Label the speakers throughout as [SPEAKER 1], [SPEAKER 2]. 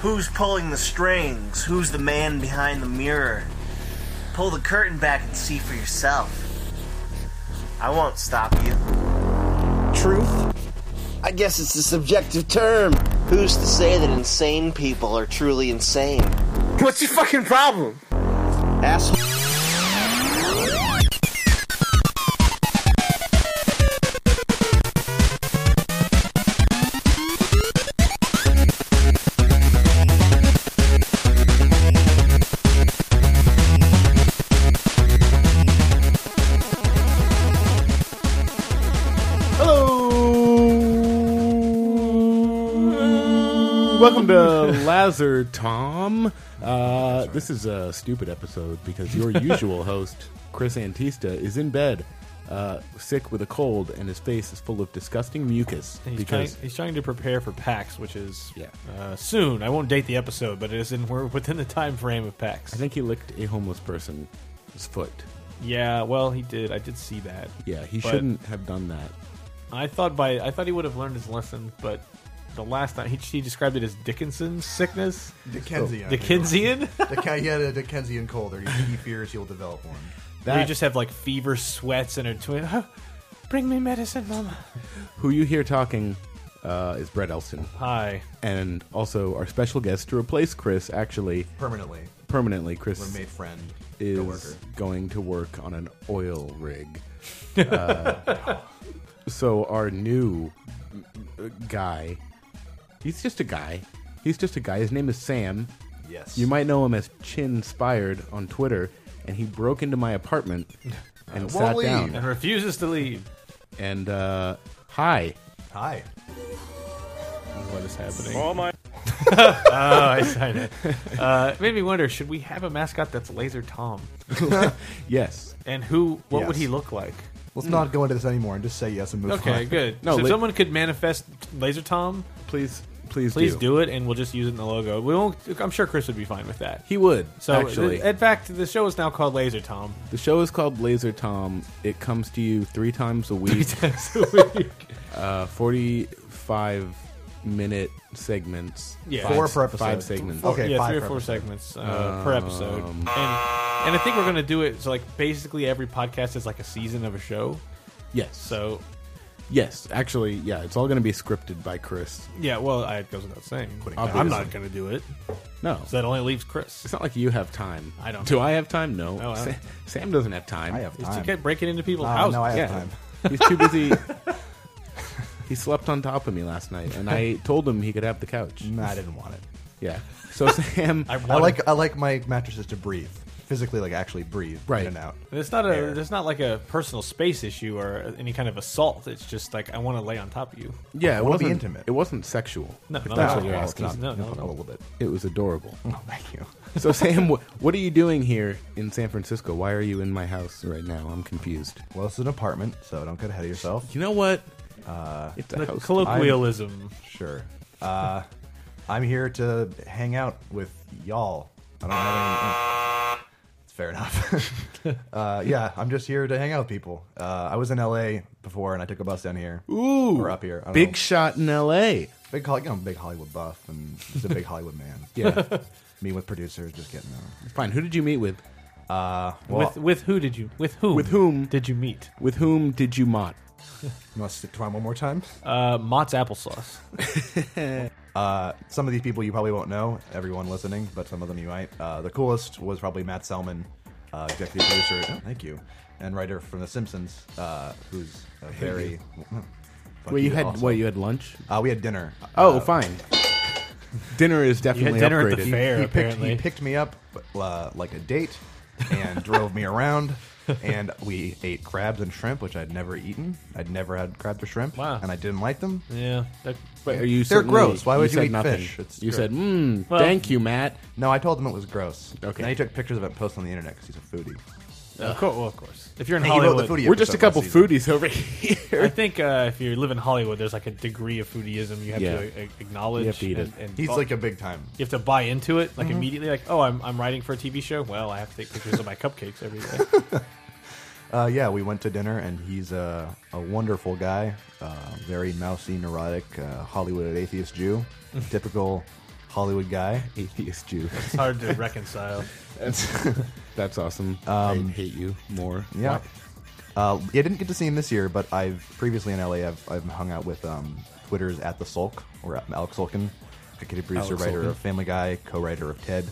[SPEAKER 1] Who's pulling the strings? Who's the man behind the mirror? Pull the curtain back and see for yourself. I won't stop you.
[SPEAKER 2] Truth?
[SPEAKER 1] I guess it's a subjective term. Who's to say that insane people are truly insane?
[SPEAKER 2] What's your fucking problem?
[SPEAKER 1] Asshole.
[SPEAKER 3] Welcome to Lazar Tom. Uh, this is a stupid episode because your usual host, Chris Antista, is in bed, uh, sick with a cold, and his face is full of disgusting mucus.
[SPEAKER 4] He's,
[SPEAKER 3] because
[SPEAKER 4] trying, he's trying to prepare for PAX, which is
[SPEAKER 3] Yeah.
[SPEAKER 4] uh, soon. I won't date the episode, but it is in we're within the time frame of PAX.
[SPEAKER 3] I think he licked a homeless person's foot.
[SPEAKER 4] yeah, well, he did. I did see that.
[SPEAKER 3] Yeah, he
[SPEAKER 4] But-
[SPEAKER 3] shouldn't have done that.
[SPEAKER 4] I thought by I thought he would have learned his lesson, but the last time he, he described it as Dickinson's sickness,
[SPEAKER 5] Dickensian.
[SPEAKER 4] Oh, Dickensian.
[SPEAKER 5] Dicke- he had a Dickensian cold, or he, he fears he'll develop one.
[SPEAKER 4] Where you
[SPEAKER 3] That-
[SPEAKER 4] just have like fever sweats and a twin. bring me medicine, Mama.
[SPEAKER 3] Who you hear talking uh, is Brett Elson,
[SPEAKER 4] Hi.
[SPEAKER 3] and also our special guest to replace Chris, actually
[SPEAKER 5] Permanently.
[SPEAKER 3] permanently. Chris
[SPEAKER 5] Roommate friend.
[SPEAKER 3] is
[SPEAKER 5] coworker.
[SPEAKER 3] going to work on an oil rig. uh, so our new uh, guy, he's just a guy. He's just a guy. His name is Sam.
[SPEAKER 5] Yes.
[SPEAKER 3] You might know him as Chin Spired on Twitter, and he broke into my apartment and sat
[SPEAKER 5] leave.
[SPEAKER 3] down.
[SPEAKER 4] And refuses to leave.
[SPEAKER 3] And uh, hi,
[SPEAKER 5] Hi.
[SPEAKER 4] What is happening? Oh my! oh, I signed it. Uh, it made me wonder: Should we have a mascot that's Laser Tom?
[SPEAKER 3] yes.
[SPEAKER 4] And who? What would
[SPEAKER 3] Yes.
[SPEAKER 4] he look like?
[SPEAKER 5] Let's not go into this anymore and just say yes and move on.
[SPEAKER 4] Okay, good.
[SPEAKER 3] No,
[SPEAKER 4] so if
[SPEAKER 3] la-
[SPEAKER 4] someone could manifest Laser Tom.
[SPEAKER 3] Please, please,
[SPEAKER 4] Please do it, and we'll just use it in the logo. We won't. I'm sure Chris would be fine with that.
[SPEAKER 3] He would
[SPEAKER 4] so,
[SPEAKER 3] actually.
[SPEAKER 4] th- in fact, the show is now called Laser Tom.
[SPEAKER 3] the show is called Laser Tom. It comes to you three times a week.
[SPEAKER 4] That's a week.
[SPEAKER 3] uh, 45 minute segments.
[SPEAKER 4] Yeah.
[SPEAKER 5] Four
[SPEAKER 3] Five-
[SPEAKER 5] per episode.
[SPEAKER 3] Five segments.
[SPEAKER 5] Okay,
[SPEAKER 4] yeah,
[SPEAKER 5] five
[SPEAKER 4] three or
[SPEAKER 5] per
[SPEAKER 4] four
[SPEAKER 5] episode. Um,
[SPEAKER 4] segments uh, per episode, and, and I think we're gonna do it. So, like, basically, every podcast is like a season of a show.
[SPEAKER 3] Yes.
[SPEAKER 4] So,
[SPEAKER 3] yes, actually, yeah, it's all going to be scripted by Chris.
[SPEAKER 4] yeah, well, I, it goes without saying. I'm
[SPEAKER 3] Obviously.
[SPEAKER 4] not gonna do it.
[SPEAKER 3] No.
[SPEAKER 4] So that only leaves Chris.
[SPEAKER 3] it's not like you have time.
[SPEAKER 4] I don't Oh,
[SPEAKER 3] Do I have time? No.
[SPEAKER 4] No, I
[SPEAKER 3] Sa-
[SPEAKER 4] don't.
[SPEAKER 3] Sam, doesn't have time.
[SPEAKER 5] I have
[SPEAKER 4] It's to
[SPEAKER 5] time.
[SPEAKER 4] get breaking into people's
[SPEAKER 5] Ah,
[SPEAKER 4] houses.
[SPEAKER 5] no, I have
[SPEAKER 3] yeah.
[SPEAKER 5] time.
[SPEAKER 3] He's too busy. he slept on top of me last night, and I told him he could have the couch.
[SPEAKER 5] Nah, I didn't want it.
[SPEAKER 3] Yeah. So Sam,
[SPEAKER 4] I
[SPEAKER 5] I
[SPEAKER 4] want
[SPEAKER 5] like I like my mattresses to breathe physically, like actually breathe
[SPEAKER 3] Right.
[SPEAKER 5] in and out.
[SPEAKER 4] It's not a.
[SPEAKER 5] Air.
[SPEAKER 4] It's not like a personal space issue or any kind of assault. It's just like I want to lay on top of you.
[SPEAKER 3] yeah, it
[SPEAKER 5] wanna be
[SPEAKER 3] wasn't
[SPEAKER 5] intimate.
[SPEAKER 3] It wasn't sexual.
[SPEAKER 4] No, no,
[SPEAKER 3] that's
[SPEAKER 4] no,
[SPEAKER 3] what you're
[SPEAKER 4] no,
[SPEAKER 3] asking.
[SPEAKER 4] no, no,
[SPEAKER 5] a
[SPEAKER 4] no.
[SPEAKER 5] little bit.
[SPEAKER 3] It was adorable.
[SPEAKER 5] Oh, thank you.
[SPEAKER 3] So Sam, wh- what are you doing here in San Francisco? Why are you in my house right now? I'm confused.
[SPEAKER 5] Well, it's an apartment, so don't get ahead of yourself.
[SPEAKER 3] You know what? Uh, it's a
[SPEAKER 4] The
[SPEAKER 3] house.
[SPEAKER 4] colloquialism.
[SPEAKER 5] Sure. Uh, I'm here to hang out with y'all. I don't have any. It's fair enough. uh, yeah, I'm just here to hang out with people. Uh, I was in LA before, and I took a bus down here.
[SPEAKER 3] Ooh,
[SPEAKER 5] or up here. I don't
[SPEAKER 3] big
[SPEAKER 5] know.
[SPEAKER 3] shot in L.A.
[SPEAKER 5] big, Holly- you know, I'm a big Hollywood buff, and just a big Hollywood man.
[SPEAKER 3] Yeah,
[SPEAKER 5] Me with producers, just getting out.
[SPEAKER 3] fine. Who did you meet with?
[SPEAKER 5] Uh, well,
[SPEAKER 4] with with who did you with whom
[SPEAKER 3] With whom?
[SPEAKER 4] did you meet?
[SPEAKER 3] With whom did you mot?
[SPEAKER 5] you want to try one more time?
[SPEAKER 4] Uh, Mott's applesauce.
[SPEAKER 5] some of these people you probably won't know, everyone listening, but some of them you might. Uh, the coolest was probably Matt Selman, uh, executive producer, oh, thank you, and writer from The Simpsons, uh, who's a very. Fuck
[SPEAKER 3] Well, you had
[SPEAKER 5] also.
[SPEAKER 3] what? You had lunch?
[SPEAKER 5] Uh, we had dinner.
[SPEAKER 3] Oh,
[SPEAKER 5] Uh,
[SPEAKER 3] fine. Dinner is
[SPEAKER 4] You had
[SPEAKER 3] definitely
[SPEAKER 4] dinner at
[SPEAKER 3] upgraded.
[SPEAKER 4] the fair.
[SPEAKER 5] He picked,
[SPEAKER 4] apparently,
[SPEAKER 5] he picked me up uh, like a date and drove me around, and we ate crabs and shrimp, which I'd never eaten. I'd never had crabs or shrimp,
[SPEAKER 4] Wow.
[SPEAKER 5] and I didn't like them.
[SPEAKER 4] yeah. that-
[SPEAKER 3] But are you
[SPEAKER 5] They're
[SPEAKER 3] certainly-
[SPEAKER 5] gross. Why would you
[SPEAKER 3] said
[SPEAKER 5] eat
[SPEAKER 3] nothing.
[SPEAKER 5] fish? It's
[SPEAKER 3] you
[SPEAKER 5] gross.
[SPEAKER 3] said, mm,
[SPEAKER 4] Well-
[SPEAKER 3] "Thank you, Matt."
[SPEAKER 5] No, I told him it was gross.
[SPEAKER 3] Okay.
[SPEAKER 5] And he took pictures of it and posted on the internet because he's a foodie.
[SPEAKER 4] of course, well, of course. If you're in
[SPEAKER 5] And he wrote
[SPEAKER 4] Hollywood,
[SPEAKER 5] the foodie
[SPEAKER 3] We're just a couple
[SPEAKER 5] episode last season.
[SPEAKER 3] foodies over here.
[SPEAKER 4] I think uh, if you live in Hollywood, there's like a degree of foodieism you have
[SPEAKER 3] Yeah.
[SPEAKER 4] to a- acknowledge.
[SPEAKER 3] You have to eat it.
[SPEAKER 4] and, and
[SPEAKER 5] He's
[SPEAKER 4] bu-
[SPEAKER 5] like a big time.
[SPEAKER 4] you have to buy into it like immediately. Like, oh, I'm I'm writing for a TV show. Well, I have to take pictures of my cupcakes every day.
[SPEAKER 5] Uh, yeah, we went to dinner, and he's a, a wonderful guy, uh, very mousy, neurotic, uh, Hollywood atheist Jew, typical Hollywood guy.
[SPEAKER 3] Atheist Jew.
[SPEAKER 4] It's hard to reconcile.
[SPEAKER 3] That's, that's awesome. I hate you more.
[SPEAKER 5] Um, Yeah. Uh, yeah, I didn't get to see him this year, but I've previously in LA, I've, I've hung out with um, Twitter's at the Sulk or at Alex Sulkin, executive producer,
[SPEAKER 3] Alex
[SPEAKER 5] writer
[SPEAKER 3] Sulkin.
[SPEAKER 5] of Family Guy, co-writer of TED.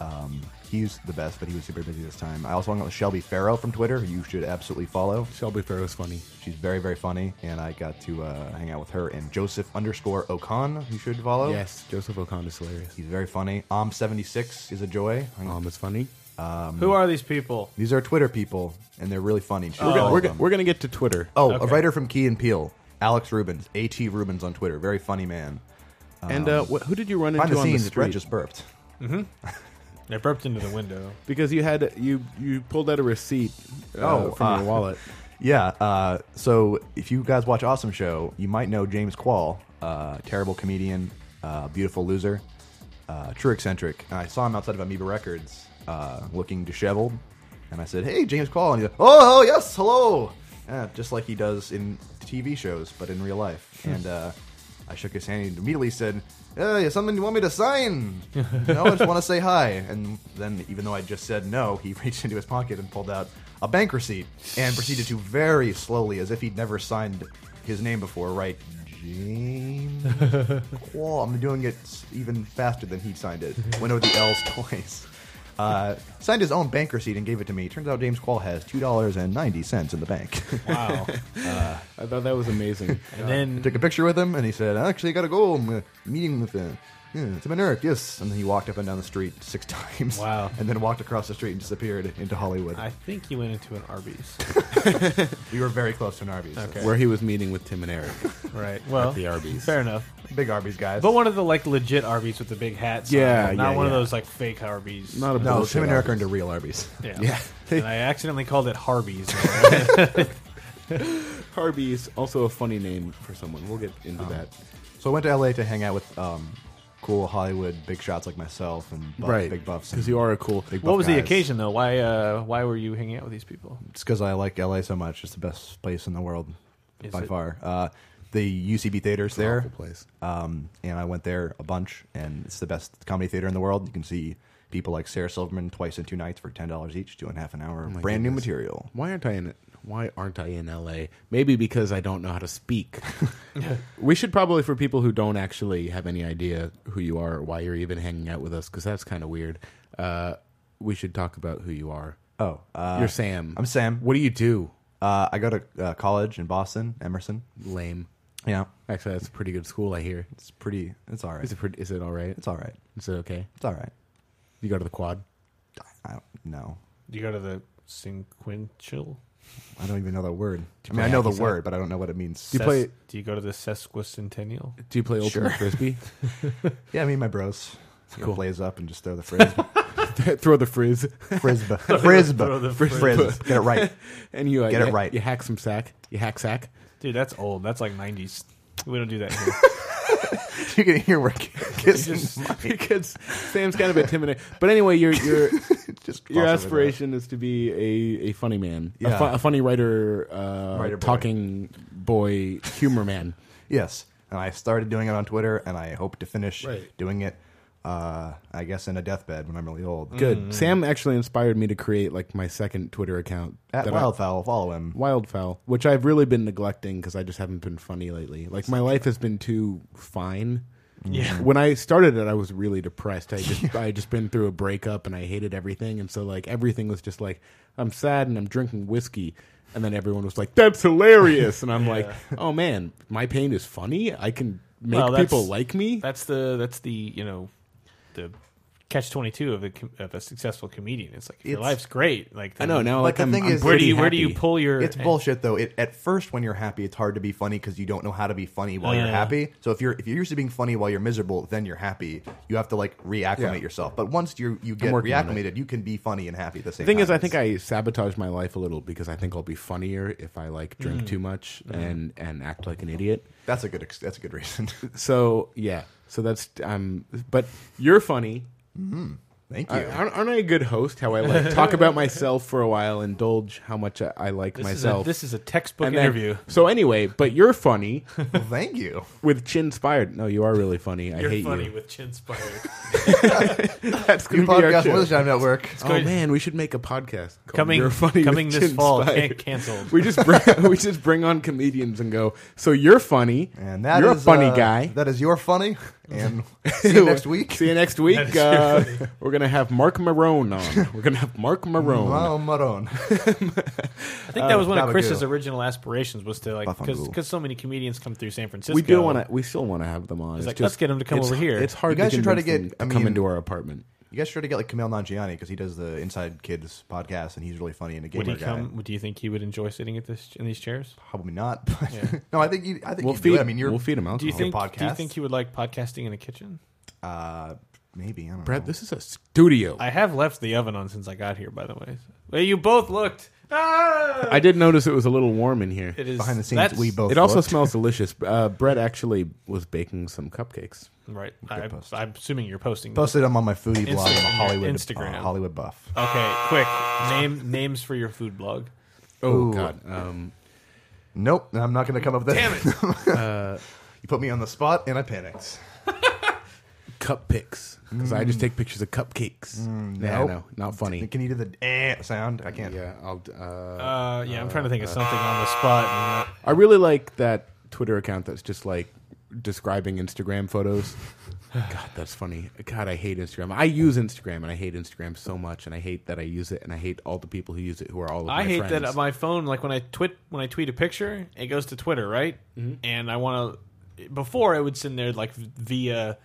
[SPEAKER 5] Um, he's the best, but he was super busy this time. I also hung out with Shelby Farrow from Twitter, who you should absolutely follow.
[SPEAKER 3] Shelby Farrow's funny.
[SPEAKER 5] She's very very funny, and I got to uh, hang out with her and Joseph underscore Ocon, who you should follow.
[SPEAKER 3] Yes, Joseph O'Connor is hilarious.
[SPEAKER 5] he's very funny. Om seventy six is a joy. Hung-
[SPEAKER 3] Um, it's funny.
[SPEAKER 4] Who are these people?
[SPEAKER 5] These are Twitter people, and they're really funny. You should
[SPEAKER 3] We're gonna,
[SPEAKER 5] follow
[SPEAKER 3] we're,
[SPEAKER 5] them.
[SPEAKER 3] gonna, we're gonna get to Twitter.
[SPEAKER 5] Oh, a
[SPEAKER 4] Okay.
[SPEAKER 5] writer from Key and Peele, Alex Rubens, At Rubens on Twitter. Very funny man.
[SPEAKER 3] and uh, wh- who did you run into
[SPEAKER 5] Behind um, the
[SPEAKER 3] on the
[SPEAKER 5] scenes, Brett
[SPEAKER 3] street?
[SPEAKER 5] just burped.
[SPEAKER 4] They burped into the window.
[SPEAKER 3] Because you had you you pulled out a receipt uh,
[SPEAKER 5] Oh,
[SPEAKER 3] from
[SPEAKER 5] uh,
[SPEAKER 3] your wallet.
[SPEAKER 5] Yeah. Uh, so if you guys watch Awesome Show, you might know James Quall, uh, terrible comedian, uh, beautiful loser, uh, true eccentric. And I saw him outside of Amoeba Records, uh, looking disheveled, and I said, "Hey, James Quall," and he's like, "Oh, oh, yes, hello," uh, just like he does in TV shows, but in real life. and uh, I shook his hand and immediately said, "Hey, something you want me to sign?" no, I just want to say hi. And then, even though I just said no, he reached into his pocket and pulled out a bank receipt and proceeded to very slowly, as if he'd never signed his name before, write James Qual. I'm doing it s- even faster than he signed it. Went over the L's twice. Uh, signed his own bank receipt and gave it to me. Turns out James Qual has two dollars and ninety cents in the bank.
[SPEAKER 4] Wow.
[SPEAKER 3] I thought that was amazing.
[SPEAKER 4] and then
[SPEAKER 5] Took a picture with him, and he said, "I actually got to go. I'm uh, meeting with uh, yeah, Tim and Eric. Yes." And then he walked up and down the street six times.
[SPEAKER 4] Wow.
[SPEAKER 5] And then walked across the street and disappeared into Hollywood.
[SPEAKER 4] I think he went into an Arby's.
[SPEAKER 5] we were very close to an Arby's.
[SPEAKER 4] Okay.
[SPEAKER 3] Where he was meeting with Tim and Eric.
[SPEAKER 4] Right. Well,
[SPEAKER 3] the Arby's.
[SPEAKER 4] Fair enough.
[SPEAKER 5] Big Arby's guys.
[SPEAKER 4] But one of the like legit Arby's with the big hats.
[SPEAKER 3] Yeah,
[SPEAKER 4] Not
[SPEAKER 3] yeah,
[SPEAKER 4] one of
[SPEAKER 3] yeah.
[SPEAKER 4] those like fake Arby's.
[SPEAKER 3] Not a
[SPEAKER 5] no,
[SPEAKER 3] bullshit
[SPEAKER 5] Tim and Eric are
[SPEAKER 3] Arby's.
[SPEAKER 5] into real Arby's.
[SPEAKER 4] Yeah.
[SPEAKER 3] Yeah.
[SPEAKER 4] and I accidentally called it Harby's.
[SPEAKER 3] Harvey's also a funny name for someone. We'll get into
[SPEAKER 5] Um,
[SPEAKER 3] that.
[SPEAKER 5] So I went to LA to hang out with um, cool Hollywood big shots like myself and buff, big buffs.
[SPEAKER 3] Because you are a cool.
[SPEAKER 4] what was the
[SPEAKER 5] guys.
[SPEAKER 4] occasion though? Why uh, why were you hanging out with these people?
[SPEAKER 5] It's because I like LA so much. It's the best place in the world
[SPEAKER 4] Is
[SPEAKER 5] by
[SPEAKER 4] it?
[SPEAKER 5] far. Uh, the UCB theater's there.
[SPEAKER 3] awful place.
[SPEAKER 5] Um, and I went there a bunch, and it's the best comedy theater in the world. You can see people like Sarah Silverman twice in two nights for ten dollars each, two and a half an hour,
[SPEAKER 3] Oh my
[SPEAKER 5] brand new
[SPEAKER 3] goodness.
[SPEAKER 5] material.
[SPEAKER 3] Why aren't I in? Why aren't I in LA? Maybe because I don't know how to speak. we should probably, for people who don't actually have any idea who you are, or why you're even hanging out with us, because that's kind of weird. Uh, we should talk about who you are.
[SPEAKER 5] Oh, uh,
[SPEAKER 3] you're Sam.
[SPEAKER 5] I'm Sam.
[SPEAKER 3] What do you do?
[SPEAKER 5] Uh, I go to uh, college in Boston, Emerson.
[SPEAKER 3] Lame.
[SPEAKER 5] Yeah,
[SPEAKER 3] Actually, that's a pretty good school. I hear.
[SPEAKER 5] it's pretty. It's all right.
[SPEAKER 3] Is it? Pretty, is it all right?
[SPEAKER 5] it's all right.
[SPEAKER 3] Is it okay?
[SPEAKER 5] It's all right.
[SPEAKER 3] You go to the quad.
[SPEAKER 5] I don't know.
[SPEAKER 4] You go to the sequential.
[SPEAKER 5] I don't even know that word. I
[SPEAKER 3] you
[SPEAKER 5] mean, I
[SPEAKER 3] play
[SPEAKER 5] know the
[SPEAKER 3] hacky
[SPEAKER 5] word, but I don't know what it means.
[SPEAKER 3] you play-
[SPEAKER 4] Do you go to the sesquicentennial?
[SPEAKER 3] Do you play ultimate frisbee?
[SPEAKER 5] Yeah, I mean, my bros. You know,
[SPEAKER 3] Cool.
[SPEAKER 5] Blaze up and just throw the frisbee.
[SPEAKER 3] Throw the frizz,
[SPEAKER 5] Frisbee. Frisbee.
[SPEAKER 4] Throw the
[SPEAKER 5] Frisbee. Get it right.
[SPEAKER 3] and you uh,
[SPEAKER 5] Get
[SPEAKER 3] you
[SPEAKER 5] it
[SPEAKER 3] ha-
[SPEAKER 5] right.
[SPEAKER 3] You hack some sack. You hack sack.
[SPEAKER 4] Dude, that's old. That's like nineties. We don't do that here.
[SPEAKER 5] You can hear we're kissing. Mike.
[SPEAKER 3] because Sam's kind of intimidating. But anay your your
[SPEAKER 5] Just
[SPEAKER 3] your
[SPEAKER 5] cross over
[SPEAKER 3] aspiration is to be a, a funny man, a,
[SPEAKER 5] Yeah.
[SPEAKER 3] fu- a funny writer, uh,
[SPEAKER 5] Writer boy.
[SPEAKER 3] talking boy, humor man.
[SPEAKER 5] that. Yes. And I started doing it on Twitter, and I hope to finish
[SPEAKER 3] Right.
[SPEAKER 5] doing it, uh, I guess, in a deathbed when I'm really old.
[SPEAKER 3] Good. Sam actually inspired me to create like my second Twitter account
[SPEAKER 5] At
[SPEAKER 3] that I-
[SPEAKER 5] Wildfowl, follow him.
[SPEAKER 3] Wildfowl, which I've really been neglecting because I just haven't been funny lately. Like my life has been too fine.
[SPEAKER 4] Yeah.
[SPEAKER 3] When I started it, I was really depressed. I just I had just been through a breakup and I hated everything, and so like everything was just like I'm sad and I'm drinking whiskey, and then everyone was like, "That's hilarious," and I'm like, "Oh man, my pain is funny. I can make
[SPEAKER 4] Well, that's-
[SPEAKER 3] people like me."
[SPEAKER 4] That's the that's the you know the catch twenty two of a com- of a successful comedian. It's like if your
[SPEAKER 5] It's-
[SPEAKER 4] life's great. Like
[SPEAKER 3] I know
[SPEAKER 4] then
[SPEAKER 3] now.
[SPEAKER 5] But
[SPEAKER 3] Like
[SPEAKER 5] the
[SPEAKER 3] I'm,
[SPEAKER 5] thing
[SPEAKER 3] I'm
[SPEAKER 5] is-
[SPEAKER 4] Where do
[SPEAKER 3] pretty
[SPEAKER 4] you where do you
[SPEAKER 3] happy.
[SPEAKER 4] pull your? eh,
[SPEAKER 5] It's bullshit though. It at first when you're happy, it's hard to be funny because you don't know how to be funny
[SPEAKER 3] Oh,
[SPEAKER 5] while you're
[SPEAKER 4] Yeah.
[SPEAKER 5] happy. So if you're if you're used to being funny while you're miserable, then you're happy. You have to like reacclimate
[SPEAKER 3] Yeah.
[SPEAKER 5] yourself. But once you you get
[SPEAKER 3] working on
[SPEAKER 5] reacclimated, you can be funny and happy at the same.
[SPEAKER 3] The thing
[SPEAKER 5] time.
[SPEAKER 3] is, I think I sabotage my life a little because I think I'll be funnier if I like
[SPEAKER 4] Mm.
[SPEAKER 3] drink too much and and act like an idiot.
[SPEAKER 5] that's a good ex- that's a good reason.
[SPEAKER 3] So yeah, so that's um. But you're funny,
[SPEAKER 5] Thank you.
[SPEAKER 3] I- Aren't, aren't I a good host? How I like talk about myself for a while, indulge how much I, I like
[SPEAKER 4] This
[SPEAKER 3] myself.
[SPEAKER 4] Is a, this is a textbook
[SPEAKER 3] And then-
[SPEAKER 4] interview.
[SPEAKER 3] so anyway, but you're funny
[SPEAKER 5] Well, thank you.
[SPEAKER 3] with chin spired. No, you are really funny. I
[SPEAKER 4] You're
[SPEAKER 3] hate
[SPEAKER 4] funny
[SPEAKER 3] you.
[SPEAKER 4] with chin spired.
[SPEAKER 3] That's
[SPEAKER 5] New
[SPEAKER 3] gonna be our
[SPEAKER 5] podcast
[SPEAKER 3] show.
[SPEAKER 5] Mother's Time Network.
[SPEAKER 3] Oh
[SPEAKER 4] going-
[SPEAKER 3] man, we should make a podcast called
[SPEAKER 4] coming
[SPEAKER 3] You're funny with
[SPEAKER 4] coming this
[SPEAKER 3] Chin
[SPEAKER 4] fall.
[SPEAKER 3] Spired.
[SPEAKER 4] Can- canceled.
[SPEAKER 3] We just bring, we just bring on comedians and go. So you're funny,
[SPEAKER 5] And that
[SPEAKER 3] you're
[SPEAKER 5] is,
[SPEAKER 3] a funny
[SPEAKER 5] uh,
[SPEAKER 3] guy.
[SPEAKER 5] That is your funny. And see you next week.
[SPEAKER 3] See you next week. Uh, we're gonna have Mark Marone on. We're gonna have Mark Marone.
[SPEAKER 5] Mm, Well, Marone.
[SPEAKER 4] I think that was one of
[SPEAKER 5] Babadook.
[SPEAKER 4] Chris's original aspirations was to like because
[SPEAKER 5] Bafangu.
[SPEAKER 4] because so many comedians come through San Francisco.
[SPEAKER 3] We do want to. We still want to have them on. It's
[SPEAKER 4] like, let's get 'em to come
[SPEAKER 3] it's-
[SPEAKER 4] over here.
[SPEAKER 3] It's hard.
[SPEAKER 5] You guys
[SPEAKER 3] to
[SPEAKER 5] should try
[SPEAKER 3] convince
[SPEAKER 5] to
[SPEAKER 3] them
[SPEAKER 5] get-
[SPEAKER 3] to
[SPEAKER 5] I
[SPEAKER 3] come
[SPEAKER 5] mean-
[SPEAKER 3] into our apartment.
[SPEAKER 5] You guys try to get like Kamel Nanjiani because he does the Inside Kids podcast and he's really funny
[SPEAKER 3] oh
[SPEAKER 5] and a
[SPEAKER 4] Would
[SPEAKER 5] gamer
[SPEAKER 4] he
[SPEAKER 5] guy.
[SPEAKER 4] come? would- Do you think he would enjoy sitting at this in these chairs?
[SPEAKER 5] Probably not. But no, I think you. I think
[SPEAKER 3] We'll
[SPEAKER 5] you
[SPEAKER 3] feed.
[SPEAKER 5] Do. I mean, you're.
[SPEAKER 3] we'll feed him alcohol.
[SPEAKER 4] Do you think? Do you
[SPEAKER 5] podcast?
[SPEAKER 4] think he would like podcasting in a kitchen?
[SPEAKER 5] Uh, maybe I don't
[SPEAKER 3] Brad?
[SPEAKER 5] know.
[SPEAKER 3] This is a studio. I,
[SPEAKER 4] I have left the oven on since I got here. By the way, well, you both looked. Ah!
[SPEAKER 3] did notice it was a little warm in here.
[SPEAKER 4] it is
[SPEAKER 5] Behind the scenes,
[SPEAKER 4] that's-
[SPEAKER 5] we both.
[SPEAKER 3] It also
[SPEAKER 5] looked.
[SPEAKER 3] smells delicious. Uh, Brett actually was baking some cupcakes.
[SPEAKER 4] right. I, I'm assuming you're posting. this.
[SPEAKER 5] posted them on my foodie
[SPEAKER 4] Instagram.
[SPEAKER 5] blog, I'm a Hollywood
[SPEAKER 4] Instagram.
[SPEAKER 5] uh, Hollywood buff.
[SPEAKER 4] Okay, quick name names for your food blog.
[SPEAKER 3] Oh God! Um,
[SPEAKER 5] Nope, I'm not going to come up with that.
[SPEAKER 4] Damn it! Uh,
[SPEAKER 5] You put me on the spot and I panicked.
[SPEAKER 3] cup pics because I just take pictures of cupcakes. yeah,
[SPEAKER 5] Mm. nope.
[SPEAKER 3] no, not funny.
[SPEAKER 5] Can you do the eh sound? I can't.
[SPEAKER 3] Yeah, I'll. Uh,
[SPEAKER 4] Uh, yeah, I'm trying to think of something on the spot. and,
[SPEAKER 3] I
[SPEAKER 4] uh,
[SPEAKER 3] really like that Twitter account that's just like describing Instagram photos. God, that's funny. God, I hate Instagram. I use Instagram and I hate Instagram so much, and I hate that I use it, and I hate all the people who use it who are all of
[SPEAKER 4] I
[SPEAKER 3] my
[SPEAKER 4] hate
[SPEAKER 3] friends.
[SPEAKER 4] that my phone. Like when I tweet when I tweet a picture, it goes to Twitter, right?
[SPEAKER 3] Mm-hmm.
[SPEAKER 4] And I want to. Before it would send there like via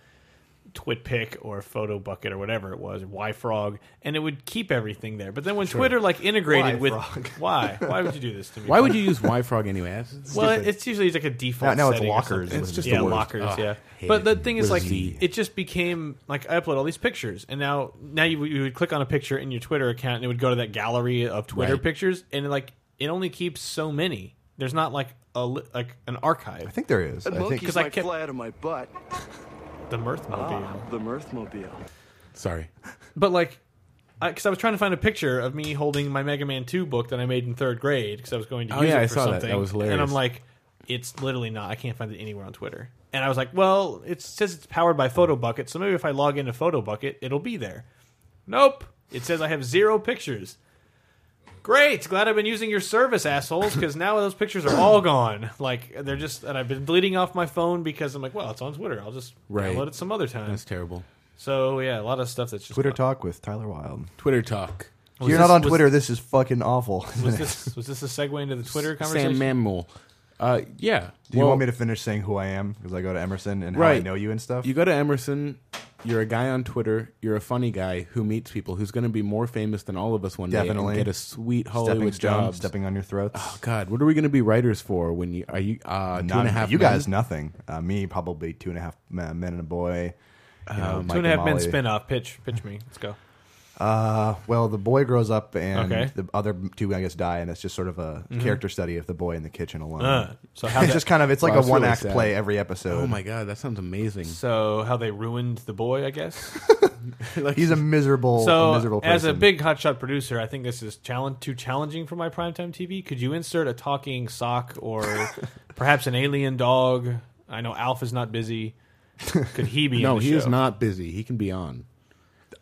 [SPEAKER 4] TwitPic or Photo Bucket or whatever it was, YFrog, and it would keep everything there. But then when Twitter like integrated with
[SPEAKER 5] YFrog.
[SPEAKER 4] why why would you do this to me?
[SPEAKER 3] Why would you use YFrog anyway? That's-
[SPEAKER 4] Well, it's usually like a default.
[SPEAKER 5] Now- now it's
[SPEAKER 4] setting or
[SPEAKER 5] lockers.
[SPEAKER 4] something. Ah,
[SPEAKER 5] It's
[SPEAKER 3] just
[SPEAKER 4] yeah,
[SPEAKER 3] the worst.
[SPEAKER 4] lockers.
[SPEAKER 3] Ugh,
[SPEAKER 4] yeah,
[SPEAKER 3] hate
[SPEAKER 4] but
[SPEAKER 3] it.
[SPEAKER 4] the thing is,
[SPEAKER 3] With a
[SPEAKER 4] like,
[SPEAKER 3] Z.
[SPEAKER 4] it just became like I upload all these pictures, and now now you, you would click on a picture in your Twitter account, and it would go to that gallery of Twitter
[SPEAKER 3] Right.
[SPEAKER 4] pictures, and like it only keeps so many. There's not like a li- like an archive.
[SPEAKER 5] I think there is. I think
[SPEAKER 4] Because
[SPEAKER 6] Monkeys
[SPEAKER 4] I
[SPEAKER 6] might
[SPEAKER 4] kept-
[SPEAKER 6] fly out of my butt.
[SPEAKER 4] the Mirth Mobile,
[SPEAKER 5] Ah.
[SPEAKER 6] The Mirthmobile.
[SPEAKER 3] Sorry,
[SPEAKER 4] but like. Because I, was trying to find a picture of me holding my Mega Man 2 book that I made in third grade because I was going to
[SPEAKER 3] Oh,
[SPEAKER 4] use
[SPEAKER 3] yeah,
[SPEAKER 4] it
[SPEAKER 3] I
[SPEAKER 4] for
[SPEAKER 3] saw that.
[SPEAKER 4] something.
[SPEAKER 3] That was
[SPEAKER 4] And I'm
[SPEAKER 3] hilarious.
[SPEAKER 4] like, it's literally not. I can't find it anywhere on Twitter. And I was like, well, it says it's powered by PhotoBucket, so maybe if I log into PhotoBucket, it'll be there. Nope. It says I have zero pictures. Great. Glad I've been using your service, assholes, because now those pictures are all gone. Like, they're just, and I've been deleting off my phone because I'm like, well, it's on Twitter. I'll just
[SPEAKER 3] Right.
[SPEAKER 4] download it some other time.
[SPEAKER 3] that's terrible.
[SPEAKER 4] so, yeah, a lot of stuff that's just
[SPEAKER 5] Twitter talk with Tyler Wilde.
[SPEAKER 3] Twitter talk.
[SPEAKER 5] If you're
[SPEAKER 4] this-
[SPEAKER 5] not on
[SPEAKER 4] was-
[SPEAKER 5] Twitter. this is fucking awful.
[SPEAKER 4] Was this was this a segue into the Twitter conversation?
[SPEAKER 3] Sam Manuel. Uh, yeah.
[SPEAKER 5] Do you want me to finish saying who I am? Because I go to Emerson and how I
[SPEAKER 3] Right.
[SPEAKER 5] know you and stuff.
[SPEAKER 3] You go to Emerson. You're a guy on Twitter. You're a funny guy who meets people who's going to be more famous than all of us one day
[SPEAKER 5] Definitely.
[SPEAKER 3] and get a sweet
[SPEAKER 5] stepping
[SPEAKER 3] Hollywood
[SPEAKER 5] stone,
[SPEAKER 3] job.
[SPEAKER 5] stepping on your throats.
[SPEAKER 4] Ah,
[SPEAKER 3] Oh, God, what are we going to be writers for? When you are you uh, two
[SPEAKER 5] Not
[SPEAKER 3] and a half?
[SPEAKER 5] you
[SPEAKER 3] men?
[SPEAKER 5] guys, nothing. Uh, me, probably two and a half uh, men and a boy. You know,
[SPEAKER 4] Ah, Two
[SPEAKER 5] Mike
[SPEAKER 4] and a half men
[SPEAKER 5] Molly.
[SPEAKER 4] spin off. Pitch, pitch me. Let's go.
[SPEAKER 5] Uh, well, the boy grows up, and
[SPEAKER 4] Okay. Mm-hmm.
[SPEAKER 5] the other two, I guess, die, and it's just sort of a character study of the boy in the kitchen alone.
[SPEAKER 4] Uh, so how
[SPEAKER 5] it's
[SPEAKER 4] that,
[SPEAKER 5] just kind of it's like
[SPEAKER 3] Wow,
[SPEAKER 5] a
[SPEAKER 3] that's really
[SPEAKER 5] one act
[SPEAKER 3] sad.
[SPEAKER 5] play every episode.
[SPEAKER 3] Oh my God, that sounds amazing.
[SPEAKER 4] so how they ruined the boy, I guess.
[SPEAKER 5] He's a miserable, a
[SPEAKER 4] so
[SPEAKER 5] miserable person.
[SPEAKER 4] as a big hotshot producer, I think this is challenge too challenging for my primetime TV. Could you insert a talking sock or perhaps an alien dog? I know Alf is not busy. Could he be?
[SPEAKER 3] No,
[SPEAKER 4] in the
[SPEAKER 3] he is
[SPEAKER 4] show?
[SPEAKER 3] not busy. He can be on.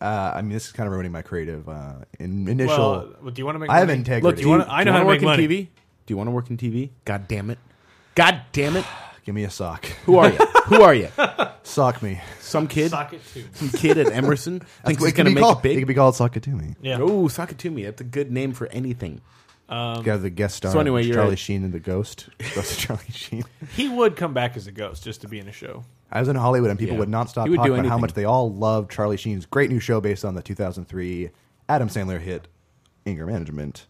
[SPEAKER 5] uh, I mean, this is kind of ruining my creative uh, in, initial.
[SPEAKER 4] Well, do you want to make?
[SPEAKER 5] I have
[SPEAKER 4] money?
[SPEAKER 5] integrity.
[SPEAKER 4] Look, do you want? I know how to
[SPEAKER 3] work
[SPEAKER 4] make
[SPEAKER 3] in
[SPEAKER 4] money.
[SPEAKER 3] TV. Do you want to work in TV? God damn it! God damn it!
[SPEAKER 5] Give me a sock.
[SPEAKER 3] Who are you? Who are you?
[SPEAKER 5] sock me.
[SPEAKER 3] Some kid,
[SPEAKER 4] Sock it too.
[SPEAKER 3] some kid at Emerson thinks
[SPEAKER 5] It
[SPEAKER 3] he's
[SPEAKER 5] could
[SPEAKER 3] going
[SPEAKER 5] be
[SPEAKER 3] to make
[SPEAKER 5] called,
[SPEAKER 3] it
[SPEAKER 5] It could
[SPEAKER 3] big.
[SPEAKER 5] be called Sockatumi.
[SPEAKER 4] Yeah.
[SPEAKER 3] Oh, Sakatumi. That's a good name for anything.
[SPEAKER 4] Um,
[SPEAKER 5] Got the guest star.
[SPEAKER 3] So anyway, you're
[SPEAKER 5] Charlie
[SPEAKER 3] a-
[SPEAKER 5] Sheen and the Ghost. That's Charlie Sheen.
[SPEAKER 4] He would come back as a ghost just to be in a show.
[SPEAKER 5] I was in Hollywood, and people
[SPEAKER 3] Yeah.
[SPEAKER 5] would not stop
[SPEAKER 3] He would
[SPEAKER 5] talking
[SPEAKER 3] do
[SPEAKER 5] about how
[SPEAKER 3] anything.
[SPEAKER 5] much they all love Charlie Sheen's great new show based on the 2003 Adam Sandler hit Anger Management.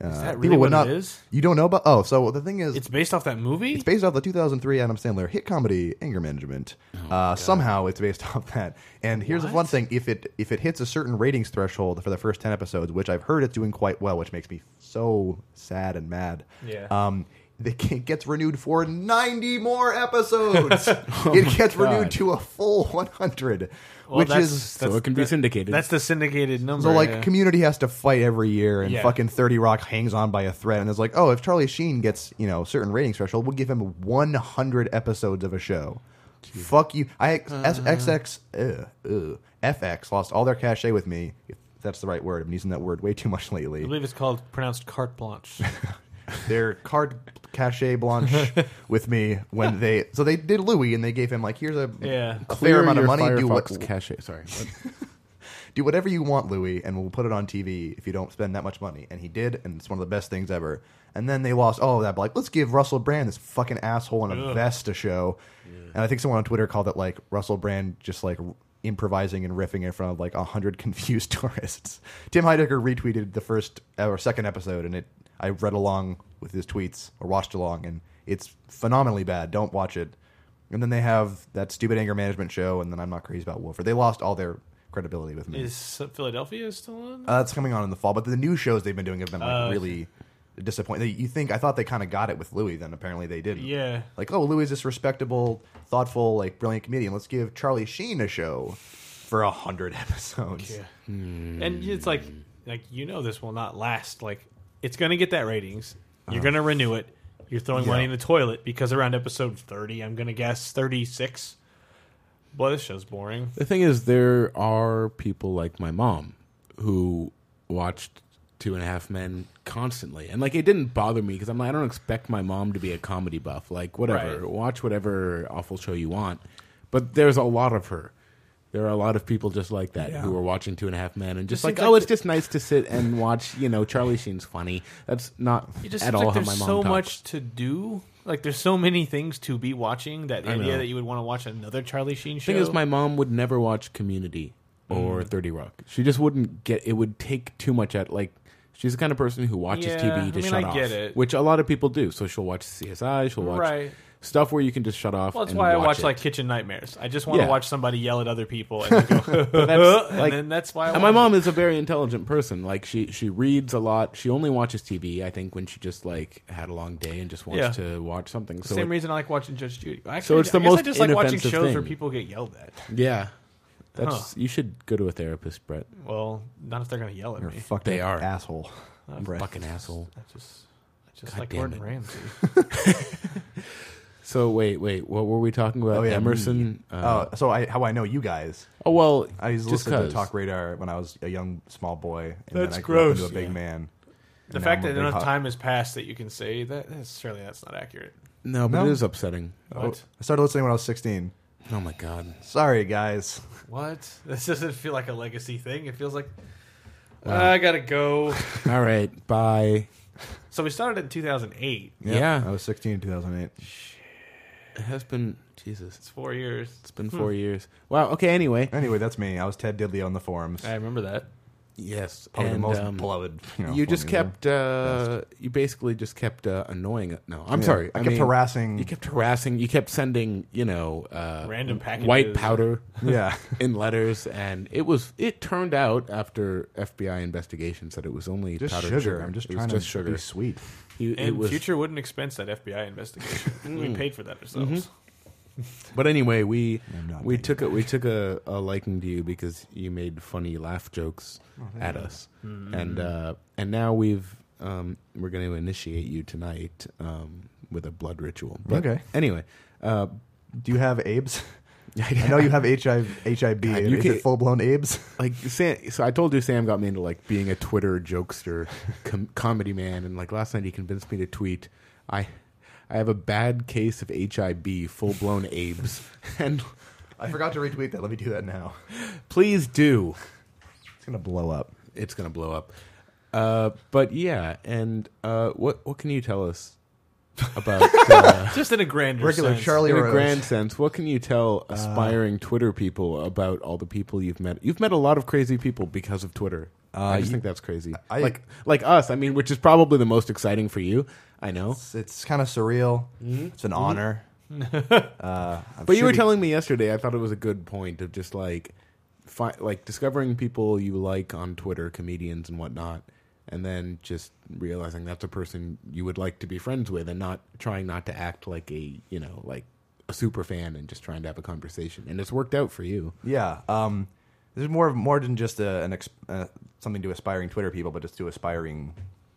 [SPEAKER 5] Uh,
[SPEAKER 4] that really
[SPEAKER 5] people
[SPEAKER 4] what
[SPEAKER 5] would not.
[SPEAKER 4] it is?
[SPEAKER 5] You don't know about? Oh, so the thing is,
[SPEAKER 4] It's based off that movie.
[SPEAKER 5] It's based off the 2003 Adam Sandler hit comedy Anger Management. uh, somehow it's based off that. And here's the one thing: if it if it hits a certain ratings threshold for the first 10 episodes, which I've heard it's doing quite well, which makes me so sad and mad.
[SPEAKER 4] Yeah.
[SPEAKER 5] Um, it gets renewed for 90 more episodes. it gets renewed
[SPEAKER 3] God.
[SPEAKER 5] to a full 100, which
[SPEAKER 4] that's-
[SPEAKER 5] is
[SPEAKER 3] so it can be syndicated.
[SPEAKER 4] That's the syndicated number.
[SPEAKER 5] so like
[SPEAKER 4] yeah.
[SPEAKER 5] community has to fight every year and
[SPEAKER 4] Yeah.
[SPEAKER 5] fucking 30 rock hangs on by a thread and is like oh if charlie sheen gets you know a certain rating threshold we'll give him 100 episodes of a show fuck you i S- xx uh, uh, fx lost all their cachet with me if that's the right word i've been using that word way too much
[SPEAKER 4] I
[SPEAKER 5] lately
[SPEAKER 4] believe it's called pronounced carte blanche.
[SPEAKER 5] their card cachet blanche with me when they so they did louis and they gave him like here's a
[SPEAKER 4] Yeah.
[SPEAKER 5] fair amount of
[SPEAKER 3] your
[SPEAKER 5] money do
[SPEAKER 3] Firefox
[SPEAKER 5] what
[SPEAKER 3] cachet. Sorry. What?
[SPEAKER 5] do whatever you want, Louis, and we'll put it on TV if you don't spend that much money. And he did, and it's one of the best things ever. And then they lost all of that. But like, let's give Russell Brand this fucking asshole in a vest a show. And I think someone on Twitter called it like Russell Brand just like improvising and riffing in front of like a hundred confused tourists. Tim Heidecker retweeted the first uh, or second episode, and it I read along with his tweets or watched along, and it's phenomenally bad. Don't watch it. And then they have that stupid anger management show, and then I'm not crazy about Wolfer. They lost all their credibility with me.
[SPEAKER 4] Is Philadelphia still on?
[SPEAKER 5] Uh, that's coming on in the fall, but the new shows they've been doing have been like
[SPEAKER 4] Oh,
[SPEAKER 5] really disappointing. You think I thought they kind of got it with Louis, then apparently they didn't.
[SPEAKER 4] Yeah.
[SPEAKER 5] like oh, Louis is this respectable, thoughtful, like brilliant comedian. Let's give Charlie Sheen a show for a hundred episodes.
[SPEAKER 4] Yeah. And it's like like you know this will not last. Like it's gonna get that ratings. You're gonna renew it. You're throwing money in the toilet because around episode thirty, I'm gonna guess thirty six. Boy, this show's boring.
[SPEAKER 3] the thing is, there are people like my mom who watched Two and a Half Men constantly, and like it didn't bother me because I'm like, I don't expect my mom to be a comedy buff. Like whatever,
[SPEAKER 4] Right.
[SPEAKER 3] watch whatever awful show you want. But there's a lot of her. There are a lot of people just like that who are watching Two and a Half Men and just
[SPEAKER 4] seems
[SPEAKER 3] like,
[SPEAKER 4] like
[SPEAKER 3] oh, it's
[SPEAKER 4] the-
[SPEAKER 3] just nice to sit and watch. You know, Charlie Sheen's funny. That's not
[SPEAKER 4] It just
[SPEAKER 3] at
[SPEAKER 4] seems
[SPEAKER 3] all
[SPEAKER 4] like
[SPEAKER 3] how
[SPEAKER 4] there's
[SPEAKER 3] my mom
[SPEAKER 4] so
[SPEAKER 3] talks.
[SPEAKER 4] much to do. Like there's so many things to be watching that the
[SPEAKER 3] I
[SPEAKER 4] idea
[SPEAKER 3] know.
[SPEAKER 4] that you would want to watch another Charlie Sheen show.
[SPEAKER 3] thing is, my mom would never watch Community or
[SPEAKER 4] Mm.
[SPEAKER 3] Thirty Rock. She just wouldn't get. It would take too much at like. She's the kind of person who watches
[SPEAKER 4] Yeah, I
[SPEAKER 3] TV to
[SPEAKER 4] mean,
[SPEAKER 3] shut
[SPEAKER 4] I
[SPEAKER 3] off,
[SPEAKER 4] get it.
[SPEAKER 3] which a lot of people do. So she'll watch CSI. She'll watch
[SPEAKER 4] Right.
[SPEAKER 3] stuff where you can just shut off.
[SPEAKER 4] well, that's
[SPEAKER 3] and
[SPEAKER 4] why I watch
[SPEAKER 3] it.
[SPEAKER 4] like Kitchen Nightmares. I just want
[SPEAKER 3] Yeah.
[SPEAKER 4] to watch somebody yell at other people, and, then go,
[SPEAKER 3] that's,
[SPEAKER 4] and
[SPEAKER 3] like-
[SPEAKER 4] then that's why. I
[SPEAKER 3] And my
[SPEAKER 4] watch
[SPEAKER 3] mom is a very intelligent person. Like she she reads a lot. She only watches TV. I think when she just like had a long day and just wants
[SPEAKER 4] Yeah.
[SPEAKER 3] to watch something. So
[SPEAKER 4] Same
[SPEAKER 3] it-
[SPEAKER 4] reason I like watching Judge Judy. Actually,
[SPEAKER 3] it's the
[SPEAKER 4] I guess I
[SPEAKER 3] most
[SPEAKER 4] just like watching
[SPEAKER 3] inoffensive
[SPEAKER 4] shows where
[SPEAKER 3] thing.
[SPEAKER 4] people get yelled at.
[SPEAKER 3] yeah, that's
[SPEAKER 4] Huh.
[SPEAKER 3] you should go to a therapist, Brett.
[SPEAKER 4] Well, not if they're going to yell at
[SPEAKER 5] You're a
[SPEAKER 4] me.
[SPEAKER 5] fucking
[SPEAKER 3] They are.
[SPEAKER 5] asshole.
[SPEAKER 4] Oh,
[SPEAKER 5] Brett.
[SPEAKER 3] Fucking asshole.
[SPEAKER 4] I just, I just
[SPEAKER 3] God
[SPEAKER 4] like
[SPEAKER 3] damn
[SPEAKER 4] Gordon
[SPEAKER 3] it.
[SPEAKER 4] Ramsay.
[SPEAKER 3] So wait, wait, what were we talking about?
[SPEAKER 5] Oh, yeah,
[SPEAKER 3] Emerson. Uh,
[SPEAKER 5] Oh, so I, how I know you guys?
[SPEAKER 3] oh well,
[SPEAKER 5] I used to
[SPEAKER 3] just
[SPEAKER 5] listen to
[SPEAKER 3] 'cause.
[SPEAKER 5] Talk Radar when I was a young small boy, and
[SPEAKER 4] That's
[SPEAKER 5] then I grew
[SPEAKER 4] gross.
[SPEAKER 5] up into a big man.
[SPEAKER 4] The
[SPEAKER 5] now
[SPEAKER 4] fact
[SPEAKER 5] I'm a
[SPEAKER 4] that
[SPEAKER 5] big
[SPEAKER 4] enough
[SPEAKER 5] hot-
[SPEAKER 4] time has passed that you can say that that's- surely that's not accurate.
[SPEAKER 3] No, but
[SPEAKER 5] No?
[SPEAKER 3] it is upsetting.
[SPEAKER 4] What?
[SPEAKER 5] Oh, I started listening when I was sixteen.
[SPEAKER 3] Oh my god.
[SPEAKER 5] Sorry, guys.
[SPEAKER 4] What? This doesn't feel like a legacy thing. It feels like I gotta go.
[SPEAKER 3] All right, bye.
[SPEAKER 4] so we started in 2008.
[SPEAKER 3] Yeah.
[SPEAKER 5] I was sixteen in two thousand eight.
[SPEAKER 3] It has been Jesus.
[SPEAKER 4] It's four years.
[SPEAKER 3] It's been
[SPEAKER 4] Hmm.
[SPEAKER 3] four years. Wow. Okay. Anyway.
[SPEAKER 5] Anyway, that's me. I was Ted Diddley on the forums.
[SPEAKER 4] I remember that.
[SPEAKER 3] Yes.
[SPEAKER 5] Probably
[SPEAKER 3] and,
[SPEAKER 5] the most
[SPEAKER 3] um,
[SPEAKER 5] beloved. You, know,
[SPEAKER 3] you just
[SPEAKER 5] formula.
[SPEAKER 3] kept. Uh, you basically just kept uh, annoying. it. No, I'm
[SPEAKER 5] Yeah.
[SPEAKER 3] sorry.
[SPEAKER 5] I kept
[SPEAKER 3] mean,
[SPEAKER 5] harassing-
[SPEAKER 3] You kept harassing. You kept sending. You know, uh,
[SPEAKER 4] Random packages.
[SPEAKER 3] white powder.
[SPEAKER 5] Yeah.
[SPEAKER 3] in letters, and it was. It turned out after FBI investigations that it was only
[SPEAKER 5] Just
[SPEAKER 3] powdered
[SPEAKER 5] sugar. I'm just
[SPEAKER 3] It was
[SPEAKER 5] trying
[SPEAKER 3] just
[SPEAKER 5] to
[SPEAKER 3] sugar.
[SPEAKER 5] be sweet.
[SPEAKER 3] He- it
[SPEAKER 4] And
[SPEAKER 3] was-
[SPEAKER 4] Future wouldn't expense that FBI investigation.
[SPEAKER 5] Mm.
[SPEAKER 4] we paid for that ourselves.
[SPEAKER 5] Mm-hmm.
[SPEAKER 3] But anyway, we
[SPEAKER 5] not
[SPEAKER 3] we
[SPEAKER 5] taking
[SPEAKER 3] took a we took a, a liking to you because you made funny laugh jokes
[SPEAKER 5] Oh,
[SPEAKER 3] at us, and uh, and now we've um, we're going to initiate you tonight um, with a blood ritual. But
[SPEAKER 5] Okay.
[SPEAKER 3] Anyway, uh,
[SPEAKER 5] Do you have Abe's? I know you have HIV. HIB.
[SPEAKER 3] you
[SPEAKER 5] Is
[SPEAKER 3] can't-
[SPEAKER 5] it full blown Abe's?
[SPEAKER 3] like Sam, so I told you Sam got me into like being a Twitter jokester, com- comedy man, and like last night he convinced me to tweet I. I have a bad case of HIB, full blown Abe's, and
[SPEAKER 5] I forgot to retweet that. Let me do that now.
[SPEAKER 3] please do.
[SPEAKER 5] It's gonna blow up.
[SPEAKER 3] it's gonna blow up. Uh, but yeah, and uh, what what can you tell us about uh,
[SPEAKER 4] Just in a grander
[SPEAKER 5] Regular
[SPEAKER 4] sense.
[SPEAKER 5] Charlie
[SPEAKER 3] in a
[SPEAKER 5] Rose.
[SPEAKER 3] grand sense? What can you tell aspiring Twitter people about all the people you've met? You've met a lot of crazy people because of Twitter. I just think that's crazy.
[SPEAKER 5] I-
[SPEAKER 3] like like us, I mean, which is probably the most exciting for you. I know.
[SPEAKER 5] It's, kind of surreal. It's an honor. uh,
[SPEAKER 3] Mm-hmm. But you were telling me yesterday. I thought it was a good point of just like, fi- like discovering people you like on Twitter, comedians and whatnot, and then just realizing that's a person you would like to be friends with, and not trying not to act like a you know like a super fan and just trying to have a conversation. And it's worked out for you.
[SPEAKER 5] Yeah. Um, this is more of- more than just a, an ex, uh, something to aspiring Twitter people, but just to aspiring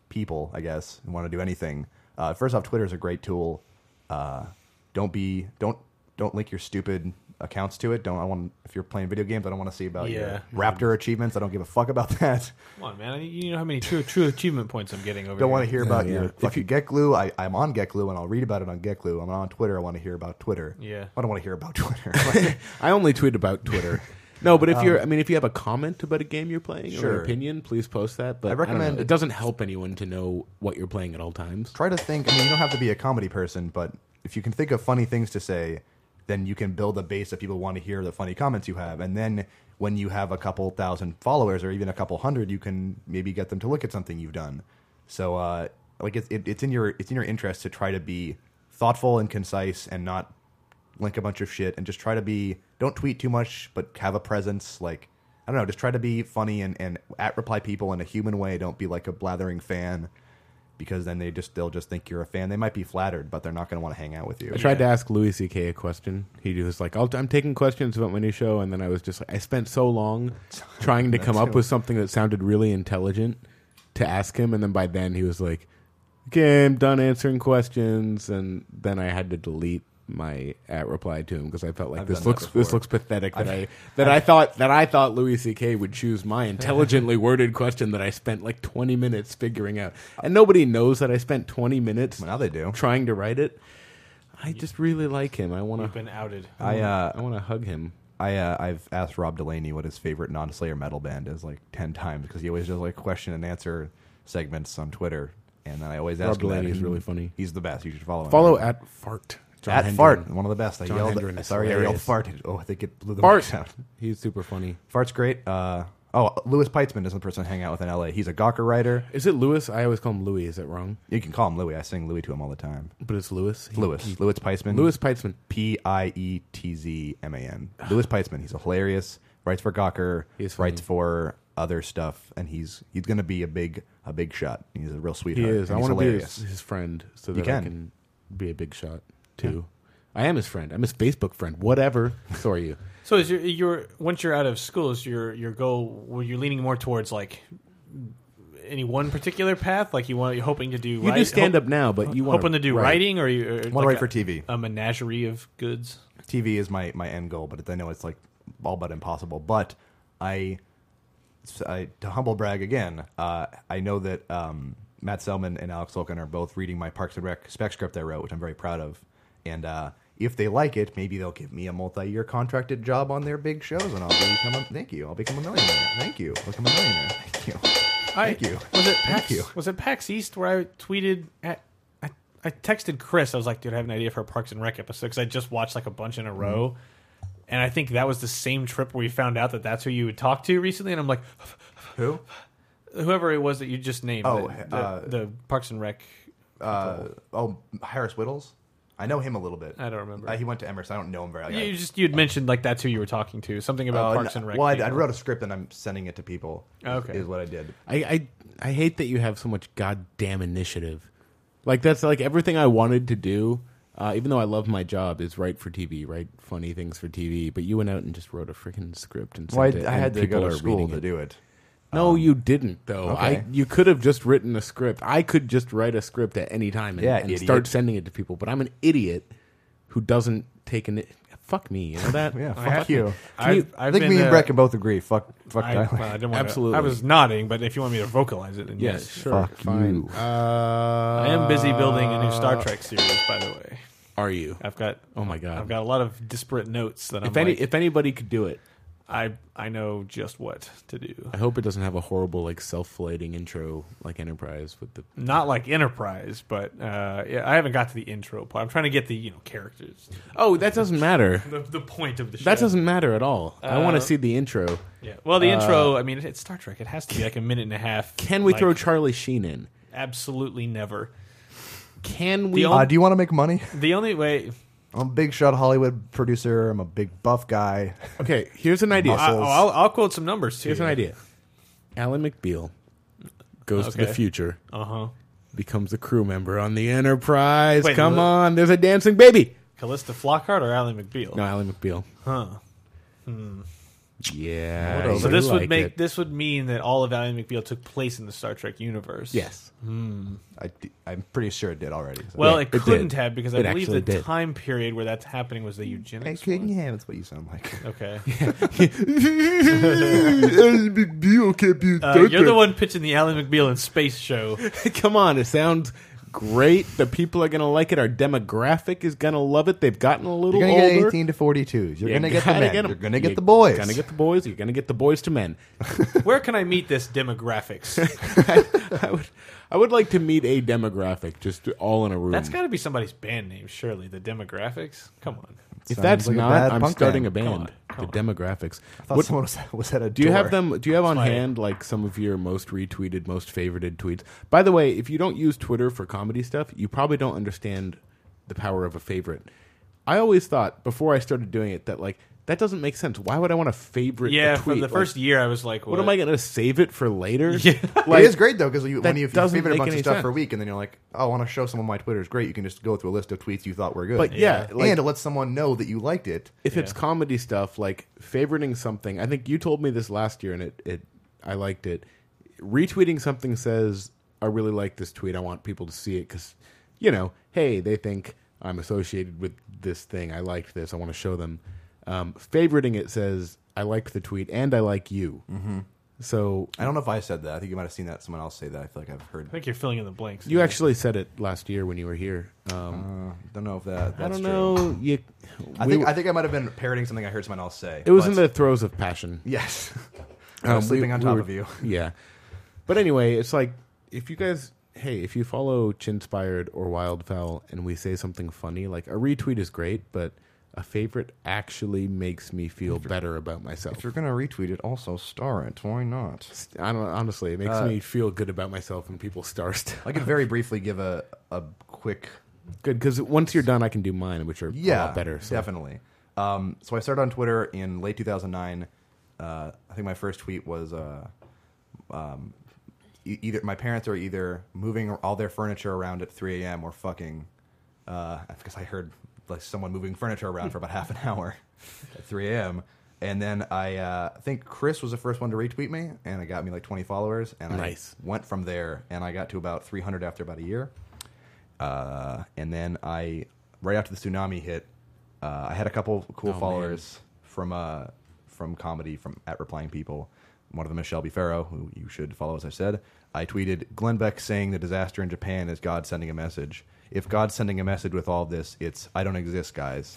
[SPEAKER 5] people, I guess, who want to do anything. Uh, first off, Twitter is a great tool. Uh, don't be don't don't link your stupid accounts to it. Don't I want if you're playing video games, I don't want to see about
[SPEAKER 4] Yeah.
[SPEAKER 5] your Raptor achievements. I don't give a fuck about that.
[SPEAKER 4] Come on, man. I- You know how many true true achievement points I'm getting over
[SPEAKER 5] Don't
[SPEAKER 4] here.
[SPEAKER 5] want to hear about
[SPEAKER 3] yeah.
[SPEAKER 5] your fucking GetGlue. I, I'm on GetGlue and I'll read about it on GetGlue. I'm on Twitter. I want to hear about Twitter.
[SPEAKER 4] Yeah.
[SPEAKER 5] I don't want to hear about Twitter. Like,
[SPEAKER 3] I only tweet about Twitter. No, but if you're, I mean, if you have a comment about a game you're playing or
[SPEAKER 5] Sure.
[SPEAKER 3] an opinion, please post that. But I recommend
[SPEAKER 5] recommend-
[SPEAKER 3] it doesn't help anyone to know what you're playing at all times.
[SPEAKER 5] try to think. I mean, you don't have to be a comedy person, but if you can think of funny things to say, then you can build a base of people who want to hear the funny comments you have. And then when you have a couple thousand followers or even a couple hundred, you can maybe get them to look at something you've done. So, uh, like it's it, it's in your it's in your interest to try to be thoughtful and concise and not link a bunch of shit and just try to be don't tweet too much but have a presence like i don't know just try to be funny and, and at reply people in a human way don't be like a blathering fan because then they just they'll just think you're a fan they might be flattered but they're not going to want to hang out with you
[SPEAKER 3] I tried to ask Louis C.K. a question. He was like, I'll, "I'm taking questions about my new show," and then I was just like, I spent so long trying to come up with something that sounded really intelligent to ask him, and then by then he was like, "Okay, I'm done answering questions," and then I had to delete my at reply to him because I felt like this
[SPEAKER 5] done that
[SPEAKER 3] looks this
[SPEAKER 5] before.
[SPEAKER 3] looks pathetic that i that I thought that I thought Louis C.K. would choose my intelligently worded question that I spent like 20 minutes figuring out, and nobody knows that I spent 20 minutes
[SPEAKER 5] Well, now they do.
[SPEAKER 3] trying to write it. I just really like him. I want
[SPEAKER 4] You've
[SPEAKER 3] to.
[SPEAKER 4] been outed.
[SPEAKER 5] i uh
[SPEAKER 3] I want to hug him.
[SPEAKER 5] I uh, I've asked Rob Delaney what his favorite non-Slayer metal band is like ten times because he always does like question and answer segments on Twitter, and then I always ask. him that,
[SPEAKER 3] Delaney is
[SPEAKER 5] and
[SPEAKER 3] really funny.
[SPEAKER 5] He's the best. You should follow him.
[SPEAKER 3] Follow at fart.
[SPEAKER 5] at
[SPEAKER 3] Hendren.
[SPEAKER 5] fart. One of the best. I
[SPEAKER 3] John
[SPEAKER 5] yelled.
[SPEAKER 3] Hendren is
[SPEAKER 5] sorry, I yelled
[SPEAKER 3] hilarious.
[SPEAKER 5] farted. Oh, I think it blew the
[SPEAKER 3] Fart.
[SPEAKER 5] mic out.
[SPEAKER 3] He's super funny.
[SPEAKER 5] Fart's great. Uh, oh, Louis Peitzman is the person I hang out with in L.A. He's a Gawker writer.
[SPEAKER 3] Is it Louis? I always call him Louis. Is it wrong?
[SPEAKER 5] You can call him Louis. I sing Louis to him all the time.
[SPEAKER 3] But it's Louis. He-
[SPEAKER 5] Louis.
[SPEAKER 3] he-
[SPEAKER 5] Louis Peitzman.
[SPEAKER 3] Louis Peitzman.
[SPEAKER 5] P I E T Z M A N. Louis Peitzman. He's a hilarious. Writes for Gawker.
[SPEAKER 3] He is funny.
[SPEAKER 5] writes for other stuff, and he's he's gonna be a big a big shot. He's a real
[SPEAKER 3] He
[SPEAKER 5] sweetheart.
[SPEAKER 3] is.
[SPEAKER 5] and
[SPEAKER 3] I
[SPEAKER 5] he's
[SPEAKER 3] want to be his,
[SPEAKER 5] hilarious.
[SPEAKER 3] his friend so that I
[SPEAKER 5] can.
[SPEAKER 3] can be a big shot too. I am his friend. I'm his Facebook friend. Whatever. So are you.
[SPEAKER 4] So is your your once you're out of school, is your your goal? Were you leaning more towards like any one particular path? Like you want you hoping to do
[SPEAKER 3] You do stand up now, but you want
[SPEAKER 4] hoping to do writing, or you or
[SPEAKER 5] want to
[SPEAKER 4] like
[SPEAKER 5] write for TV.
[SPEAKER 4] a, a menagerie of goods?
[SPEAKER 5] TV is my my end goal, but I know it's like all but impossible. But I, I to humble brag again, uh, I know that um, Matt Selman and Alex Loken are both reading my Parks and Rec spec script I wrote, which I'm very proud of. And uh, if they like it, maybe they'll give me a multi-year contracted job on their big shows, and I'll become a thank you. I'll become a millionaire. Thank you. I'll become a millionaire. Thank you.
[SPEAKER 4] Thank
[SPEAKER 5] you.
[SPEAKER 4] Was it
[SPEAKER 5] Thank
[SPEAKER 4] PAX?
[SPEAKER 5] you.
[SPEAKER 4] Was it PAX East where I tweeted at? I, I texted Chris. I was like, dude, I have an idea for a Parks and Rec episode because I just watched like a bunch in a
[SPEAKER 5] Mm-hmm.
[SPEAKER 4] row, and I think that was the same trip where we found out that that's who you would talk to recently. And I'm like,
[SPEAKER 5] Who?
[SPEAKER 4] whoever it was that you just named.
[SPEAKER 5] Oh,
[SPEAKER 4] the, the,
[SPEAKER 5] uh,
[SPEAKER 4] the Parks and Rec.
[SPEAKER 5] Uh, oh, Harris Whittles. I know him a little bit.
[SPEAKER 4] I don't remember.
[SPEAKER 5] Uh, he went to Emerson. I don't know him very.
[SPEAKER 4] You just you'd mentioned like that's who you were talking to. Something about
[SPEAKER 5] Oh,
[SPEAKER 4] Parks
[SPEAKER 5] no.
[SPEAKER 4] and Rec.
[SPEAKER 5] Well, I, I
[SPEAKER 4] people.
[SPEAKER 5] wrote a script and I'm sending it to people. is-
[SPEAKER 4] Okay.
[SPEAKER 5] is what I did.
[SPEAKER 3] I, I I hate that you have so much goddamn initiative. Like that's like everything I wanted to do. Uh, even though I love my job, is write for TV, write funny things for TV. But you went out and just wrote a freaking script and sent
[SPEAKER 5] Well, I,
[SPEAKER 3] it.
[SPEAKER 5] I
[SPEAKER 3] and
[SPEAKER 5] had to
[SPEAKER 3] people
[SPEAKER 5] go
[SPEAKER 3] are
[SPEAKER 5] to school
[SPEAKER 3] reading
[SPEAKER 5] to
[SPEAKER 3] it.
[SPEAKER 5] do it.
[SPEAKER 3] No, you didn't though. I
[SPEAKER 5] okay.
[SPEAKER 3] you could have just written a script. I could just write a script at any time and,
[SPEAKER 5] Yeah,
[SPEAKER 3] and
[SPEAKER 5] idiot.
[SPEAKER 3] start sending it to people. But I'm an idiot who doesn't take an. Fuck me, you know that?
[SPEAKER 5] Yeah,
[SPEAKER 3] Fuck
[SPEAKER 5] fuck you.
[SPEAKER 3] Can you-
[SPEAKER 5] I think me and Brett can both agree. Fuck, fuck
[SPEAKER 4] I,
[SPEAKER 5] Tyler.
[SPEAKER 4] well, I didn't want
[SPEAKER 3] Absolutely.
[SPEAKER 4] To, I was nodding, but if you want me to vocalize it, then
[SPEAKER 3] Yes,
[SPEAKER 4] yes.
[SPEAKER 3] sure.
[SPEAKER 5] Fuck
[SPEAKER 3] fine.
[SPEAKER 5] you.
[SPEAKER 3] Uh,
[SPEAKER 4] I am busy building a new Star Trek series, by the way.
[SPEAKER 3] Are you?
[SPEAKER 4] I've got
[SPEAKER 3] Oh my god!
[SPEAKER 4] I've got a lot of disparate notes that I'm
[SPEAKER 3] if any,
[SPEAKER 4] like,
[SPEAKER 3] if anybody could do it,
[SPEAKER 4] I I know just what to do.
[SPEAKER 3] I hope it doesn't have a horrible like self-flating intro like Enterprise with the
[SPEAKER 4] Not like Enterprise, but uh, yeah, I haven't got to the intro part. I'm trying to get the you know characters,
[SPEAKER 3] Oh, that doesn't matter.
[SPEAKER 4] the, the point of the show.
[SPEAKER 3] That doesn't matter at all. I want
[SPEAKER 4] Uh,
[SPEAKER 3] to see the intro.
[SPEAKER 4] Yeah. Well, the intro. I mean, it's Star Trek. It has to be like a minute and a half.
[SPEAKER 3] Uh, Can we
[SPEAKER 4] like,
[SPEAKER 3] throw Charlie Sheen in?
[SPEAKER 4] absolutely never.
[SPEAKER 3] Can we
[SPEAKER 4] The
[SPEAKER 5] Uh, do you want to make money?
[SPEAKER 4] The only way
[SPEAKER 5] I'm a big shot Hollywood producer. I'm a big buff guy.
[SPEAKER 3] Okay, here's an idea.
[SPEAKER 5] Muscle.
[SPEAKER 4] Oh, I'll, I'll quote some numbers to
[SPEAKER 3] Here's
[SPEAKER 4] you.
[SPEAKER 3] an idea. Alan McBeal goes to the
[SPEAKER 4] Okay.
[SPEAKER 3] future,
[SPEAKER 4] Uh huh.
[SPEAKER 3] becomes a crew member on the Enterprise.
[SPEAKER 4] Wait,
[SPEAKER 3] Come
[SPEAKER 4] what?
[SPEAKER 3] on, there's a dancing baby.
[SPEAKER 4] Callista Flockhart or Ally McBeal?
[SPEAKER 3] No, Ally McBeal.
[SPEAKER 4] Huh.
[SPEAKER 3] Yeah. you
[SPEAKER 4] So this
[SPEAKER 3] like
[SPEAKER 4] would make
[SPEAKER 3] it.
[SPEAKER 4] this would mean that all of Ally McBeal took place in the Star Trek universe.
[SPEAKER 3] yes.
[SPEAKER 5] I, am pretty sure it did already. so-
[SPEAKER 4] Well,
[SPEAKER 3] Yeah,
[SPEAKER 4] it
[SPEAKER 3] it did.
[SPEAKER 4] couldn't have because I
[SPEAKER 3] It
[SPEAKER 4] believe the
[SPEAKER 3] actually did.
[SPEAKER 4] time period where that's happening was the
[SPEAKER 5] Hey,
[SPEAKER 4] eugenics.
[SPEAKER 5] King,
[SPEAKER 4] one.
[SPEAKER 5] yeah, that's what you sound like.
[SPEAKER 4] Okay.
[SPEAKER 3] Ally McBeal can't be
[SPEAKER 4] Uh, you're the one pitching the Ally McBeal in space show.
[SPEAKER 3] Come on, it sounds great. The people are gonna like it. Our demographic is gonna love it. They've gotten a little
[SPEAKER 5] You're gonna get
[SPEAKER 3] older.
[SPEAKER 5] 18 to 42s. You're
[SPEAKER 3] You
[SPEAKER 5] gonna get the
[SPEAKER 3] gotta
[SPEAKER 5] men.
[SPEAKER 3] 'em.
[SPEAKER 5] You're gonna
[SPEAKER 3] You
[SPEAKER 5] get the boys.
[SPEAKER 3] Gonna get the boys. You're gonna get the boys to men.
[SPEAKER 4] Where can I meet this demographics?
[SPEAKER 3] I would, I would like to meet a demographic just all in a room.
[SPEAKER 4] That's got to be somebody's band name, surely. The demographics. Come on.
[SPEAKER 3] if
[SPEAKER 5] Sounds
[SPEAKER 3] that's
[SPEAKER 5] like a
[SPEAKER 3] not,
[SPEAKER 5] bad
[SPEAKER 3] I'm
[SPEAKER 5] punk
[SPEAKER 3] starting
[SPEAKER 5] band.
[SPEAKER 3] a band.
[SPEAKER 4] Come on, come
[SPEAKER 3] the demographics.
[SPEAKER 5] I thought
[SPEAKER 3] What-
[SPEAKER 5] someone was, was at a
[SPEAKER 3] do you
[SPEAKER 5] door.
[SPEAKER 3] have them? Do you have on
[SPEAKER 4] Like-
[SPEAKER 3] hand like some of your most retweeted, most favorited tweets? By the way, if you don't use Twitter for comedy stuff, you probably don't understand the power of a favorite. I always thought before I started doing it that like that doesn't make sense. Why would I want to favorite?
[SPEAKER 4] Yeah,
[SPEAKER 3] a tweet?
[SPEAKER 4] from the
[SPEAKER 3] Like,
[SPEAKER 4] first year, I was like,
[SPEAKER 3] what am I going to save it for later?
[SPEAKER 4] Yeah.
[SPEAKER 3] Like,
[SPEAKER 5] it is great though because you,
[SPEAKER 3] That
[SPEAKER 5] when you, if you
[SPEAKER 3] doesn't
[SPEAKER 5] favorite a
[SPEAKER 3] make
[SPEAKER 5] bunch of
[SPEAKER 3] any
[SPEAKER 5] stuff
[SPEAKER 3] sense.
[SPEAKER 5] for a week and then you're like, oh, I want to show someone my Twitter is great. You can just go through a list of tweets you thought were good.
[SPEAKER 3] But yeah,
[SPEAKER 5] and
[SPEAKER 3] like-
[SPEAKER 5] it lets someone know that you liked it.
[SPEAKER 3] if it's
[SPEAKER 4] Yeah.
[SPEAKER 3] comedy stuff like favoriting something i think you told me this last year and it, it i liked it retweeting something says i really like this tweet i want people to see it because you know hey they think i'm associated with this thing i liked this i want to show them um, favoriting it says i liked the tweet and i like you mm-hmm. so
[SPEAKER 5] I don't know if I said that. I think you might have seen that. Someone else say that. I feel like I've heard.
[SPEAKER 4] I think you're filling in the blanks.
[SPEAKER 3] you actually said it last year when you were here um,
[SPEAKER 5] Uh, don't know if that. That's
[SPEAKER 3] i don't
[SPEAKER 5] true.
[SPEAKER 3] know you
[SPEAKER 5] I
[SPEAKER 3] we
[SPEAKER 5] think
[SPEAKER 3] were-
[SPEAKER 5] I think I might have been parroting something I heard someone else say.
[SPEAKER 3] it was
[SPEAKER 5] but-
[SPEAKER 3] in the throes of passion
[SPEAKER 5] yes.
[SPEAKER 3] Um,
[SPEAKER 5] I was
[SPEAKER 3] we-
[SPEAKER 5] sleeping on
[SPEAKER 3] we
[SPEAKER 5] top
[SPEAKER 3] were-
[SPEAKER 5] of you.
[SPEAKER 3] Yeah. But anyway, it's like if you guys hey, if you follow Chinspired or Wildfowl and we say something funny, like a retweet is great, but a favorite actually makes me feel better about myself.
[SPEAKER 5] If you're gonna retweet it, also star it. Why not?
[SPEAKER 3] I don't honestly, it makes
[SPEAKER 5] Uh,
[SPEAKER 3] me feel good about myself when people star stuff.
[SPEAKER 5] I could very briefly give a a quick
[SPEAKER 3] Good because once you're done, I can do mine, which are a
[SPEAKER 5] yeah
[SPEAKER 3] lot better. So.
[SPEAKER 5] definitely. Um, so I started on Twitter in late 2009. Uh, I think my first tweet was uh, um, e- either my parents are either moving all their furniture around at 3 a.m. or fucking uh, because I heard like someone moving furniture around for about half an hour at 3 a.m. And then I uh, I think Chris was the first one to retweet me, and it got me like 20 followers. And
[SPEAKER 3] Nice.
[SPEAKER 5] I went from there, and I got to about 300 after about a year. Uh, and then I, right after the tsunami hit, uh, I had a couple cool followers from uh, from comedy from at replying people. One of them is Shelby Farrow, who you should follow, as I said. I tweeted Glenn Beck saying the disaster in Japan is God sending a message. If God's sending a message with all this, it's I don't exist, guys.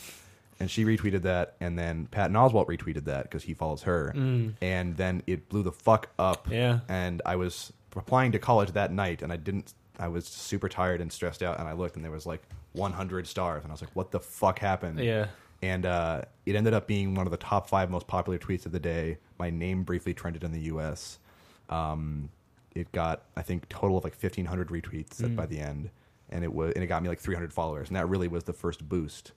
[SPEAKER 5] And she retweeted that, and then Patton Oswalt retweeted that because he follows her. And then it blew the fuck up
[SPEAKER 4] Yeah.
[SPEAKER 5] and I was applying to college that night, and I didn't. I was super tired and stressed out, and I looked, and there was like 100 stars, and I was like, "What the fuck happened?"
[SPEAKER 4] Yeah.
[SPEAKER 5] And uh, it ended up being one of the top five most popular tweets of the day. My name briefly trended in the U.S. Um, it got, I think, total of like 1,500 retweets
[SPEAKER 3] Mm.
[SPEAKER 5] by the end, and it was, and it got me like 300 followers, and that really was the first boost.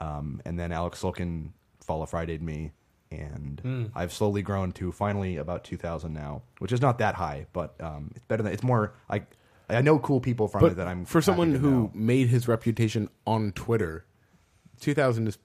[SPEAKER 5] Um, and then Alex Sulkin follow Friday'd me, and
[SPEAKER 3] Mm.
[SPEAKER 5] I've slowly grown to finally about 2,000 now, which is not that high, but um, it's better than it's more. I I know cool people from it
[SPEAKER 3] But
[SPEAKER 5] that I'm
[SPEAKER 3] for
[SPEAKER 5] happy
[SPEAKER 3] someone
[SPEAKER 5] to
[SPEAKER 3] who
[SPEAKER 5] know.
[SPEAKER 3] made his reputation on Twitter, 2000 is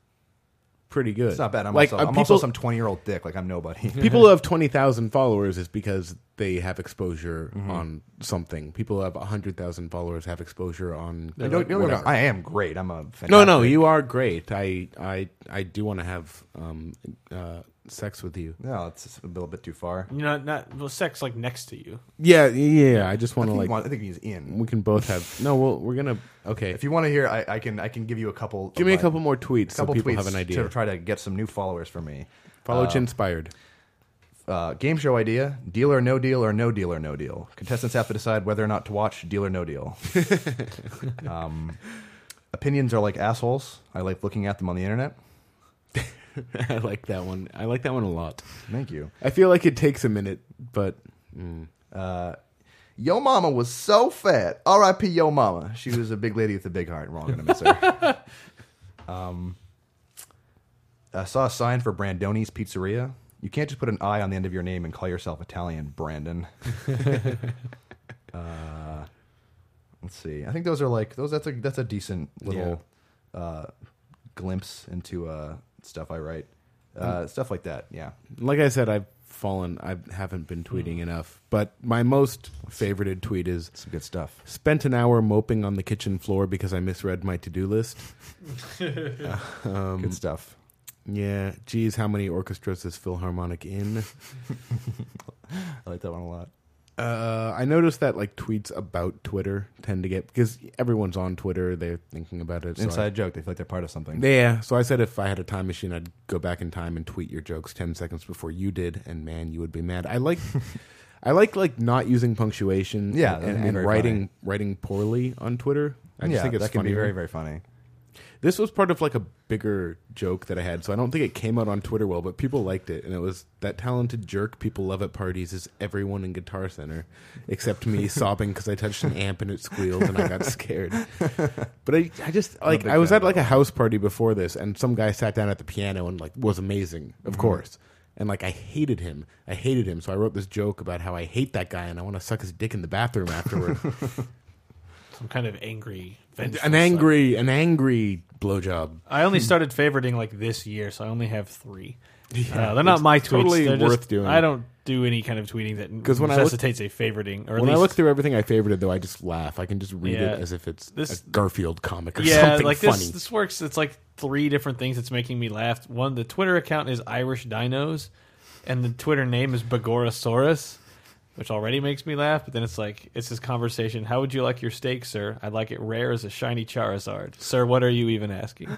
[SPEAKER 3] pretty good.
[SPEAKER 5] it's not bad. I'm,
[SPEAKER 3] like
[SPEAKER 5] also,
[SPEAKER 3] uh,
[SPEAKER 5] I'm
[SPEAKER 3] people,
[SPEAKER 5] also some 20 year old dick. Like I'm nobody.
[SPEAKER 3] people who have 20,000 followers is because they have exposure on something. People who have 100,000 followers have exposure on.
[SPEAKER 5] I, don't, don't get me wrong, I am great. I'm a fantastic.
[SPEAKER 3] no, no, you are great. I, I, I do want to have um, uh, sex with you.
[SPEAKER 5] No, it's a little bit too far.
[SPEAKER 4] You know, not well, sex like next to you.
[SPEAKER 3] Yeah, yeah. I just want
[SPEAKER 5] I
[SPEAKER 3] to
[SPEAKER 5] think,
[SPEAKER 3] like.
[SPEAKER 5] you want- I think he's in.
[SPEAKER 3] we can both have. No, well, we're gonna. Okay,
[SPEAKER 5] If you want to hear, I, I can I can give you a couple.
[SPEAKER 3] give me a
[SPEAKER 5] like,
[SPEAKER 3] couple more tweets so
[SPEAKER 5] couple
[SPEAKER 3] people
[SPEAKER 5] tweets
[SPEAKER 3] have an idea.
[SPEAKER 5] to try to get some new followers for me.
[SPEAKER 3] Follow Chinspired.
[SPEAKER 5] Uh, game show idea: Deal or No Deal or No Deal or No Deal. Contestants have to decide whether or not to watch Deal or No Deal. um, opinions are like assholes. I like looking at them on the internet.
[SPEAKER 3] I like that one. I like that one a lot.
[SPEAKER 5] Thank you.
[SPEAKER 3] I feel like it takes a minute, but
[SPEAKER 5] Yo mama was so fat. R.I.P. Yo mama. She was a big lady with a big heart. We're all gonna miss her. um, I saw a sign for Brandoni's Pizzeria. You can't just put an I on the end of your name and call yourself Italian, Brandon. Uh, Let's see. I think those are like those. That's a that's a decent little uh, glimpse into uh, stuff I write. Uh, stuff like that. Yeah.
[SPEAKER 3] Like I said, I've fallen. I haven't been tweeting enough, but my most favorited tweet is
[SPEAKER 5] Some good stuff.
[SPEAKER 3] spent an hour moping on the kitchen floor because I misread my to do list.
[SPEAKER 5] good stuff.
[SPEAKER 3] Yeah, geez, how many orchestras is Philharmonic in?
[SPEAKER 5] I like that one a lot.
[SPEAKER 3] Uh, I noticed that like tweets about Twitter tend to get because everyone's on Twitter, they're thinking about it. so I-
[SPEAKER 5] Inside joke. They feel like they're part of something.
[SPEAKER 3] yeah, so I said if I had a time machine, I'd go back in time and tweet your jokes ten seconds before you did, and man, you would be mad. I like, I like like not using punctuation,
[SPEAKER 5] Yeah, that would
[SPEAKER 3] and,
[SPEAKER 5] be
[SPEAKER 3] and
[SPEAKER 5] very
[SPEAKER 3] writing
[SPEAKER 5] funny.
[SPEAKER 3] writing poorly on Twitter. I just
[SPEAKER 5] yeah,
[SPEAKER 3] think it's
[SPEAKER 5] that can be
[SPEAKER 3] funnier.
[SPEAKER 5] very very funny.
[SPEAKER 3] This was part of like a bigger joke that I had, so I don't think it came out on Twitter well, but people liked it, and it was that talented jerk people love at parties is everyone in Guitar Center, except me sobbing because I touched an amp and it squealed and I got scared. But I, I just like
[SPEAKER 5] big
[SPEAKER 3] I was
[SPEAKER 5] fan
[SPEAKER 3] at like a house party before this, and some guy sat down at the piano and like was amazing, of course. And like I hated him, I hated him. So I wrote this joke about how I hate that guy and I want to suck his dick in the bathroom afterward.
[SPEAKER 4] Some kind of angry, vengeful
[SPEAKER 3] an angry, an angry blowjob.
[SPEAKER 4] I only started favoriting like this year, so I only have three. Uh, they're not my tweets.
[SPEAKER 3] totally
[SPEAKER 4] they're just-
[SPEAKER 3] worth doing.
[SPEAKER 4] I don't do any kind of tweeting that
[SPEAKER 3] 'Cause when I look-
[SPEAKER 4] necessitates a favoriting. Or at
[SPEAKER 3] When I
[SPEAKER 4] least,
[SPEAKER 3] look through everything I favorited, though, I just laugh. I can just read
[SPEAKER 4] Yeah.
[SPEAKER 3] it as if it's
[SPEAKER 4] This-
[SPEAKER 3] a Garfield comic or
[SPEAKER 4] yeah,
[SPEAKER 3] something
[SPEAKER 4] like
[SPEAKER 3] funny.
[SPEAKER 4] this this works. It's like three different things that's making me laugh. One, the Twitter account is Irish Dinos, and the Twitter name is Begorosaurus, which already makes me laugh. But then it's like it's this conversation. How would you like your steak, sir? I'd like it rare as a shiny Charizard, sir. What are you even asking?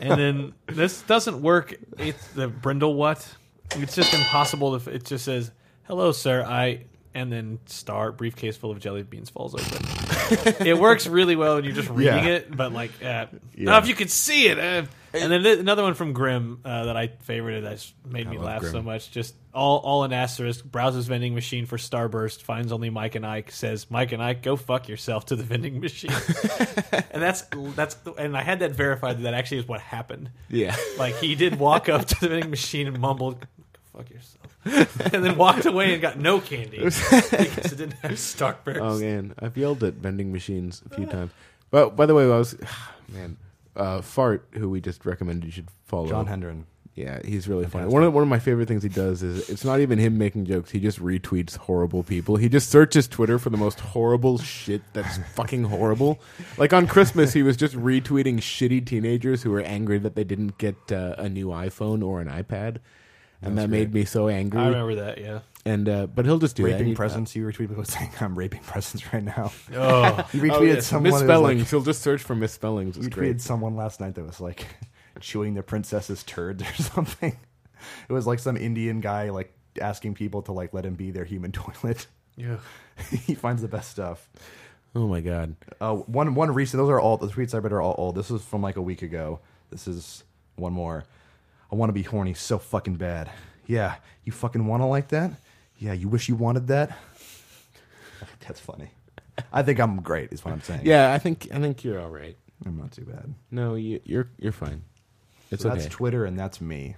[SPEAKER 4] and then this doesn't work. It's the brindle what? It's just impossible. If it just says hello, sir, I. And then star briefcase full of jelly beans falls open it works really well when you're just reading
[SPEAKER 5] Yeah.
[SPEAKER 4] it, but like, uh, now if you could see it. Uh, and then th- another one from Grimm uh, that I favorited that just made me
[SPEAKER 3] love
[SPEAKER 4] laugh so
[SPEAKER 3] Grimm.
[SPEAKER 4] much. Just all all an asterisk browses vending machine for Starburst, finds only Mike and Ike, says Mike and Ike, go fuck yourself to the vending machine. and that's that's and I had that verified that that actually is what happened.
[SPEAKER 3] yeah,
[SPEAKER 4] Like he did walk up to the vending machine and mumbled, "Go "Fuck yourself," and then walked away and got no candy because it didn't have Starburst.
[SPEAKER 3] Oh man, I've yelled at vending machines a few
[SPEAKER 4] Uh.
[SPEAKER 3] times. But by the way, I was man, uh, Fart, who we just recommended you should follow.
[SPEAKER 5] John Hendren.
[SPEAKER 3] Yeah, he's really funny. One of one of my favorite things he does is it's not even him making jokes. He just retweets horrible people. He just searches Twitter for the most horrible shit that's fucking horrible. Like on Christmas, he was just retweeting shitty teenagers who were angry that they didn't get uh, a new iPhone or an iPad, and that made me so angry.
[SPEAKER 4] I remember that, yeah.
[SPEAKER 3] And uh, but he'll just do that.
[SPEAKER 5] Raping
[SPEAKER 3] He-
[SPEAKER 5] presents. You retweeted was saying I'm raping presents right now.
[SPEAKER 4] Oh,
[SPEAKER 5] You retweeted someone who was
[SPEAKER 3] misspellings.
[SPEAKER 5] Like,
[SPEAKER 3] he'll just search for misspellings. It's
[SPEAKER 5] you
[SPEAKER 3] great.
[SPEAKER 5] tweeted someone last night that was like chewing the princess's turds or something. It was like some Indian guy like asking people to like let him be their human toilet.
[SPEAKER 4] yeah.
[SPEAKER 5] he finds the best stuff.
[SPEAKER 3] Oh my god.
[SPEAKER 5] Uh, one one recent. Those are all the tweets I read are all old. This is from like a week ago. This is one more. I want to be horny so fucking bad. Yeah, you fucking want to like that. Yeah, you wish you wanted that. That's funny. I think I'm great. Is what I'm saying.
[SPEAKER 3] Yeah, I think I think you're all right.
[SPEAKER 5] I'm not too bad.
[SPEAKER 3] No, you, you're you're fine. It's
[SPEAKER 5] So
[SPEAKER 3] okay.
[SPEAKER 5] that's Twitter and that's me.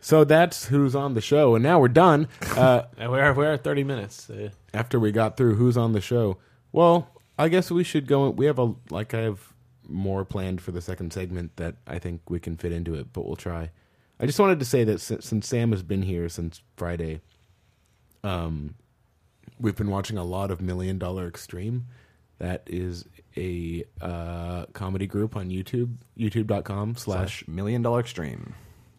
[SPEAKER 3] so that's who's on the show, and now we're done. Uh,
[SPEAKER 4] And we're we're at thirty minutes. Uh,
[SPEAKER 3] after we got through who's on the show, well, I guess we should go. We have a like I have more planned for the second segment that I think we can fit into it, but we'll try. I just wanted to say that since, since Sam has been here since Friday, um, we've been watching a lot of Million Dollar Extreme. That is a uh, comedy group on YouTube, youtube.com slash
[SPEAKER 5] Slash million dollar extreme.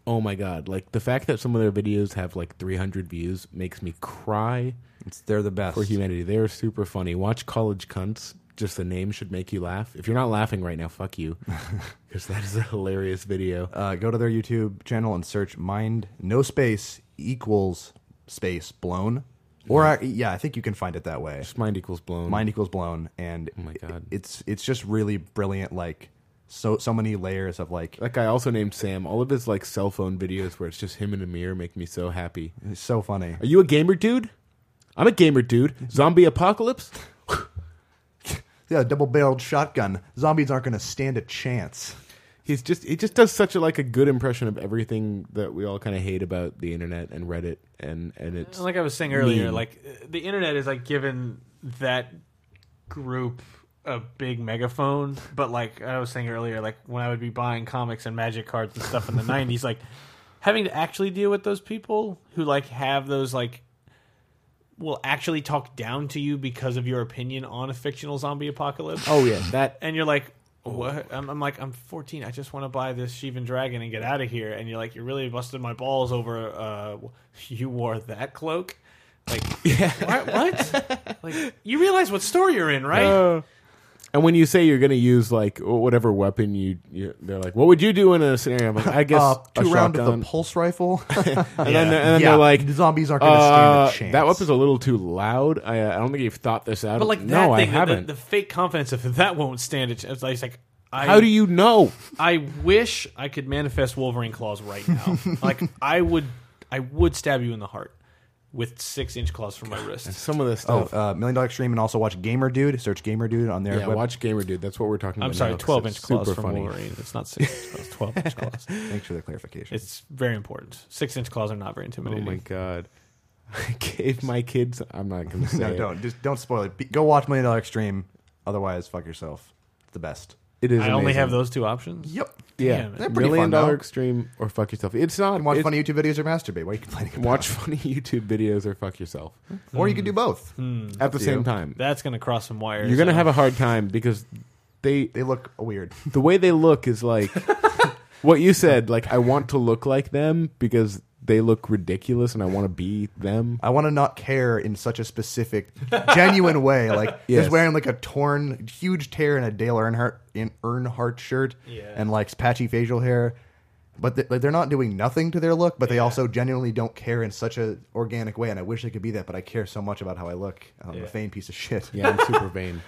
[SPEAKER 3] oh my god like the fact that some of their videos have like 300 views makes me cry
[SPEAKER 5] It's, they're the best.
[SPEAKER 3] for humanity they're super funny watch college cunts just the name should make you laugh if you're not laughing right now fuck you because that is a hilarious video
[SPEAKER 5] uh, go to their YouTube channel and search "mind no space equals space blown." Or I, yeah, I think you can find it that way.
[SPEAKER 3] just mind equals blown
[SPEAKER 5] Mind equals blown, and
[SPEAKER 3] Oh my God.
[SPEAKER 5] it's it's just really brilliant. Like so so many layers of like
[SPEAKER 3] that guy also named sam all of his like cell phone videos where it's just him in a mirror make me so happy
[SPEAKER 5] it's so funny.
[SPEAKER 3] are you a gamer dude i'm a gamer dude zombie apocalypse
[SPEAKER 5] Yeah, double barreled shotgun. Zombies aren't going to stand a chance.
[SPEAKER 3] he's just he just does such a like a good impression of everything that we all kind of hate about the internet and reddit and and it's
[SPEAKER 4] like I was saying earlier,
[SPEAKER 3] Mean.
[SPEAKER 4] like uh, the internet is like given that group a big megaphone, but like I was saying earlier, like when I would be buying comics and magic cards and stuff in the '90s, like having to actually deal with those people who like have those like will actually talk down to you because of your opinion on a fictional zombie apocalypse
[SPEAKER 3] Oh yeah, that
[SPEAKER 4] and you're like,
[SPEAKER 3] Oh.
[SPEAKER 4] what? I'm, I'm like, I'm 14. I just want to buy this Sheevan Dragon and get out of here. And you're like, you really busted my balls over. Uh, you wore that cloak. Like, what? what? Like, you realize what store you're in, right?
[SPEAKER 5] Uh.
[SPEAKER 3] And when you say you're going to use like whatever weapon you, you, they're like, "What would you do in a scenario?" I'm like, I guess
[SPEAKER 5] Uh,
[SPEAKER 3] a
[SPEAKER 5] two round
[SPEAKER 3] shotgun.
[SPEAKER 5] of
[SPEAKER 3] Oh.
[SPEAKER 5] the pulse rifle.
[SPEAKER 3] and then, they're, and then they're like,
[SPEAKER 5] the zombies aren't going to
[SPEAKER 3] uh,
[SPEAKER 5] stand a chance.
[SPEAKER 3] "That weapon's a little too loud. I, uh, I don't think you've thought this out."
[SPEAKER 4] but like
[SPEAKER 3] no,
[SPEAKER 4] that
[SPEAKER 3] I
[SPEAKER 4] thing, the-
[SPEAKER 3] haven't.
[SPEAKER 4] The, the fake confidence of that won't stand it. It's like, it's like I,
[SPEAKER 3] How do you know?
[SPEAKER 4] I wish I could manifest Wolverine claws right now. like I would, I would stab you in the heart with six inch claws from my wrist.
[SPEAKER 3] Some of this
[SPEAKER 5] Oh,
[SPEAKER 3] stuff.
[SPEAKER 5] uh, Million Dollar Extreme, and also watch Gamer Dude. Search Gamer Dude on there.
[SPEAKER 3] yeah, watch Gamer Dude. That's what we're talking about.
[SPEAKER 4] I'm sorry,
[SPEAKER 3] now, 'cause
[SPEAKER 4] 12
[SPEAKER 3] it's
[SPEAKER 4] inch claws
[SPEAKER 3] super
[SPEAKER 4] from
[SPEAKER 3] funny.
[SPEAKER 4] Wolverine. It's not six inch claws, 12 inch claws.
[SPEAKER 5] Thanks for the clarification.
[SPEAKER 4] It's very important. Six inch claws are not very
[SPEAKER 3] Oh
[SPEAKER 4] intimidating.
[SPEAKER 3] my god! I gave my kids. I'm not going to say.
[SPEAKER 5] no,
[SPEAKER 3] it.
[SPEAKER 5] don't just don't spoil it. Be, go watch Million Dollar Extreme. Otherwise, fuck yourself. It's the best.
[SPEAKER 3] It is.
[SPEAKER 4] I only
[SPEAKER 3] amazing.
[SPEAKER 4] have those two options.
[SPEAKER 5] Yep.
[SPEAKER 3] Yeah,
[SPEAKER 4] Damn it.
[SPEAKER 5] They're pretty
[SPEAKER 3] million
[SPEAKER 5] fun,
[SPEAKER 3] dollar
[SPEAKER 5] though.
[SPEAKER 3] extreme or fuck yourself. It's not.
[SPEAKER 5] And watch
[SPEAKER 3] it's-
[SPEAKER 5] funny YouTube videos or masturbate. Why are you complaining? About?
[SPEAKER 3] Watch funny YouTube videos or fuck yourself
[SPEAKER 5] Or you could do both.
[SPEAKER 3] at the
[SPEAKER 5] to
[SPEAKER 3] same
[SPEAKER 5] Mm-hmm. you.
[SPEAKER 3] time.
[SPEAKER 4] That's going to cross some wires.
[SPEAKER 3] You're gonna
[SPEAKER 4] Uh,
[SPEAKER 3] have a hard time because they
[SPEAKER 5] They look weird.
[SPEAKER 3] the way they look is like what you said. Like I want to look like them because they look ridiculous, and I want to be them.
[SPEAKER 5] I want to not care in such a specific, genuine way. Like
[SPEAKER 3] Yes.
[SPEAKER 5] just wearing like a torn, huge tear in a Dale Earnhardt in Earnhardt shirt,
[SPEAKER 4] Yeah.
[SPEAKER 5] and like patchy facial hair. But they, like, they're not doing nothing to their look, but they also genuinely don't care in such a organic way. And I wish I could be that, but I care so much about how I look. I'm
[SPEAKER 4] Yeah.
[SPEAKER 5] a vain piece of shit.
[SPEAKER 3] Yeah, I'm super vain.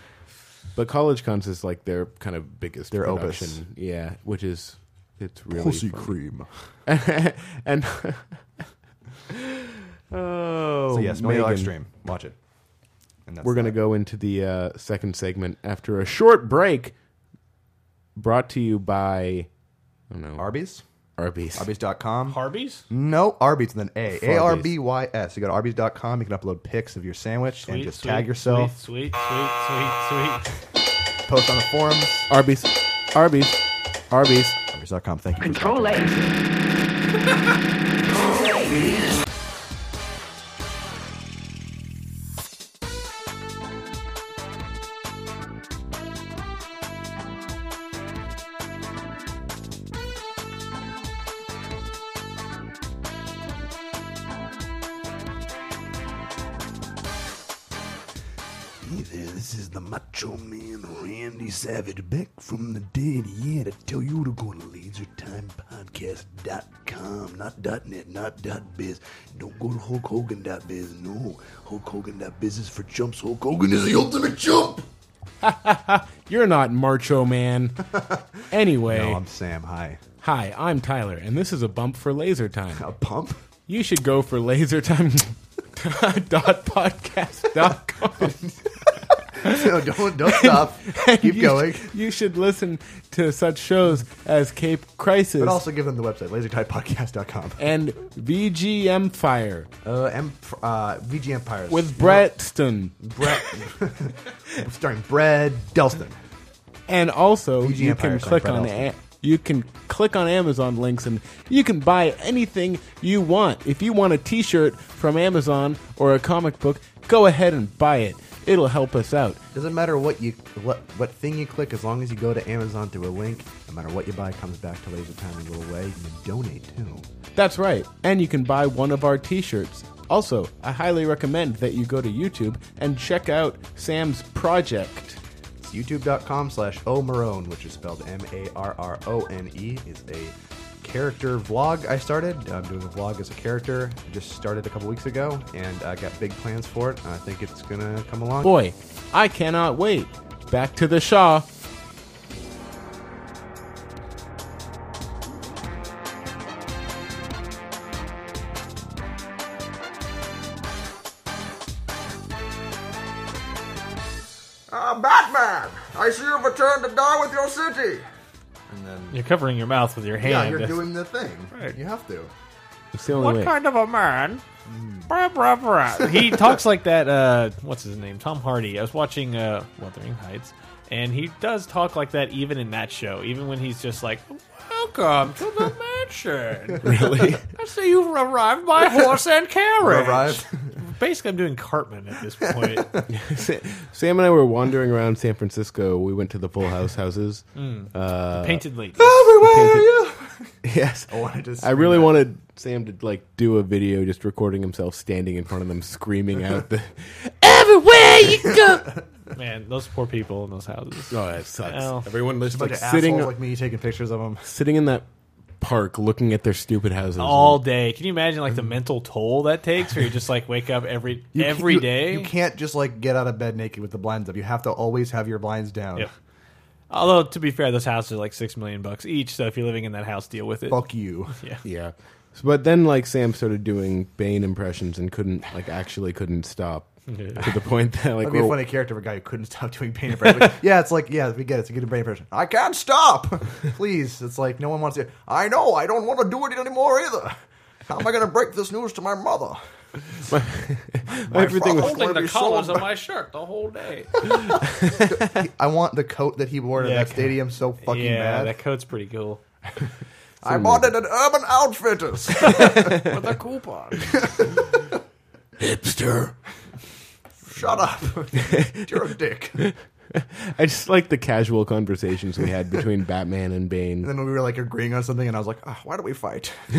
[SPEAKER 3] But college cons is like their kind of biggest
[SPEAKER 5] Their opus.
[SPEAKER 3] production. Yeah, which is it's really funny.
[SPEAKER 5] cream.
[SPEAKER 3] and oh,
[SPEAKER 5] So yes, Million Dollar
[SPEAKER 3] Megan.
[SPEAKER 5] Extreme. Watch it. And that's
[SPEAKER 3] We're going to
[SPEAKER 5] that.
[SPEAKER 3] go into the uh, second segment after a short break. Brought to you by, I don't know,
[SPEAKER 5] Arby's.
[SPEAKER 3] Arby's.
[SPEAKER 5] Arby's.com.
[SPEAKER 4] Harbies?
[SPEAKER 5] No, Arby's and then A.
[SPEAKER 3] Arby's.
[SPEAKER 5] A R B Y S. You go to Arby's.com. You can upload pics of your sandwich and just tag yourself.
[SPEAKER 4] Sweet, sweet, sweet, sweet.
[SPEAKER 5] Post on the forums.
[SPEAKER 3] Arby's, Arby's, Arby's.
[SPEAKER 5] Arby's.com. Thank you.
[SPEAKER 7] Control A.
[SPEAKER 8] Hey there, this is the Macho Man Randy Savage back from the dead. Yeah, to tell you to go to lasertimepodcast.com, not .net, not .biz. Don't go to HulkHogan.biz, no. HulkHogan.biz is for chumps. Hulk Hogan is the ultimate chump!
[SPEAKER 3] You're not Marcho Man. anyway,
[SPEAKER 5] No, Oh, I'm Sam. Hi.
[SPEAKER 3] hi, I'm Tyler, and this is a bump for laser time.
[SPEAKER 5] A pump?
[SPEAKER 3] You should go for laser time. dot podcast dot com.
[SPEAKER 5] no, don't don't stop. Keep
[SPEAKER 3] You-
[SPEAKER 5] going.
[SPEAKER 3] You should listen to such shows as Cape Crisis
[SPEAKER 5] But also give them the website, lasertypepodcast.com.
[SPEAKER 3] and VGM Fire
[SPEAKER 5] Uh, M- uh, VG Empires.
[SPEAKER 3] with Bretton.
[SPEAKER 5] Brett. starring Brad Delston.
[SPEAKER 3] and also
[SPEAKER 5] VG
[SPEAKER 3] you
[SPEAKER 5] Empire
[SPEAKER 3] can
[SPEAKER 5] is on
[SPEAKER 3] click
[SPEAKER 5] Fred
[SPEAKER 3] on
[SPEAKER 5] Elson.
[SPEAKER 3] a- you can click on Amazon links and you can buy anything you want. If you want a T-shirt from Amazon or a comic book, go ahead and buy it. It'll help us out.
[SPEAKER 5] Doesn't matter what you what what thing you click, as long as you go to Amazon through a link, no matter what you buy, it comes back to Laser Time in a little way. You can donate too.
[SPEAKER 3] That's right, and you can buy one of our T-shirts. Also, I highly recommend that you go to YouTube and check out Sam's project.
[SPEAKER 5] It's youtube.com slash omarone, which is spelled M-A-R-R-O-N-E. E. It's a character vlog I started. I'm doing a vlog as a character. Just started a couple weeks ago, and I got big plans for it. I think it's gonna come along.
[SPEAKER 3] Boy, I cannot wait. Back to the Shaw.
[SPEAKER 9] Uh, Batman, I see you've returned to die with your city.
[SPEAKER 5] And then
[SPEAKER 4] You're covering your mouth with your hand.
[SPEAKER 5] yeah, you're doing the thing.
[SPEAKER 4] Right.
[SPEAKER 5] You have to.
[SPEAKER 3] It's the only
[SPEAKER 4] what
[SPEAKER 3] way.
[SPEAKER 4] kind of a man Brah, brah, brah. Hmm. he talks like that. Uh, what's his name? Tom Hardy. I was watching uh, Wuthering Heights, and he does talk like that even in that show. Even when he's just like, "Welcome to the mansion.
[SPEAKER 3] Really?
[SPEAKER 4] I see you've arrived by horse and carriage."
[SPEAKER 5] Arrived.
[SPEAKER 4] Basically, I'm doing Cartman at this point.
[SPEAKER 3] Sa- Sam and I were wandering around San Francisco. We went to the Full House houses. Uh,
[SPEAKER 4] Painted leaf.
[SPEAKER 3] yes,
[SPEAKER 5] I wanted to.
[SPEAKER 3] I really wanted Sam to like do a video just recording himself standing in front of them screaming out the everywhere you go.
[SPEAKER 4] Man, those poor people in those houses.
[SPEAKER 3] Oh, that sucks.
[SPEAKER 4] Ow.
[SPEAKER 3] Everyone
[SPEAKER 5] a
[SPEAKER 3] just
[SPEAKER 5] bunch
[SPEAKER 3] like
[SPEAKER 5] of sitting
[SPEAKER 3] sitting
[SPEAKER 5] assholes like me taking pictures of them.
[SPEAKER 3] sitting in that park looking at their stupid houses.
[SPEAKER 4] All day. Mm. Can you imagine like the mental toll that takes? Where you just like wake up every every day.
[SPEAKER 5] You- you- You can't just like get out of bed naked with the blinds up. You have to always have your blinds down.
[SPEAKER 4] Yep. Although to be fair, those houses are like six million bucks each. So if you're living in that house, deal with it.
[SPEAKER 5] Fuck you.
[SPEAKER 4] Yeah.
[SPEAKER 3] Yeah. So, but then like Sam started doing Bane impressions and couldn't like actually couldn't stop to the point that like
[SPEAKER 5] That'd be a
[SPEAKER 3] we're-
[SPEAKER 5] funny character of a guy who couldn't stop doing pain impressions. Like, yeah, it's like yeah, we get it. It's a good pain impression. I can't stop. Please, it's like no one wants to. I know. I don't want to do it anymore either. How am I going to break this news to my mother?
[SPEAKER 3] everything was
[SPEAKER 5] Holding the collars
[SPEAKER 4] on my shirt the whole day.
[SPEAKER 5] I want the coat that he wore to
[SPEAKER 4] Yeah,
[SPEAKER 5] that
[SPEAKER 4] okay.
[SPEAKER 5] stadium so fucking
[SPEAKER 4] yeah,
[SPEAKER 5] bad.
[SPEAKER 4] that coat's pretty cool.
[SPEAKER 5] I bought it at Urban Outfitters.
[SPEAKER 4] With a coupon.
[SPEAKER 8] Hipster.
[SPEAKER 5] Shut up. You're a dick.
[SPEAKER 3] I just like the casual conversations we had between Batman and Bane.
[SPEAKER 5] And then we were like agreeing on something, and I was like, "Ah, why do we fight?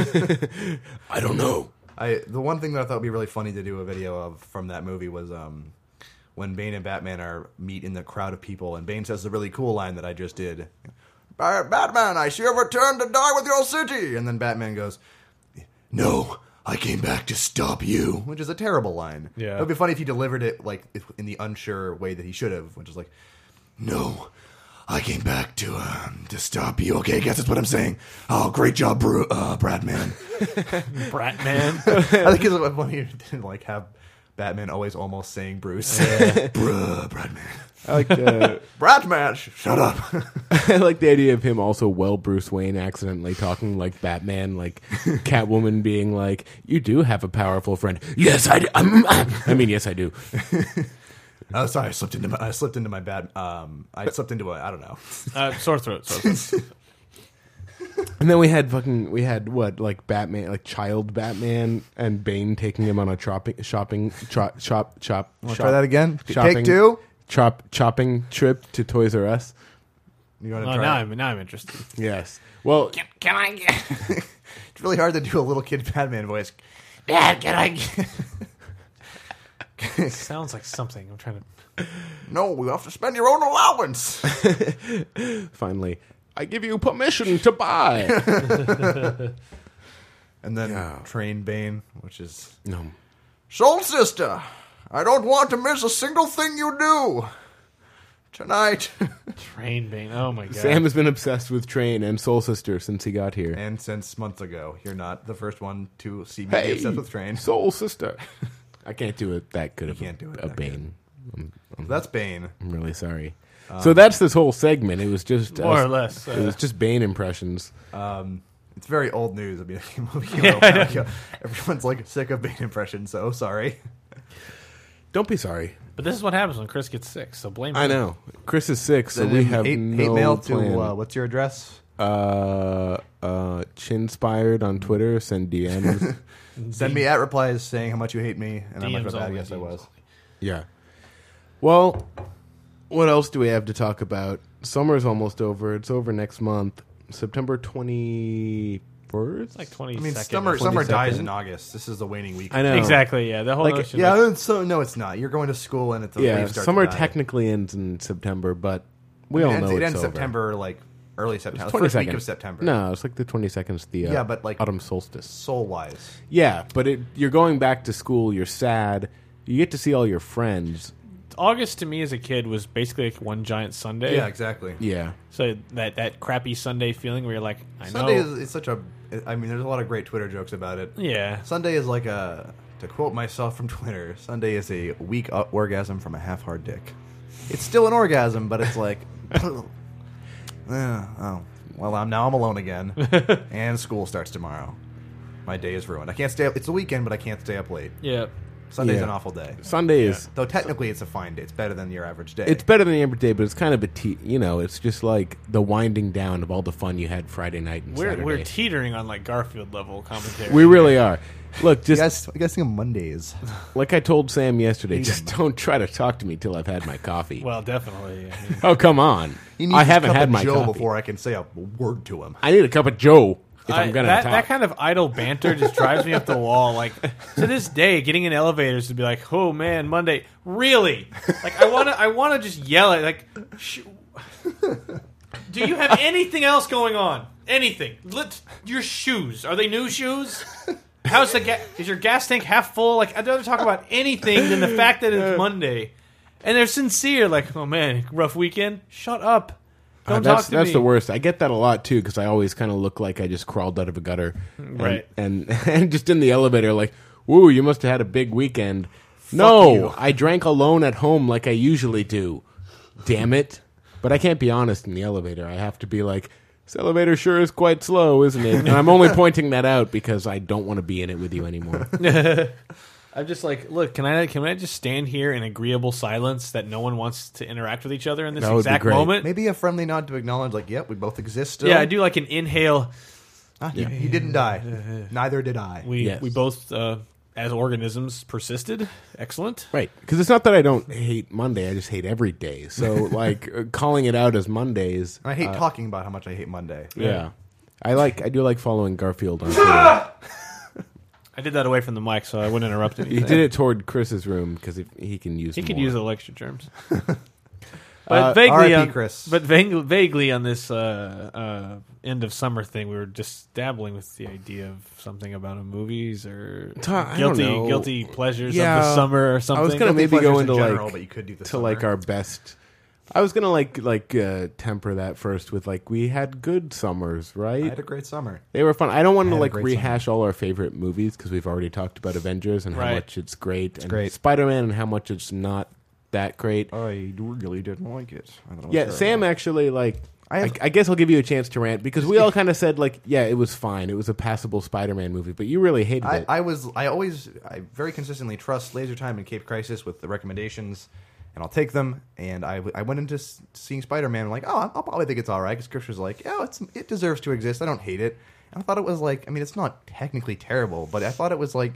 [SPEAKER 8] I don't know.
[SPEAKER 5] I the one thing that I thought would be really funny to do a video of from that movie was um, when Bane and Batman are meet in the crowd of people, and Bane says the really cool line that I just did. "Ba- Batman, I shall return to die with your city, and then Batman goes,
[SPEAKER 8] No, I came back to stop you.
[SPEAKER 5] which is a terrible line.
[SPEAKER 4] Yeah.
[SPEAKER 5] it would be funny if he delivered it like if- in the unsure way that he should have, which is like,
[SPEAKER 8] No, I came back to um to stop you. Okay, I guess that's what I'm saying. Oh, great job, Bru- uh, Bradman.
[SPEAKER 4] Brat man.
[SPEAKER 5] I think it's funny to like have Batman always almost saying Bruce,
[SPEAKER 8] Bruh, Bradman.
[SPEAKER 3] I like uh,
[SPEAKER 5] Batman, shut up.
[SPEAKER 3] I like the idea of him also well Bruce Wayne accidentally talking like Batman, like Catwoman being like, "You do have a powerful friend." Yes, I. Do. Um, ah, I mean, yes, I do.
[SPEAKER 5] Oh, sorry, I slipped into my I slipped into my bad. Um, I slipped into a I don't know.
[SPEAKER 4] Uh, sore throat. Sore throat.
[SPEAKER 3] And then we had fucking we had what like Batman, like child Batman and Bane taking him on a chopping shopping cho- chop chop. shop-
[SPEAKER 5] try that again? Take
[SPEAKER 3] shopping-
[SPEAKER 5] two?
[SPEAKER 3] Chop chopping trip to Toys R Us.
[SPEAKER 5] You want to
[SPEAKER 4] Oh,
[SPEAKER 5] try?
[SPEAKER 4] now
[SPEAKER 5] it?
[SPEAKER 4] I'm now I'm interested.
[SPEAKER 3] Yes. Well,
[SPEAKER 5] It's really hard to do a little kid Batman voice.
[SPEAKER 8] Dad, can I?
[SPEAKER 4] Sounds like something. I'm trying to.
[SPEAKER 5] No, you have to spend your own allowance.
[SPEAKER 3] finally, I give you permission to buy.
[SPEAKER 5] And then Train Bane, which is
[SPEAKER 3] no.
[SPEAKER 5] Soul Sister. I don't want to miss a single thing you do tonight.
[SPEAKER 4] Train Bane. Oh my god.
[SPEAKER 3] Sam has been obsessed with Train and Soul Sister since he got here.
[SPEAKER 5] and since months ago, you're not the first one to see me
[SPEAKER 3] Hey,
[SPEAKER 5] be obsessed with Train.
[SPEAKER 3] Soul Sister. I can't do it that good. of
[SPEAKER 5] can't do it
[SPEAKER 3] A
[SPEAKER 5] that
[SPEAKER 3] Bane.
[SPEAKER 5] That's Bane.
[SPEAKER 3] I'm really sorry.
[SPEAKER 5] Uh,
[SPEAKER 3] so that's this whole segment. It was just
[SPEAKER 4] More
[SPEAKER 3] us-
[SPEAKER 4] or less, uh,
[SPEAKER 3] it was just Bane impressions.
[SPEAKER 5] It's very old news. I mean, the movie came out a while ago. uh, everyone's like sick of Bane impressions. So sorry.
[SPEAKER 3] Don't be sorry.
[SPEAKER 4] But this is what happens when Chris gets sick. So blame.
[SPEAKER 3] I
[SPEAKER 4] him.
[SPEAKER 3] know Chris is sick, so
[SPEAKER 5] Send
[SPEAKER 3] we
[SPEAKER 5] in
[SPEAKER 3] have
[SPEAKER 5] hate,
[SPEAKER 3] no
[SPEAKER 5] hate mail
[SPEAKER 3] plan.
[SPEAKER 5] to uh, what's your address?
[SPEAKER 3] uh, uh, Chinspired on Twitter. Send DMs.
[SPEAKER 5] Send me at replies saying how much you hate me and how much
[SPEAKER 4] DMs
[SPEAKER 5] of a bad
[SPEAKER 4] only,
[SPEAKER 5] guess I
[SPEAKER 4] DMs
[SPEAKER 5] was.
[SPEAKER 3] yeah. Well, what else do we have to talk about? Summer's almost over. It's over next month, September twenty first.
[SPEAKER 4] Like twenty.
[SPEAKER 5] I mean,
[SPEAKER 4] seconds.
[SPEAKER 5] summer summer
[SPEAKER 3] 22nd.
[SPEAKER 5] dies in August. This is the waning week.
[SPEAKER 3] I know
[SPEAKER 4] Exactly. Yeah. The whole
[SPEAKER 3] Like,
[SPEAKER 4] notion.
[SPEAKER 5] Yeah,
[SPEAKER 4] Like,
[SPEAKER 5] it's so no, it's not. You're going to school and it's
[SPEAKER 3] Yeah,
[SPEAKER 5] leaves start
[SPEAKER 3] summer
[SPEAKER 5] to die.
[SPEAKER 3] technically ends in September, but we
[SPEAKER 5] It
[SPEAKER 3] all
[SPEAKER 5] ends,
[SPEAKER 3] know
[SPEAKER 5] it
[SPEAKER 3] it's
[SPEAKER 5] ends
[SPEAKER 3] over.
[SPEAKER 5] September, like early September, the
[SPEAKER 3] 22nd.
[SPEAKER 5] first week of September.
[SPEAKER 3] No, it's like the twenty second. The uh,
[SPEAKER 5] Yeah, but, like-
[SPEAKER 3] autumn solstice.
[SPEAKER 5] soul wise,
[SPEAKER 3] Yeah, but it, you're going back to school. You're sad. You get to see all your friends.
[SPEAKER 4] August to me as a kid was basically like one giant Sunday.
[SPEAKER 5] yeah, exactly.
[SPEAKER 3] Yeah,
[SPEAKER 4] So that that crappy Sunday feeling where you're like, I
[SPEAKER 5] Sunday
[SPEAKER 4] know.
[SPEAKER 5] is it's such a. I mean, there's a lot of great Twitter jokes about it.
[SPEAKER 4] yeah.
[SPEAKER 5] Sunday is like a. To quote myself from Twitter, Sunday is a weak o- orgasm from a half-hard dick. It's still an orgasm, but it's like, "Ugh, oh, well, I'm now I'm alone again, and school starts tomorrow. My day is ruined. I can't stay up. It's the weekend, but I can't stay up late.
[SPEAKER 4] Yeah.
[SPEAKER 5] Sunday's
[SPEAKER 3] Yeah.
[SPEAKER 5] an awful day.
[SPEAKER 3] Sunday is
[SPEAKER 5] Though technically, it's a fine day. It's better than your average day.
[SPEAKER 3] it's better than the Amber Day, but it's kind of a te- you know, it's just like the winding down of all the fun you had Friday night and
[SPEAKER 4] We're,
[SPEAKER 3] Saturday.
[SPEAKER 4] we're teetering on like Garfield level commentary.
[SPEAKER 3] we really are. Look,
[SPEAKER 5] you
[SPEAKER 3] just
[SPEAKER 5] guys, you guys think of Mondays.
[SPEAKER 3] like I told Sam yesterday, just don't try to talk to me till I've had my coffee.
[SPEAKER 4] well, definitely. I mean,
[SPEAKER 3] oh come on,
[SPEAKER 5] He needs
[SPEAKER 3] I
[SPEAKER 5] his
[SPEAKER 3] haven't
[SPEAKER 5] cup
[SPEAKER 3] had
[SPEAKER 5] of
[SPEAKER 3] my
[SPEAKER 5] Joe
[SPEAKER 3] coffee.
[SPEAKER 5] before I can say a word to him.
[SPEAKER 3] I need a cup of Joe if I,
[SPEAKER 4] I-
[SPEAKER 3] am gonna
[SPEAKER 4] that,
[SPEAKER 3] talk.
[SPEAKER 4] that kind of idle banter just drives me up the wall. Like to this day, getting in elevators to be like, "Oh man, Monday, really?" Like I wanna, I wanna just yell at like, sh- "Do you have anything else going on? Anything? Let your shoes are they new shoes? How's the ga- is your gas tank half full? Like I'd rather talk about anything than the fact that it's Monday." And they're sincere, like, "Oh man, rough weekend. Shut up." Don't
[SPEAKER 3] Uh, that's
[SPEAKER 4] talk to
[SPEAKER 3] that's
[SPEAKER 4] me.
[SPEAKER 3] the worst. I get that a lot too because I always kind of look like I just crawled out of a gutter, And-
[SPEAKER 4] Right.
[SPEAKER 3] And and, just in the elevator, like, "Woo, you must have had a big weekend." no,
[SPEAKER 5] you.
[SPEAKER 3] I drank alone at home like I usually do. Damn it! But I can't be honest in the elevator. I have to be like, "This elevator sure is quite slow, isn't it?" And I'm only pointing that out because I don't want to be in it with you anymore.
[SPEAKER 4] I'm just like, look, can I can I just stand here in agreeable silence that no one wants to interact with each other in this
[SPEAKER 3] That would be
[SPEAKER 4] exact
[SPEAKER 3] great.
[SPEAKER 4] moment?
[SPEAKER 5] Maybe a friendly nod to acknowledge, like, yep, we both exist. Still.
[SPEAKER 4] Yeah, I do like an inhale.
[SPEAKER 5] Ah, you, you didn't die. Neither did I.
[SPEAKER 4] We
[SPEAKER 3] Yes.
[SPEAKER 4] we both uh, as organisms persisted. Excellent.
[SPEAKER 3] Right, because it's not that I don't hate Monday; I just hate every day. So, like, uh, calling it out as Mondays.
[SPEAKER 5] And I hate talking about how much I hate Monday.
[SPEAKER 3] Yeah. I like I do like following Garfield on Twitter.
[SPEAKER 4] I did that away from the mic, so I wouldn't interrupt
[SPEAKER 3] he
[SPEAKER 4] anything.
[SPEAKER 3] did it toward Chris's room because he can use
[SPEAKER 4] He could
[SPEAKER 3] more. Uh,
[SPEAKER 4] use the lecture terms. But vaguely,
[SPEAKER 5] R.I.P.
[SPEAKER 4] on,
[SPEAKER 5] Chris.
[SPEAKER 4] but vaguely, vaguely on this uh, uh, end of summer thing, we were just dabbling with the idea of something about a movies or
[SPEAKER 3] Ta- I don't
[SPEAKER 4] guilty
[SPEAKER 3] know.
[SPEAKER 4] guilty pleasures of
[SPEAKER 3] Yeah.
[SPEAKER 4] the summer or something.
[SPEAKER 3] I was gonna maybe
[SPEAKER 5] pleasures
[SPEAKER 3] go
[SPEAKER 5] in
[SPEAKER 3] into
[SPEAKER 5] general,
[SPEAKER 3] like
[SPEAKER 5] but you could do the
[SPEAKER 3] to
[SPEAKER 5] summer.
[SPEAKER 3] like our best. I was gonna like like uh, temper that first with like we had good summers,
[SPEAKER 5] I
[SPEAKER 3] right?
[SPEAKER 5] had a great summer.
[SPEAKER 3] They were fun. I don't want to
[SPEAKER 5] had a
[SPEAKER 3] like
[SPEAKER 5] great
[SPEAKER 3] rehash all our favorite movies because we've already talked about Avengers and how
[SPEAKER 4] Right.
[SPEAKER 3] much it's great and
[SPEAKER 5] great.
[SPEAKER 3] Spider-Man and how much it's not that great.
[SPEAKER 5] I really didn't like it. I thought it was
[SPEAKER 3] Yeah,
[SPEAKER 5] terrible.
[SPEAKER 3] Sam actually like. I,
[SPEAKER 5] I have-
[SPEAKER 3] I, guess I'll give you a chance to rant because we all kind of said like, yeah, it was fine. It was a passable Spider-Man movie, but you really hated
[SPEAKER 5] I,
[SPEAKER 3] it.
[SPEAKER 5] I was I always I very consistently trust Laser Time and Cape Crisis with the recommendations, and I'll take them. And I, w- I went into s- seeing Spider Man like oh I'll probably think it's all right because Christian's like oh it's it deserves to exist I don't hate it and I thought it was like I mean it's not technically terrible but I thought it was like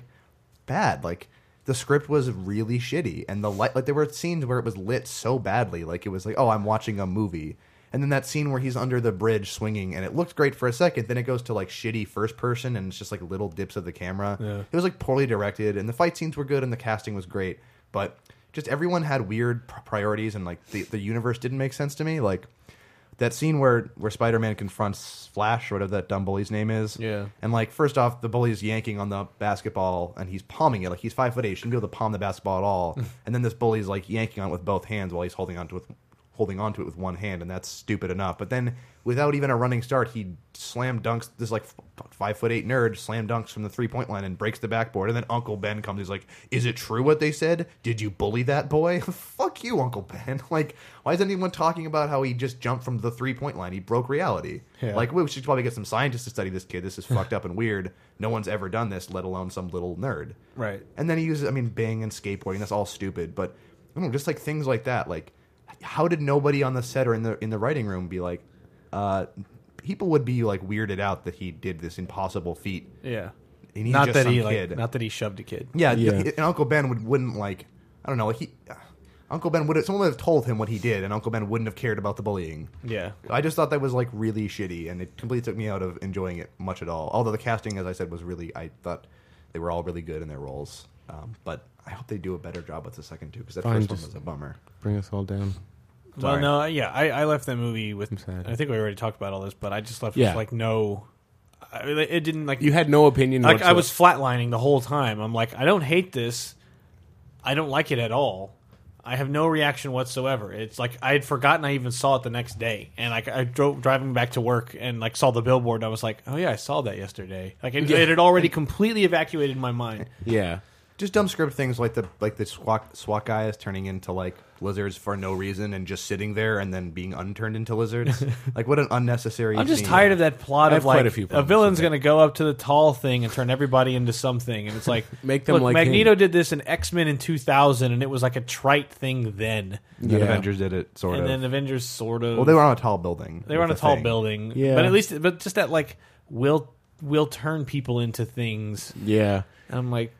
[SPEAKER 5] bad like the script was really shitty and the light like there were scenes where it was lit so badly like it was like oh I'm watching a movie. And then that scene where he's under the bridge swinging, and it looked great for a second. Then it goes to like shitty first person, and it's just like little dips of the camera. It was like poorly directed, and the fight scenes were good, and the casting was great, but just everyone had weird pr- priorities, and like the, the universe didn't make sense to me. Like that scene where where Spider Man confronts Flash or whatever that dumb bully's name is.
[SPEAKER 4] Yeah.
[SPEAKER 5] And like first off, the bully's yanking on the basketball and he's palming it. Like he's five foot eight, shouldn't be able to palm the basketball at all. and then this bully's like yanking on it with both hands while he's holding on to it with holding onto it with one hand, and that's stupid enough. But then without even a running start, he slam dunks this like f- five foot eight nerd slam dunks from the three point line and breaks the backboard. And then Uncle Ben comes. He's like, "Is it true what they said? Did you bully that boy? Fuck you, Uncle Ben! Like, why is anyone talking about how he just jumped from the three point line? He broke reality. Like, we should probably get some scientists to study this kid. This is fucked up and weird. No one's ever done this, let alone some little nerd.
[SPEAKER 4] Right.
[SPEAKER 5] And then he uses, I mean, Bing and skateboarding. That's all stupid, but I don't know, just like things like that. Like, how did nobody on the set or in the in the writing room be like, uh, people would be like weirded out that he did this impossible feat.
[SPEAKER 4] Yeah.
[SPEAKER 5] And he's
[SPEAKER 4] not
[SPEAKER 5] just
[SPEAKER 4] that
[SPEAKER 5] some
[SPEAKER 4] he like,
[SPEAKER 5] kid.
[SPEAKER 4] not that he shoved a kid.
[SPEAKER 5] Yeah,
[SPEAKER 3] Yeah.
[SPEAKER 5] and Uncle Ben would wouldn't like. I don't know. Like he, uh, Uncle Ben would have, someone would have told him what he did, and Uncle Ben wouldn't have cared about the bullying.
[SPEAKER 4] Yeah.
[SPEAKER 5] I just thought that was like really shitty, and it completely took me out of enjoying it much at all. Although the casting, as I said, was really, I thought they were all really good in their roles. Um, but I hope they do a better job with the second two because that
[SPEAKER 3] Fine,
[SPEAKER 5] first
[SPEAKER 3] just-
[SPEAKER 5] one was a bummer.
[SPEAKER 3] Bring us all down.
[SPEAKER 5] Sorry.
[SPEAKER 4] Well, no, yeah, I, I left that movie with.
[SPEAKER 3] sad.
[SPEAKER 4] I think we already talked about all this, but I just left
[SPEAKER 3] Yeah.
[SPEAKER 4] with like no. I, it didn't like
[SPEAKER 3] You had no opinion.
[SPEAKER 4] like I
[SPEAKER 3] whatsoever.
[SPEAKER 4] was flatlining the whole time. I'm like, I don't hate this. I don't like it at all. I have no reaction whatsoever. It's like I had forgotten I even saw it the next day, and like I drove driving back to work and like saw the billboard. And I was like, oh yeah, I saw that yesterday. Like it, it had already completely evacuated my mind.
[SPEAKER 3] Yeah.
[SPEAKER 5] just dumb script things like the like the SWAT SWAT guys turning into like lizards for no reason and just sitting there and then being unturned into lizards. like what an unnecessary.
[SPEAKER 4] I'm just
[SPEAKER 5] scene.
[SPEAKER 4] tired of that plot
[SPEAKER 3] uh, I have
[SPEAKER 4] of
[SPEAKER 3] quite
[SPEAKER 4] like
[SPEAKER 3] a few problems
[SPEAKER 4] villain's
[SPEAKER 3] with
[SPEAKER 4] going to go up to the tall thing and turn everybody into something, and it's like
[SPEAKER 3] Make them
[SPEAKER 4] look,
[SPEAKER 3] like
[SPEAKER 4] Magneto
[SPEAKER 3] him.
[SPEAKER 4] did this in X Men in 2000, and it was like a trite thing then,
[SPEAKER 5] And
[SPEAKER 3] Yeah.
[SPEAKER 5] Avengers did it sort
[SPEAKER 4] and
[SPEAKER 5] of.
[SPEAKER 4] then Avengers sort of
[SPEAKER 5] well, they were on a tall building.
[SPEAKER 4] they were on a
[SPEAKER 5] with the
[SPEAKER 4] tall
[SPEAKER 5] thing.
[SPEAKER 4] building,
[SPEAKER 3] Yeah.
[SPEAKER 4] but at least but just that like will will turn people into things.
[SPEAKER 3] Yeah.
[SPEAKER 4] And I'm like,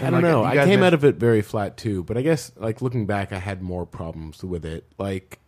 [SPEAKER 3] I don't
[SPEAKER 5] like,
[SPEAKER 3] know.
[SPEAKER 5] you
[SPEAKER 3] I
[SPEAKER 5] guys
[SPEAKER 3] came
[SPEAKER 5] men-
[SPEAKER 3] out of it very flat too, but I guess like looking back, I had more problems with it. Like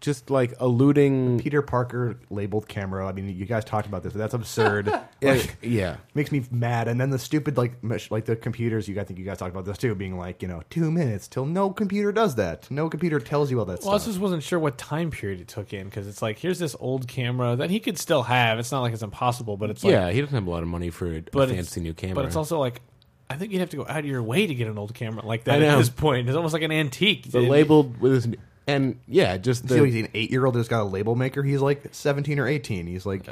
[SPEAKER 3] just like alluding.
[SPEAKER 5] Peter Parker labeled Camero. I mean, you guys talked about this, but that's absurd.
[SPEAKER 3] like, yeah.
[SPEAKER 5] makes me mad. And then the stupid like mesh- like the computers. You guys I think you guys talked about this too, being like you know two minutes till no computer does that. No computer tells you all that
[SPEAKER 4] well, I
[SPEAKER 5] stuff.
[SPEAKER 4] just wasn't sure what time period it took in because it's like here's this old camera that he could still have. It's not like it's impossible, but it's like
[SPEAKER 3] yeah, he doesn't have a lot of money for a
[SPEAKER 4] but it's,
[SPEAKER 3] fancy new camera.
[SPEAKER 4] But it's also like I think you'd have to go out of your way to get an old camera like
[SPEAKER 3] I
[SPEAKER 4] that at
[SPEAKER 3] know.
[SPEAKER 4] this point. It's almost like an antique.
[SPEAKER 3] the
[SPEAKER 4] It-
[SPEAKER 3] labeled with his and yeah, just
[SPEAKER 5] So he's
[SPEAKER 3] the,
[SPEAKER 5] an eight-year-old that's got a label maker. He's like seventeen or eighteen. He's like,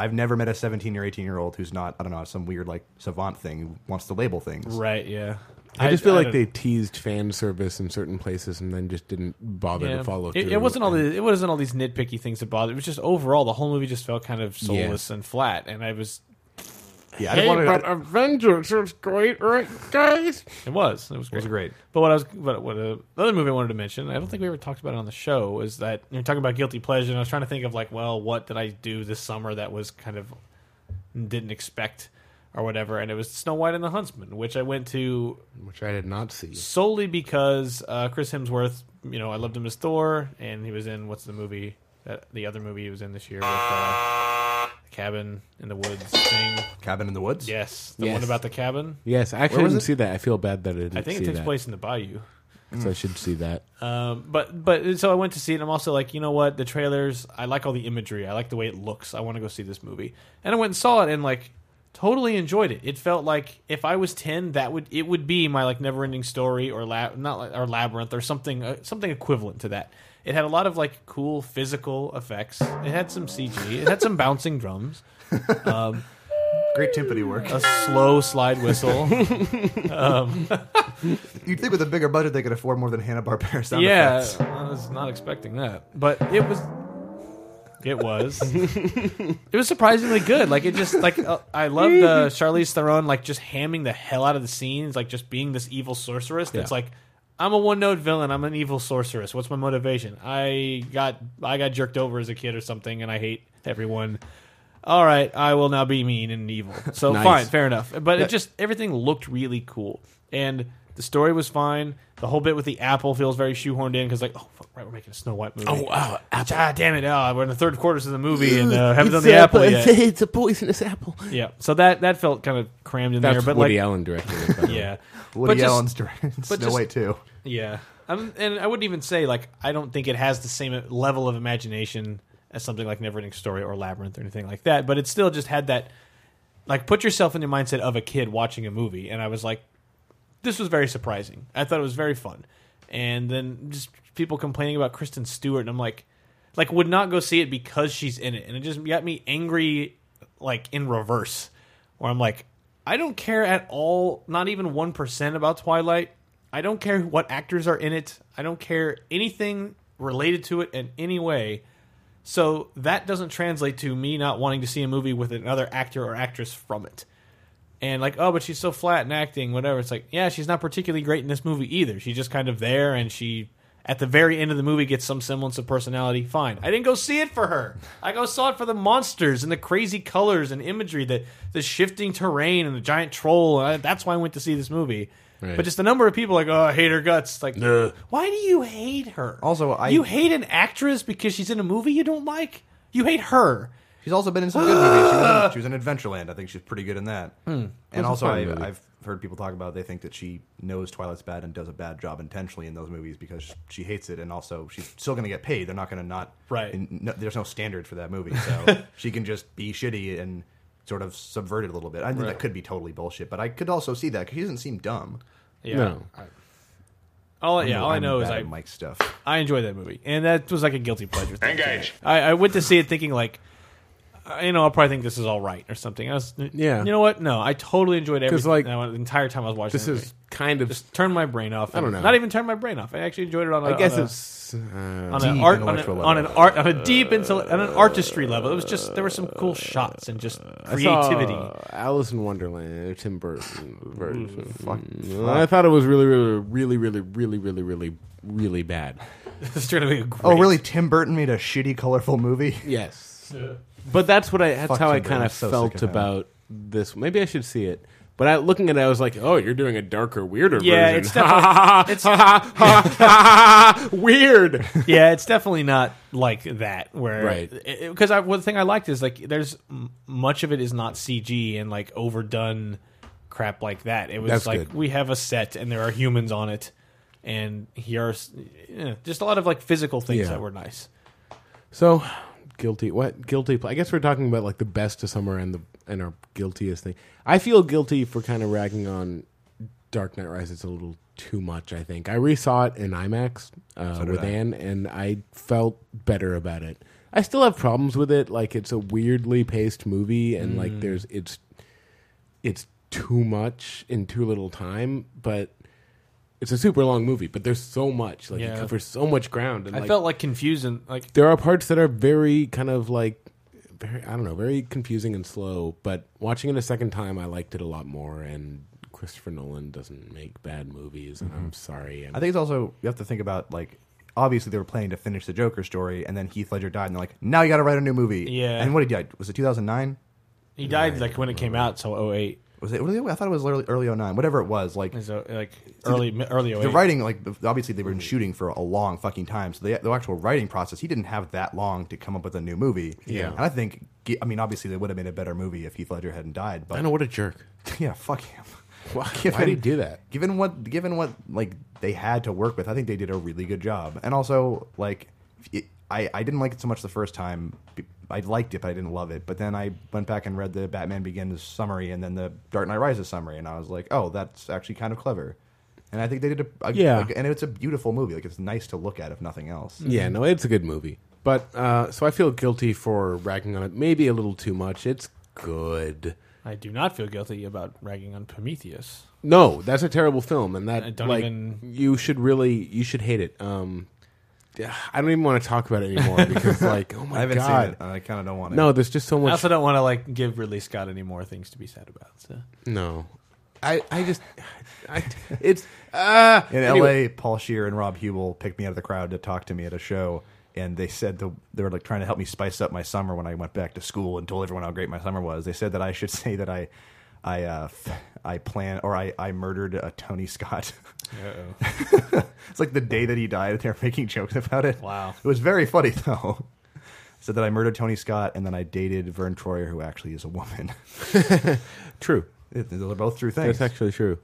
[SPEAKER 5] I've never met a seventeen or eighteen-year-old who's not I don't know some weird like savant thing who wants to label things.
[SPEAKER 4] Right, yeah.
[SPEAKER 3] I just feel like
[SPEAKER 4] don't-
[SPEAKER 3] they teased fan service in certain places and then just didn't bother
[SPEAKER 4] yeah.
[SPEAKER 3] to follow through.
[SPEAKER 4] It, it wasn't all the it wasn't all these nitpicky things that bothered. It was just overall the whole movie just felt kind of soulless and flat. And I was
[SPEAKER 5] Yeah, I don't want to.
[SPEAKER 3] Avengers was great, right, guys?
[SPEAKER 4] it was it was great.
[SPEAKER 5] was great.
[SPEAKER 4] But what I was but what uh, the other movie I wanted to mention I don't think we ever talked about it on the show is that you're talking about guilty pleasure. And I was trying to think of like well what did I do this summer that was kind of didn't expect or whatever. And it was Snow White and the Huntsman, which I went to
[SPEAKER 3] Which I did not see.
[SPEAKER 4] solely because uh, Chris Hemsworth, you know, I loved him as Thor, and he was in what's the movie that the other movie he was in this year, with, uh, the cabin in the woods thing.
[SPEAKER 5] Cabin in the woods.
[SPEAKER 4] Yes, the
[SPEAKER 3] Yes.
[SPEAKER 4] one about the cabin.
[SPEAKER 3] Yes, I actually
[SPEAKER 5] Where was
[SPEAKER 3] didn't
[SPEAKER 5] it?
[SPEAKER 3] see that. I feel bad that I didn't
[SPEAKER 4] I think
[SPEAKER 3] see
[SPEAKER 4] it takes
[SPEAKER 3] that,
[SPEAKER 4] place in the bayou.
[SPEAKER 3] so I should see that.
[SPEAKER 4] Um, but but so I went to see it. and I'm also like, you know what? The trailers. I like all the imagery. I like the way it looks. I want to go see this movie. And I went and saw it, and like totally enjoyed it. It felt like if I was ten, that would it would be my like never ending story or la- not like, or labyrinth or something uh, something equivalent to that. It had a lot of like cool physical effects. It had some CG. It had some bouncing drums,
[SPEAKER 5] Great timpani work.
[SPEAKER 4] a slow slide whistle.
[SPEAKER 5] You'd think with a bigger budget they could afford more than Hanna Barbera sound
[SPEAKER 4] yeah,
[SPEAKER 5] effects.
[SPEAKER 4] I was not expecting that, but it was. It was. it was surprisingly good. Like it just like uh, I love the Charlize Theron like just hamming the hell out of the scenes, like just being this evil sorceress. That's
[SPEAKER 3] Yeah.
[SPEAKER 4] like I'm a one note villain. I'm an evil sorceress. What's my motivation? I got I got jerked over as a kid or something, and I hate everyone. All right, I will now be mean and evil. So
[SPEAKER 3] Nice.
[SPEAKER 4] fine, fair enough. But it just everything looked really cool, and the story was fine. The whole bit with the apple feels very shoehorned in because like, oh fuck, right, we're making a Snow White movie.
[SPEAKER 3] Oh, wow,
[SPEAKER 4] Ah, damn it! Oh, we're in the third quarters of the movie and uh, haven't done the apple yet.
[SPEAKER 3] It's a poisonous apple.
[SPEAKER 4] Yeah, so that that felt kind of crammed in
[SPEAKER 3] That's
[SPEAKER 4] there, but
[SPEAKER 3] Woody
[SPEAKER 4] like,
[SPEAKER 3] Allen directed. it,
[SPEAKER 4] yeah,
[SPEAKER 5] Woody
[SPEAKER 4] But just-
[SPEAKER 5] Allen's directed Snow
[SPEAKER 4] just-
[SPEAKER 5] White too.
[SPEAKER 4] yeah, I'm, and I wouldn't even say like I don't think it has the same level of imagination as something like Neverending Story or Labyrinth or anything like that. But it still just had that like put yourself in the mindset of a kid watching a movie, and I was like, this was very surprising. I thought it was very fun, and then just people complaining about Kristen Stewart, and I'm like, like would not go see it because she's in it, and it just got me angry, like in reverse, where I'm like, I don't care at all, not even one percent about Twilight. I don't care what actors are in it. I don't care anything related to it in any way. So that doesn't translate to me not wanting to see a movie with another actor or actress from it and like oh but she's so flat in acting whatever it's like yeah she's not particularly great in this movie either she's just kind of there and she at the very end of the movie gets some semblance of personality fine i didn't go see it for her i go saw it for the monsters and the crazy colors and imagery that the shifting terrain and the giant troll I, that's why i went to see this movie
[SPEAKER 3] Right.
[SPEAKER 4] but just the number of people like oh i hate her guts like why do you hate her
[SPEAKER 5] Also, I-
[SPEAKER 4] you hate an actress because she's in a movie you don't like you hate her
[SPEAKER 5] She's also been in some good movies. She was in, she was in Adventureland. I think she's pretty good in that.
[SPEAKER 4] Hmm.
[SPEAKER 5] And also,
[SPEAKER 3] fun
[SPEAKER 5] I,
[SPEAKER 3] movie.
[SPEAKER 5] I've heard people talk about they think that she knows Twilight's bad and does a bad job intentionally in those movies because she hates it. And also, she's still going to get paid. They're not going to not
[SPEAKER 4] Right.
[SPEAKER 5] and no, there's no standard for that movie, so she can just be shitty and sort of subvert it a little bit. I think that could be totally bullshit, but I could also see that 'cause she doesn't seem dumb.
[SPEAKER 4] yeah
[SPEAKER 3] No.
[SPEAKER 4] all, yeah, all i
[SPEAKER 5] I'm
[SPEAKER 4] know is
[SPEAKER 5] bad
[SPEAKER 4] i
[SPEAKER 5] at Mike's stuff.
[SPEAKER 4] I enjoyed that movie, and that was like a guilty pleasure. Thing Engage. I, I went to see it thinking like, uh, you know, I'll probably think this is all right or something. I was,
[SPEAKER 3] Yeah.
[SPEAKER 4] You know what? No, I totally enjoyed everything.
[SPEAKER 3] like,
[SPEAKER 4] Like, the entire time I was watching
[SPEAKER 3] This
[SPEAKER 4] the
[SPEAKER 3] is
[SPEAKER 4] movie.
[SPEAKER 3] kind of.
[SPEAKER 4] just turn my brain off. I
[SPEAKER 3] don't know.
[SPEAKER 4] Not even turn my brain off. I actually enjoyed it on. a-
[SPEAKER 3] I guess
[SPEAKER 4] on a-
[SPEAKER 3] it's uh,
[SPEAKER 4] on
[SPEAKER 3] deep
[SPEAKER 4] an art on,
[SPEAKER 3] intellectual
[SPEAKER 4] a, on an
[SPEAKER 3] level.
[SPEAKER 4] art on a deep intellect on an artistry level. It was just there were some cool shots and just
[SPEAKER 3] I saw
[SPEAKER 4] creativity.
[SPEAKER 3] Alice in Wonderland, a Tim Burton version. Mm, I thought it was really, really, really, really, really, really, really, really bad.
[SPEAKER 4] It's turned out to be a great-
[SPEAKER 5] Oh, really? Tim Burton made a shitty, colorful movie.
[SPEAKER 3] Yes, but that's what I. That's
[SPEAKER 5] Fuck
[SPEAKER 3] how I
[SPEAKER 5] Tim Burton,
[SPEAKER 3] kind
[SPEAKER 5] I'm
[SPEAKER 3] of
[SPEAKER 5] so sick
[SPEAKER 3] felt
[SPEAKER 5] of him.
[SPEAKER 3] about this. Maybe I should see it. But I, looking at it, I was like, "Oh, you're doing a darker, weirder
[SPEAKER 4] Yeah,
[SPEAKER 3] version."
[SPEAKER 4] it's definitely-
[SPEAKER 3] it's weird.
[SPEAKER 4] yeah, it's definitely not like that. Where
[SPEAKER 3] Right.
[SPEAKER 4] Because I one thing I liked is like there's m- much of it is not CG and like overdone crap like that. It was
[SPEAKER 3] That's
[SPEAKER 4] like
[SPEAKER 3] good.
[SPEAKER 4] we have a set and there are humans on it, and here are s- yeah, just a lot of like physical things
[SPEAKER 3] Yeah.
[SPEAKER 4] that were nice.
[SPEAKER 3] So guilty. What guilty? pl- I guess we're talking about like the best of summer and the and our guiltiest thing. I feel guilty for kind of ragging on Dark Knight Rises a little too much. I think I resaw it in IMAX uh, with
[SPEAKER 5] I.
[SPEAKER 3] Anne, and I felt better about it. I still have problems with it. Like it's a weirdly paced movie, and
[SPEAKER 4] Mm.
[SPEAKER 3] like there's it's it's too much in too little time, but. It's a super long movie, but there's so much. Like it
[SPEAKER 4] Yeah.
[SPEAKER 3] covers so much ground. And
[SPEAKER 4] I
[SPEAKER 3] like,
[SPEAKER 4] felt like confused and like
[SPEAKER 3] there are parts that are very kind of like very I don't know, very confusing and slow, but watching it a second time I liked it a lot more and Christopher Nolan doesn't make bad movies and I'm sorry. And
[SPEAKER 5] I think it's also you have to think about like obviously they were planning to finish the Joker story, and then Heath Ledger died, and they're like, now you got to write a new movie.
[SPEAKER 4] Yeah.
[SPEAKER 5] And what did he die? Was it 2009?
[SPEAKER 4] he died like when it came out, so 08.
[SPEAKER 5] Was it? I thought it was early, early 09. Whatever it was, like
[SPEAKER 4] Is that, like early mi- early 08.
[SPEAKER 5] the writing, like obviously they were
[SPEAKER 3] Mm.
[SPEAKER 5] in shooting for a long fucking time, so the, the actual writing process, he didn't have that long to come up with a new movie.
[SPEAKER 3] Yeah.
[SPEAKER 5] And I think, I mean, obviously they would have made a better movie if Heath Ledger hadn't died, but
[SPEAKER 3] I know what a jerk.
[SPEAKER 5] yeah, fuck him.
[SPEAKER 3] Why, why did he do that?
[SPEAKER 5] given what given what like they had to work with, I think they did a really good job. And also like it, I I didn't like it so much the first time. I liked it, but I didn't love it. But then I went back and read the Batman Begins summary and then the Dark Knight Rises summary, and I was like, oh, that's actually kind of clever. And I think they did a, a
[SPEAKER 3] Yeah.
[SPEAKER 5] like- and it's a beautiful movie. Like it's nice to look at, if nothing else.
[SPEAKER 3] Yeah, no, it's a good movie. But uh so I feel guilty for ragging on it maybe a little too much. It's good.
[SPEAKER 4] I do not feel guilty about ragging on Prometheus.
[SPEAKER 3] No, that's a terrible film, and
[SPEAKER 4] I
[SPEAKER 3] that
[SPEAKER 4] don't
[SPEAKER 3] like
[SPEAKER 4] even-
[SPEAKER 3] you should really you should hate it. Um, yeah, I don't even want to talk about it anymore because like oh my
[SPEAKER 5] I haven't
[SPEAKER 3] god,
[SPEAKER 5] seen it. and I kind of don't want to.
[SPEAKER 3] no, there's just so
[SPEAKER 4] I
[SPEAKER 3] much.
[SPEAKER 4] also don't want to like give Ridley Scott any more things to be sad about. So.
[SPEAKER 3] no, I I just I, it's uh,
[SPEAKER 5] In
[SPEAKER 3] anyway.
[SPEAKER 5] LA, Paul Shear and Rob Hubel picked me out of the crowd to talk to me at a show, and they said the, they were like trying to help me spice up my summer when I went back to school and told everyone how great my summer was. They said that I should say that I, I, uh, f- I plan or I I murdered a Tony Scott. it's like the day that he died. They're making jokes about it.
[SPEAKER 4] Wow.
[SPEAKER 5] it was very funny though. Said that I murdered Tony Scott and then I dated Vern Troyer, who actually is a woman.
[SPEAKER 3] True,
[SPEAKER 5] It- Those are both true things.
[SPEAKER 3] that's actually true.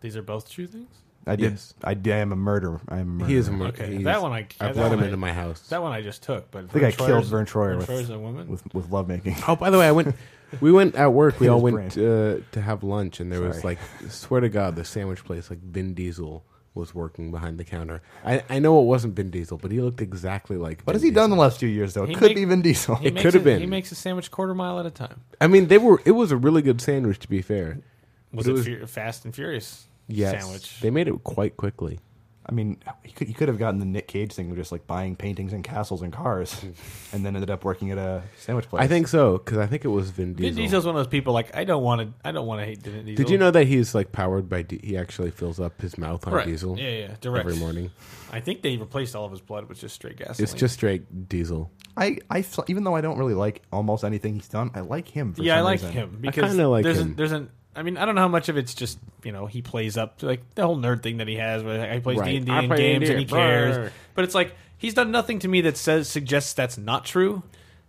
[SPEAKER 4] These are both true things.
[SPEAKER 5] I did.
[SPEAKER 3] yes.
[SPEAKER 5] I, I am a murderer. I am. A murderer.
[SPEAKER 3] He is a mur-
[SPEAKER 4] Okay,
[SPEAKER 3] he's-
[SPEAKER 4] that one I-
[SPEAKER 3] I
[SPEAKER 4] that
[SPEAKER 3] let him
[SPEAKER 4] one I-
[SPEAKER 3] into my house.
[SPEAKER 4] That one I just took, but I
[SPEAKER 5] think I killed Vern Troyer with-
[SPEAKER 4] Troyer's a woman.
[SPEAKER 5] with with lovemaking.
[SPEAKER 3] Oh, by the way, I went. We went at work. We
[SPEAKER 5] Hit
[SPEAKER 3] all
[SPEAKER 5] his
[SPEAKER 3] went
[SPEAKER 5] brain.
[SPEAKER 3] uh, to have lunch, and there was
[SPEAKER 5] Sorry.
[SPEAKER 3] like, swear to God, the sandwich place, like Vin Diesel was working behind the counter. I, I know it wasn't Vin Diesel, but he looked exactly like.
[SPEAKER 5] What
[SPEAKER 3] Vin
[SPEAKER 5] has he
[SPEAKER 3] Diesel.
[SPEAKER 5] done the last few years, though? It
[SPEAKER 4] He
[SPEAKER 5] could
[SPEAKER 4] make-
[SPEAKER 5] be Vin Diesel.
[SPEAKER 4] He
[SPEAKER 3] It
[SPEAKER 4] makes
[SPEAKER 3] could have
[SPEAKER 4] a-
[SPEAKER 3] been.
[SPEAKER 4] He makes a sandwich quarter mile at a time.
[SPEAKER 3] I mean, they were. It was a really good sandwich, to be fair.
[SPEAKER 4] Was
[SPEAKER 3] But
[SPEAKER 4] it,
[SPEAKER 3] it was-
[SPEAKER 4] Fu- Fast and Furious
[SPEAKER 3] Yes,
[SPEAKER 4] sandwich?
[SPEAKER 3] they made it quite quickly.
[SPEAKER 5] I mean, he could, he could have gotten the Nick Cage thing of just like buying paintings and castles and cars, and then ended up working at a sandwich place.
[SPEAKER 3] I think so because I think it was Vin Diesel.
[SPEAKER 4] Vin Diesel's one of those people like I don't want to. I don't want to hate Vin Diesel.
[SPEAKER 3] Did you know that he's like powered by? D- he actually fills up his mouth on
[SPEAKER 4] Right.
[SPEAKER 3] diesel.
[SPEAKER 4] Yeah, yeah, direct.
[SPEAKER 3] every morning.
[SPEAKER 4] I think they replaced all of his blood with just straight gasoline.
[SPEAKER 3] It's just straight diesel.
[SPEAKER 5] I, I f- even though I don't really like almost anything he's done, I like him. For
[SPEAKER 4] yeah, I
[SPEAKER 5] some
[SPEAKER 4] like
[SPEAKER 5] reason.
[SPEAKER 4] him because
[SPEAKER 3] kinda like
[SPEAKER 4] there's
[SPEAKER 3] him.
[SPEAKER 4] A, there's an I mean I don't know how much of it's just you know he plays up to, like the whole nerd thing that he has where like, he plays
[SPEAKER 3] Right.
[SPEAKER 4] D and D
[SPEAKER 3] I
[SPEAKER 4] in
[SPEAKER 3] play
[SPEAKER 4] games
[SPEAKER 3] D&D,
[SPEAKER 4] and he
[SPEAKER 3] brr.
[SPEAKER 4] cares, but it's like he's done nothing to me that says suggests that's not true.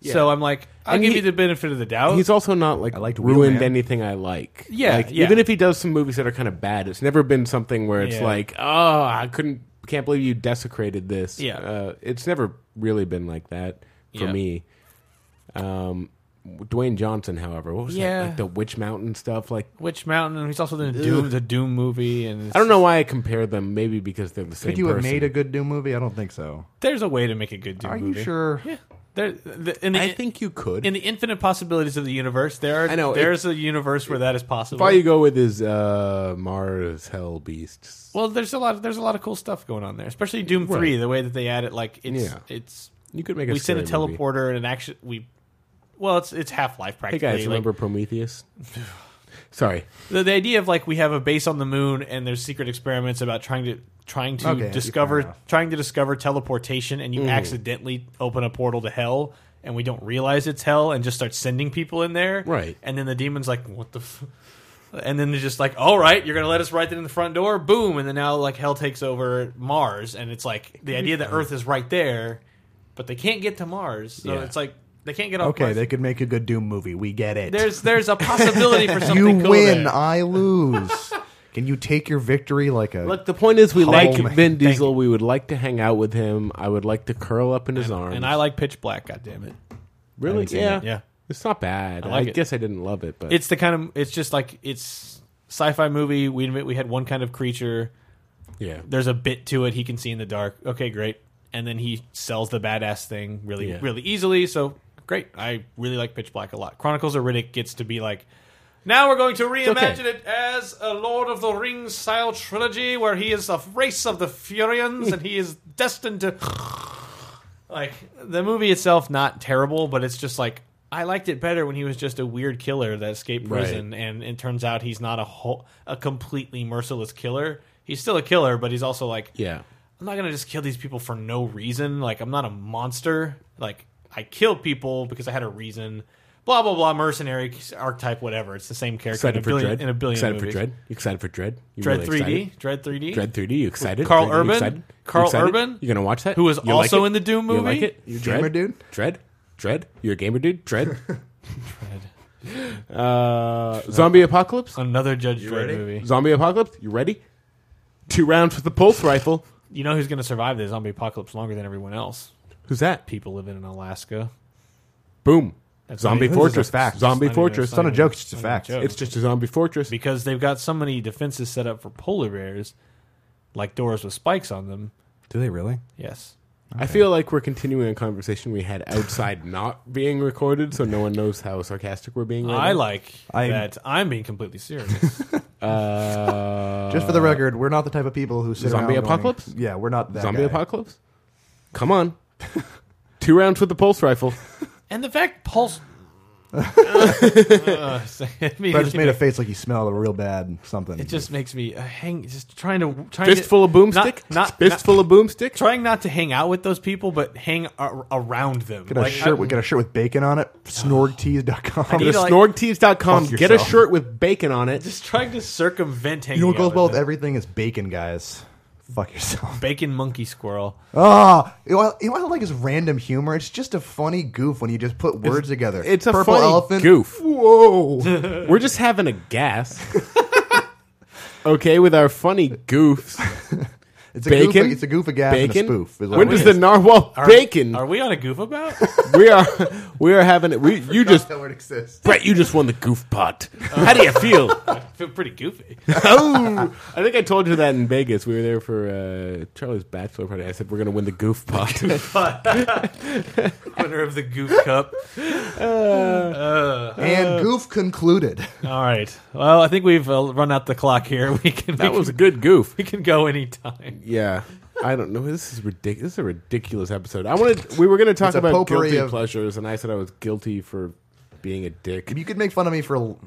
[SPEAKER 4] So I'm like I'll
[SPEAKER 3] And
[SPEAKER 4] give
[SPEAKER 3] he-
[SPEAKER 4] you the benefit of the doubt.
[SPEAKER 3] He's also not like
[SPEAKER 5] I liked
[SPEAKER 3] ruined
[SPEAKER 5] Wheelman.
[SPEAKER 3] anything I like.
[SPEAKER 4] Oh. Yeah,
[SPEAKER 3] Like,
[SPEAKER 4] yeah.
[SPEAKER 3] Even if he does some movies that are kind of bad, it's never been something where it's
[SPEAKER 4] Yeah.
[SPEAKER 3] like, oh, I couldn't, can't believe you desecrated this.
[SPEAKER 4] Yeah.
[SPEAKER 3] uh, it's never really been like that for
[SPEAKER 4] Yeah.
[SPEAKER 3] me. Um, Dwayne Johnson, however, what was
[SPEAKER 4] Yeah.
[SPEAKER 3] that? Like the Witch Mountain stuff. Like
[SPEAKER 4] Witch Mountain. and He's also in the Doom the Doom movie and
[SPEAKER 3] I don't know why I compare them. Maybe because they're the same.
[SPEAKER 5] Could you have
[SPEAKER 3] person.
[SPEAKER 5] made a good new movie? I don't think so.
[SPEAKER 4] There's a way to make a good Doom
[SPEAKER 5] Are
[SPEAKER 4] movie.
[SPEAKER 5] you sure?
[SPEAKER 4] Yeah. There, the, in the,
[SPEAKER 3] I think you could.
[SPEAKER 4] in the infinite possibilities of the universe, there are,
[SPEAKER 3] I know,
[SPEAKER 4] there's a universe where that is
[SPEAKER 3] if
[SPEAKER 4] possible.
[SPEAKER 3] all you go with is uh, Mars Hell Beasts,
[SPEAKER 4] well, there's a lot. Of, there's a lot of cool stuff going on there, especially Doom
[SPEAKER 3] Right.
[SPEAKER 4] Three. The way that they add it, like it's
[SPEAKER 3] Yeah.
[SPEAKER 4] it's
[SPEAKER 3] you could make a
[SPEAKER 4] we send a
[SPEAKER 3] scary movie.
[SPEAKER 4] teleporter and an action. We well, it's it's Half Life
[SPEAKER 3] Hey
[SPEAKER 4] practically.
[SPEAKER 3] guys,
[SPEAKER 4] like,
[SPEAKER 3] remember Prometheus? Sorry,
[SPEAKER 4] the, the idea of like we have a base on the moon and there's secret experiments about trying to trying to
[SPEAKER 5] Okay, fair
[SPEAKER 4] discover
[SPEAKER 5] enough. Mm.
[SPEAKER 4] trying to discover teleportation and you accidentally open a portal to hell and we don't realize it's hell and just start sending people in there
[SPEAKER 3] Right.
[SPEAKER 4] and then the demon's like what the f-? and then they're just like all right you're gonna let us right in the front door boom and then now like hell takes over mars and it's like the idea that earth is right there but they can't get to mars so
[SPEAKER 3] Yeah.
[SPEAKER 4] it's like they can't get off
[SPEAKER 5] Okay,
[SPEAKER 4] Mars.
[SPEAKER 5] they could make a good Doom movie. We get it.
[SPEAKER 4] there's there's a possibility for
[SPEAKER 5] you
[SPEAKER 4] something cool
[SPEAKER 5] win,
[SPEAKER 4] there.
[SPEAKER 5] I lose. Can you take your victory like a?
[SPEAKER 3] look. The point is, we like Vin
[SPEAKER 5] you.
[SPEAKER 4] Oh Thank
[SPEAKER 3] Diesel. We would like to hang out with him. I would like to curl up in his arms.
[SPEAKER 4] and I like Pitch Black. God damn it!
[SPEAKER 3] really,
[SPEAKER 5] seen
[SPEAKER 3] yeah,
[SPEAKER 5] it.
[SPEAKER 4] Yeah.
[SPEAKER 3] It's not bad. I,
[SPEAKER 4] like it.
[SPEAKER 3] guess I didn't love it, but
[SPEAKER 4] It's the kind of it's just like it's sci-fi movie. We admit we had one kind of creature.
[SPEAKER 3] yeah,
[SPEAKER 4] There's a bit to it he can see in the dark. Okay, great. And then he sells the badass thing really
[SPEAKER 3] Yeah.
[SPEAKER 4] really easily. So great. I really like Pitch Black a lot. Chronicles of Riddick gets to be like. Now we're going to reimagine it as a Lord of the Rings style trilogy where he is a race of the Furians and he is destined to like the movie itself not terrible but it's just like i liked it better when he was just a weird killer that escaped
[SPEAKER 3] Right.
[SPEAKER 4] prison and it turns out he's not a whole a completely merciless killer he's still a killer but he's also like
[SPEAKER 3] yeah.
[SPEAKER 4] i'm not gonna just kill these people for no reason like i'm not a monster like i killed people because i had a reason blah blah blah mercenary archetype whatever it's the same character in a
[SPEAKER 3] Excited for
[SPEAKER 4] billion
[SPEAKER 3] Dread?
[SPEAKER 4] in a billion
[SPEAKER 3] excited
[SPEAKER 4] movies.
[SPEAKER 3] for Dread? You excited for Dread? You
[SPEAKER 4] dread
[SPEAKER 3] really
[SPEAKER 4] 3d
[SPEAKER 3] excited?
[SPEAKER 4] dread 3d
[SPEAKER 3] Dread 3D. You excited?
[SPEAKER 4] Carl
[SPEAKER 3] Dread, you
[SPEAKER 4] Urban?
[SPEAKER 3] excited? You
[SPEAKER 4] Carl
[SPEAKER 3] excited?
[SPEAKER 4] Urban?
[SPEAKER 3] You gonna watch that?
[SPEAKER 4] Who was
[SPEAKER 3] You
[SPEAKER 4] also
[SPEAKER 3] it?
[SPEAKER 4] in the Doom
[SPEAKER 3] You like
[SPEAKER 4] movie?
[SPEAKER 3] it?
[SPEAKER 5] You a
[SPEAKER 3] Dread?
[SPEAKER 5] gamer dude?
[SPEAKER 3] Dread? Dread? You're a gamer dude? Dread? Uh, zombie apocalypse?
[SPEAKER 4] another judge dread
[SPEAKER 5] ready?
[SPEAKER 4] movie
[SPEAKER 3] Zombie apocalypse? You ready? Two rounds with the pulse rifle.
[SPEAKER 4] you know who's gonna survive the zombie apocalypse longer than everyone else
[SPEAKER 3] Who's that?
[SPEAKER 4] people living in alaska
[SPEAKER 3] Boom. zombie
[SPEAKER 4] not even-
[SPEAKER 3] fortress.
[SPEAKER 5] This is a fact.
[SPEAKER 3] Zombie
[SPEAKER 4] It's not even-
[SPEAKER 3] fortress.
[SPEAKER 5] it's not a joke. It's just a
[SPEAKER 4] not even
[SPEAKER 5] fact.
[SPEAKER 4] joke.
[SPEAKER 3] It's just a zombie fortress.
[SPEAKER 4] because they've got so many defenses set up for polar bears, like doors with spikes on them.
[SPEAKER 5] Do they really?
[SPEAKER 4] Yes.
[SPEAKER 3] I feel like we're continuing a conversation we had outside not being recorded, so no one knows how sarcastic we're being. Right
[SPEAKER 4] I
[SPEAKER 3] now.
[SPEAKER 4] like
[SPEAKER 5] I'm-
[SPEAKER 4] that I'm being completely serious.
[SPEAKER 3] Uh,
[SPEAKER 5] Just for the record, we're not the type of people who sit
[SPEAKER 3] Zombie
[SPEAKER 5] around going-
[SPEAKER 3] apocalypse?
[SPEAKER 5] yeah, we're not that
[SPEAKER 3] zombie
[SPEAKER 5] guy.
[SPEAKER 3] apocalypse? Come on. Two rounds with the pulse rifle.
[SPEAKER 4] and the fact Pulse. uh, it,
[SPEAKER 5] But I just made a face like you smelled a real bad something.
[SPEAKER 4] it just makes me uh, hang. Just trying to trying
[SPEAKER 3] Fistful of
[SPEAKER 4] to, not-
[SPEAKER 3] boomstick.
[SPEAKER 4] Not, not
[SPEAKER 3] Fistful of boomstick.
[SPEAKER 4] Trying not to hang out with those people, but hang ar- around them.
[SPEAKER 5] get a
[SPEAKER 4] Like,
[SPEAKER 5] shirt.
[SPEAKER 4] I-
[SPEAKER 5] we got a shirt with bacon on it. Snorgtees.com.
[SPEAKER 3] Go
[SPEAKER 4] need
[SPEAKER 3] to
[SPEAKER 4] to, like-
[SPEAKER 3] snorgtees.com.
[SPEAKER 5] Fuck
[SPEAKER 3] Get a
[SPEAKER 5] yourself.
[SPEAKER 3] shirt with bacon on it.
[SPEAKER 4] just trying to circumvent hanging.
[SPEAKER 5] You know what
[SPEAKER 4] out
[SPEAKER 5] goes well with
[SPEAKER 4] them.
[SPEAKER 5] everything is bacon, guys. Fuck yourself.
[SPEAKER 4] bacon monkey squirrel.
[SPEAKER 5] Ah, you know, what- you know what I like is random humor. It's just a funny goof when you just put words together.
[SPEAKER 3] It's a
[SPEAKER 5] purple
[SPEAKER 3] funny
[SPEAKER 5] elephant.
[SPEAKER 3] goof.
[SPEAKER 5] Whoa!
[SPEAKER 3] We're just having a gas. okay, with our funny goofs.
[SPEAKER 5] It's a
[SPEAKER 3] Bacon.
[SPEAKER 5] Goof, it's a goof, a gaff,
[SPEAKER 3] bacon.
[SPEAKER 5] and a spoof. is what
[SPEAKER 3] When
[SPEAKER 5] it
[SPEAKER 3] does
[SPEAKER 5] is.
[SPEAKER 3] the narwhal bacon?
[SPEAKER 4] Are we on a goof about?
[SPEAKER 3] we are. We are having it. We you just.
[SPEAKER 5] that word exists?
[SPEAKER 3] Brett, you just won the goof pot.
[SPEAKER 4] Uh.
[SPEAKER 3] How do you feel?
[SPEAKER 4] I feel pretty goofy.
[SPEAKER 3] oh, I think I told you that in Vegas. We were there for uh, Charlie's bachelor party. I said we're going to win the goof pot.
[SPEAKER 4] Winner of the goof cup.
[SPEAKER 3] Uh,
[SPEAKER 5] And goof concluded.
[SPEAKER 4] All right. Well, I think we've uh, run out the clock here. We can.
[SPEAKER 3] that
[SPEAKER 4] we
[SPEAKER 3] was a
[SPEAKER 4] Can,
[SPEAKER 3] good goof.
[SPEAKER 4] we can go anytime.
[SPEAKER 3] Yeah. I don't know. This is ridiculous. This is a ridiculous episode. I wanted. We were going to talk
[SPEAKER 5] It's a
[SPEAKER 3] about
[SPEAKER 5] potpourri
[SPEAKER 3] guilty
[SPEAKER 5] of-
[SPEAKER 3] pleasures, and I said I was guilty for being a dick.
[SPEAKER 5] You could make fun of me for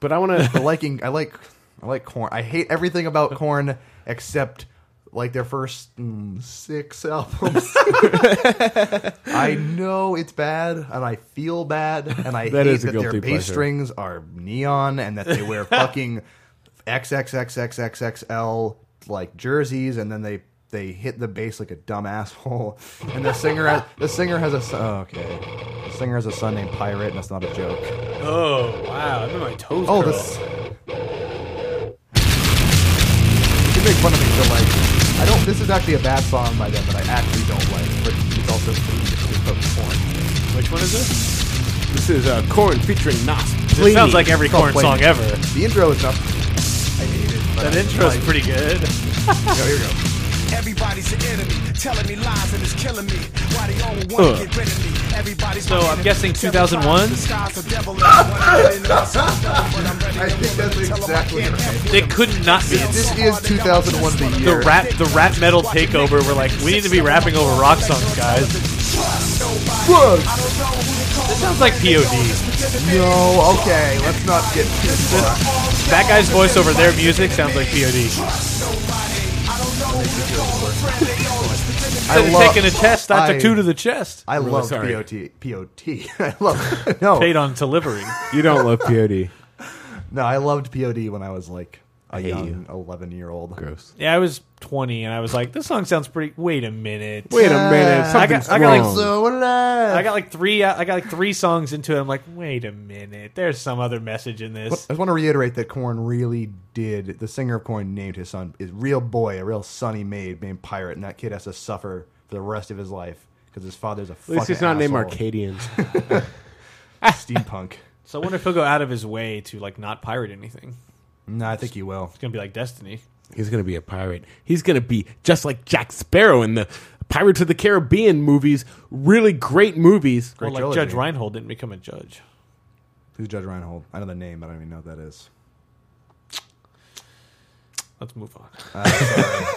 [SPEAKER 3] But I want to.
[SPEAKER 5] for liking. I like I like corn. I hate everything about corn except like their first mm, six albums. I know it's bad, and I feel bad, and I
[SPEAKER 3] That
[SPEAKER 5] hate
[SPEAKER 3] is a
[SPEAKER 5] that their
[SPEAKER 3] guilty
[SPEAKER 5] bass
[SPEAKER 3] pleasure.
[SPEAKER 5] strings are neon and that they wear fucking XXXXXXL like jerseys, and then they. They hit the bass like a dumb asshole, and the singer has the singer has a son- oh, okay, the singer has a son named Pirate, and that's not a joke.
[SPEAKER 4] Oh wow! I'm in my toes.
[SPEAKER 5] Oh,
[SPEAKER 4] curl.
[SPEAKER 5] this. You make fun of me for like. I don't. This is actually a bad song by them that I actually don't like, but it's also pretty
[SPEAKER 4] Which one is this?
[SPEAKER 3] This is uh, corn featuring Nas.
[SPEAKER 4] This sounds like every corn
[SPEAKER 5] Stop playing.
[SPEAKER 4] song ever.
[SPEAKER 5] The intro is up. I hate it. but
[SPEAKER 4] That
[SPEAKER 5] I
[SPEAKER 4] intro's
[SPEAKER 5] like-
[SPEAKER 4] pretty good.
[SPEAKER 5] Yo, here we go.
[SPEAKER 7] Everybody's an enemy, telling me lies and it's killing me. Why they all want to get rid of me? Everybody's
[SPEAKER 4] So
[SPEAKER 7] my
[SPEAKER 4] I'm
[SPEAKER 7] enemy.
[SPEAKER 4] guessing
[SPEAKER 7] Tell me
[SPEAKER 4] 2001?
[SPEAKER 7] lies, the sky's a devil and I wanna get in the system, but I'm ready
[SPEAKER 5] I
[SPEAKER 7] and
[SPEAKER 5] think
[SPEAKER 7] willing
[SPEAKER 5] that's
[SPEAKER 7] to tell 'em I
[SPEAKER 5] exactly
[SPEAKER 7] can't
[SPEAKER 5] right.
[SPEAKER 7] F with
[SPEAKER 4] It could not be.
[SPEAKER 5] This is 2001 the
[SPEAKER 4] The
[SPEAKER 5] year.
[SPEAKER 4] rap, the rap metal takeover. We're like, we need to be rapping over rock songs, guys. This sounds like POD.
[SPEAKER 5] No, okay, let's not get too far.
[SPEAKER 4] That guy's voice over their music sounds like POD. Instead
[SPEAKER 5] I
[SPEAKER 4] of
[SPEAKER 5] love,
[SPEAKER 4] taking a test, I, took
[SPEAKER 5] I-
[SPEAKER 4] two to the chest.
[SPEAKER 5] I love
[SPEAKER 3] sorry.
[SPEAKER 5] POT. POT. I love no,
[SPEAKER 4] Paid on delivery.
[SPEAKER 3] You don't love POD.
[SPEAKER 5] no. I loved POD when I was like a
[SPEAKER 3] hate
[SPEAKER 5] young
[SPEAKER 3] you.
[SPEAKER 5] 11 year old.
[SPEAKER 3] Gross.
[SPEAKER 4] Yeah, I was 20 and I was like, this song sounds pretty. Wait a minute.
[SPEAKER 3] Wait a minute.
[SPEAKER 4] I got-
[SPEAKER 3] Something's
[SPEAKER 4] I got, like,
[SPEAKER 3] wrong.
[SPEAKER 5] So alive.
[SPEAKER 4] I got like three. I got like three songs into it. I'm like, wait a minute. There's some other message in this.
[SPEAKER 5] I just want to reiterate that Corn really did. The singer of Corn named his son his real boy, a real son he made, named Pirate, and that kid has to suffer for the rest of his life because his father's a.
[SPEAKER 3] At least he's not named Arcadian.
[SPEAKER 5] Steampunk.
[SPEAKER 4] So I wonder if he'll go out of his way to like not pirate anything.
[SPEAKER 5] no, I think he will.
[SPEAKER 4] It's gonna be like Destiny.
[SPEAKER 3] he's gonna be a pirate. He's gonna be just like Jack Sparrow in the Pirates of the Caribbean movies. Really great movies.
[SPEAKER 4] Or like
[SPEAKER 5] trilogy.
[SPEAKER 4] Judge Reinhold didn't become a judge.
[SPEAKER 5] Who's Judge Reinhold? I know the name, but I don't even know what that is.
[SPEAKER 4] Let's move on.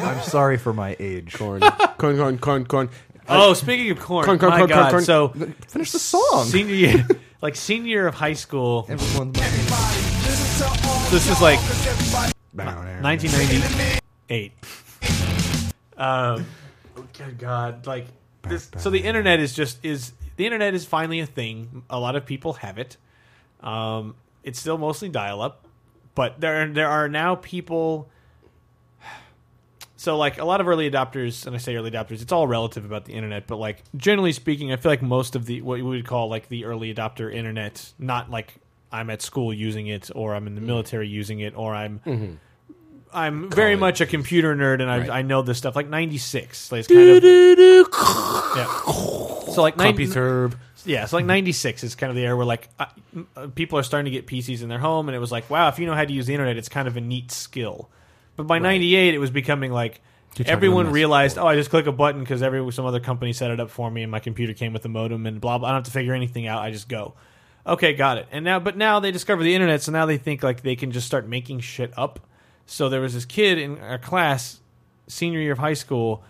[SPEAKER 5] I'm sorry for my age.
[SPEAKER 3] Corn, corn, corn, corn, corn.
[SPEAKER 4] oh, speaking of corn,
[SPEAKER 3] Corn, corn,
[SPEAKER 4] my
[SPEAKER 3] corn, corn,
[SPEAKER 4] God.
[SPEAKER 3] corn.
[SPEAKER 4] So
[SPEAKER 5] Finish the song.
[SPEAKER 4] senior year, like senior of high school.
[SPEAKER 5] Everyone's
[SPEAKER 4] This is like
[SPEAKER 5] down there.
[SPEAKER 4] 1998. Um, oh, good God, like this. So the internet is just is the internet is finally a thing. A lot of people have it. Um, it's still mostly dial up, but there there are now people. So like a lot of early adopters, and I say early adopters, it's all relative about the internet. But like generally speaking, I feel like most of the what we would call like the early adopter internet, not like I'm at school using it, or I'm in the military using it, or I'm I'm very much a computer nerd, and I, I know this stuff. Like '96, like it's kind of yeah. so like 90,
[SPEAKER 3] Serve.
[SPEAKER 4] yeah, so like '96 is kind of the era where like uh, m- uh, people are starting to get PCs in their home, and it was like, wow, if you know how to use the internet, it's kind of a neat skill. But by '98, it was becoming like
[SPEAKER 3] talking
[SPEAKER 4] everyone
[SPEAKER 3] about
[SPEAKER 4] realized, oh, I just click a button because every some other company set it up for me, and my computer came with a modem, and blah blah. I don't have to figure anything out. I just go. Okay, got it. And now, but now they discover the internet, so now they think like they can just start making shit up. So there was this kid in our class, senior year of high school,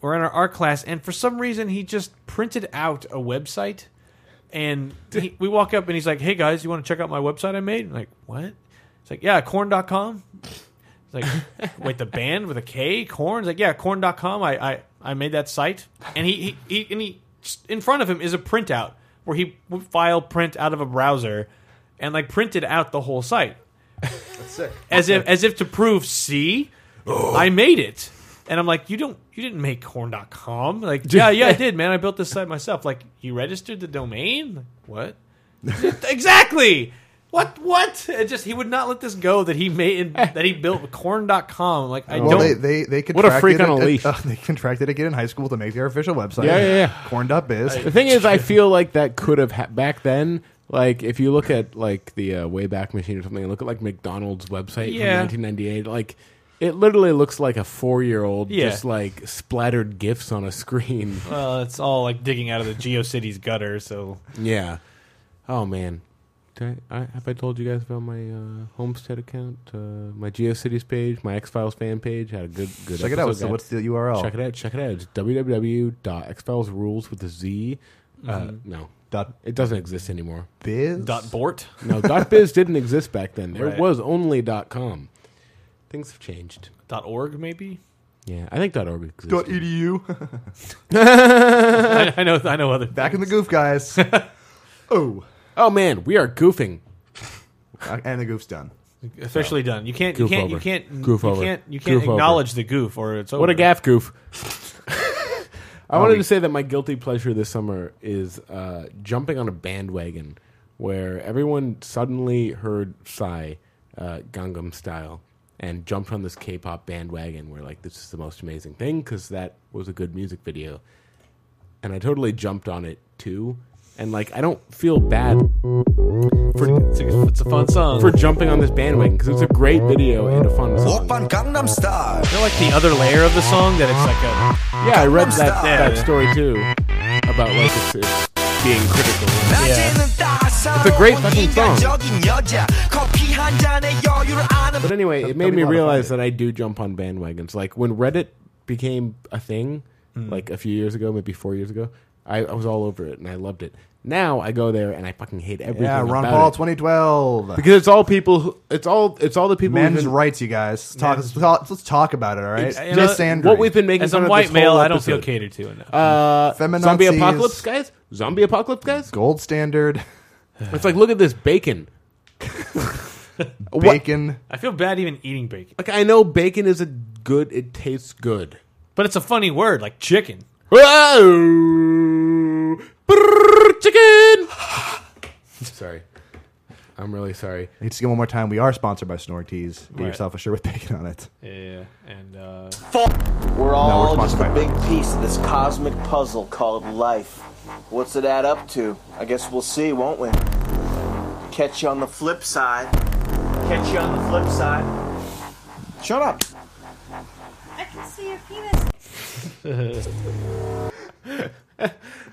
[SPEAKER 4] or in our art class, and for some reason he just printed out a website and he, we walk up and he's like, "Hey guys, you want to check out my website I made?" I'm like, "What?" It's like, "Yeah, corn.com." It's like, "Wait, the band with a K, corn?" It's like, "Yeah, corn.com. I I I made that site." And he he, he and he in front of him is a printout where he would file print out of a browser and like printed out the whole site. As if as if to prove, "See, I made it." And I'm like, you don't, you didn't make corn.com. Like, yeah, yeah, I did, man. I built this site myself. Like, you registered the domain? Like, what? exactly. What? What? It just he would not let this go that he made that he built corn.com. Like, I
[SPEAKER 5] Well,
[SPEAKER 4] don't.
[SPEAKER 5] they they they
[SPEAKER 3] What a
[SPEAKER 5] contracted
[SPEAKER 3] freak on
[SPEAKER 5] it,
[SPEAKER 3] a leash.
[SPEAKER 5] uh, they contracted again in high school to make their official website.
[SPEAKER 3] Yeah, yeah, yeah.
[SPEAKER 5] Corn.biz.
[SPEAKER 3] The thing is, I feel like that could have ha- back then. Like if you look at like the uh, Wayback Machine or something, and look at like McDonald's website
[SPEAKER 4] Yeah.
[SPEAKER 3] from 1998. Like it literally looks like a four-year-old
[SPEAKER 4] Yeah.
[SPEAKER 3] just like splattered gifs on a screen.
[SPEAKER 4] well, it's all like digging out of the GeoCities gutter. So
[SPEAKER 3] yeah. Oh man. Did I, I, have I told you guys about my uh, Homestead account, uh, my GeoCities page, my X Files fan page? Had a good good.
[SPEAKER 5] Check it out.
[SPEAKER 3] episode,
[SPEAKER 5] So
[SPEAKER 3] guys.
[SPEAKER 5] what's the URL?
[SPEAKER 3] Check it out. Check it out. It's www.xfilesrules with a Z. Uh, no,
[SPEAKER 5] Mm-hmm. Dot
[SPEAKER 3] it doesn't exist anymore.
[SPEAKER 5] biz.
[SPEAKER 4] dot bort.
[SPEAKER 3] No, dot .biz didn't exist back then. There
[SPEAKER 4] Right.
[SPEAKER 3] was only dot .com. Things have changed.
[SPEAKER 4] dot org maybe.
[SPEAKER 3] Yeah, I think dot .org existed.
[SPEAKER 5] Dot e- edu.
[SPEAKER 4] I, I know. I know other.
[SPEAKER 5] Back in the goof, guys. oh,
[SPEAKER 3] oh man, we are goofing.
[SPEAKER 5] and the goof's done.
[SPEAKER 4] Officially done. You can't.
[SPEAKER 3] Goof
[SPEAKER 4] you can't. You
[SPEAKER 3] over.
[SPEAKER 4] can't.
[SPEAKER 3] Goof
[SPEAKER 4] you
[SPEAKER 3] over.
[SPEAKER 4] can't. You can't
[SPEAKER 3] Goof over.
[SPEAKER 4] acknowledge the goof, or it's over.
[SPEAKER 3] What a gaff goof. Um, I wanted to say that my guilty pleasure this summer is uh, jumping on a bandwagon where everyone suddenly heard Psy, uh, Gangnam Style, and jumped on this K-pop bandwagon where like this is the most amazing thing because that was a good music video, and I totally jumped on it too. and like I don't feel bad for
[SPEAKER 4] It's a, it's a fun song.
[SPEAKER 3] for jumping on this bandwagon because it's a great video and a fun song.
[SPEAKER 7] Gangnam Style.
[SPEAKER 4] I like the other layer of the song that it's like a
[SPEAKER 3] Yeah, I read that
[SPEAKER 4] Yeah.
[SPEAKER 3] that story too about like it's, it's being critical.
[SPEAKER 7] It's
[SPEAKER 3] a great fucking song. But
[SPEAKER 7] song.
[SPEAKER 3] anyway, it made
[SPEAKER 5] be
[SPEAKER 3] me
[SPEAKER 5] a lot of fun.
[SPEAKER 3] realize that I do jump on bandwagons. Like when Reddit became a thing,
[SPEAKER 5] Hmm.
[SPEAKER 3] like a few years ago, maybe four years ago, I, I was all over it and I loved it. Now I go there and I fucking hate everything.
[SPEAKER 5] Yeah, Ron
[SPEAKER 3] about
[SPEAKER 5] Paul,
[SPEAKER 3] it.
[SPEAKER 5] 2012.
[SPEAKER 3] because it's all people. Who, it's all it's all the people. who've
[SPEAKER 5] Men's
[SPEAKER 3] been-
[SPEAKER 5] rights, you guys. Talk, let's, talk, let's talk about it, all right?
[SPEAKER 4] you know,
[SPEAKER 5] Just Sandry.
[SPEAKER 3] What we've been making
[SPEAKER 4] as
[SPEAKER 3] fun
[SPEAKER 4] a
[SPEAKER 3] of
[SPEAKER 4] white
[SPEAKER 3] this
[SPEAKER 4] male,
[SPEAKER 3] whole
[SPEAKER 4] I don't feel
[SPEAKER 3] episode.
[SPEAKER 4] catered to enough.
[SPEAKER 3] Uh,
[SPEAKER 5] Feminazis.
[SPEAKER 3] zombie apocalypse, guys. Zombie apocalypse, guys.
[SPEAKER 5] Gold standard.
[SPEAKER 3] It's like look at this bacon. What-
[SPEAKER 5] Bacon.
[SPEAKER 4] I feel bad even eating bacon,
[SPEAKER 3] Like I know bacon is a good. It tastes good.
[SPEAKER 4] but it's a funny word like chicken.
[SPEAKER 3] Whoa! Brrr, chicken. sorry, I'm really sorry.
[SPEAKER 5] I need to say one more time. We are sponsored by Snort Tees. Get
[SPEAKER 4] Right.
[SPEAKER 5] yourself a shirt with bacon on it.
[SPEAKER 4] Yeah, and uh,
[SPEAKER 1] We're all
[SPEAKER 5] sponsored
[SPEAKER 1] just a
[SPEAKER 5] by
[SPEAKER 1] big piece of this cosmic puzzle called life. What's it add up to? I guess we'll see, won't we? Catch you on the flip side. Catch you on the flip side. Shut up.
[SPEAKER 10] I can see your penis.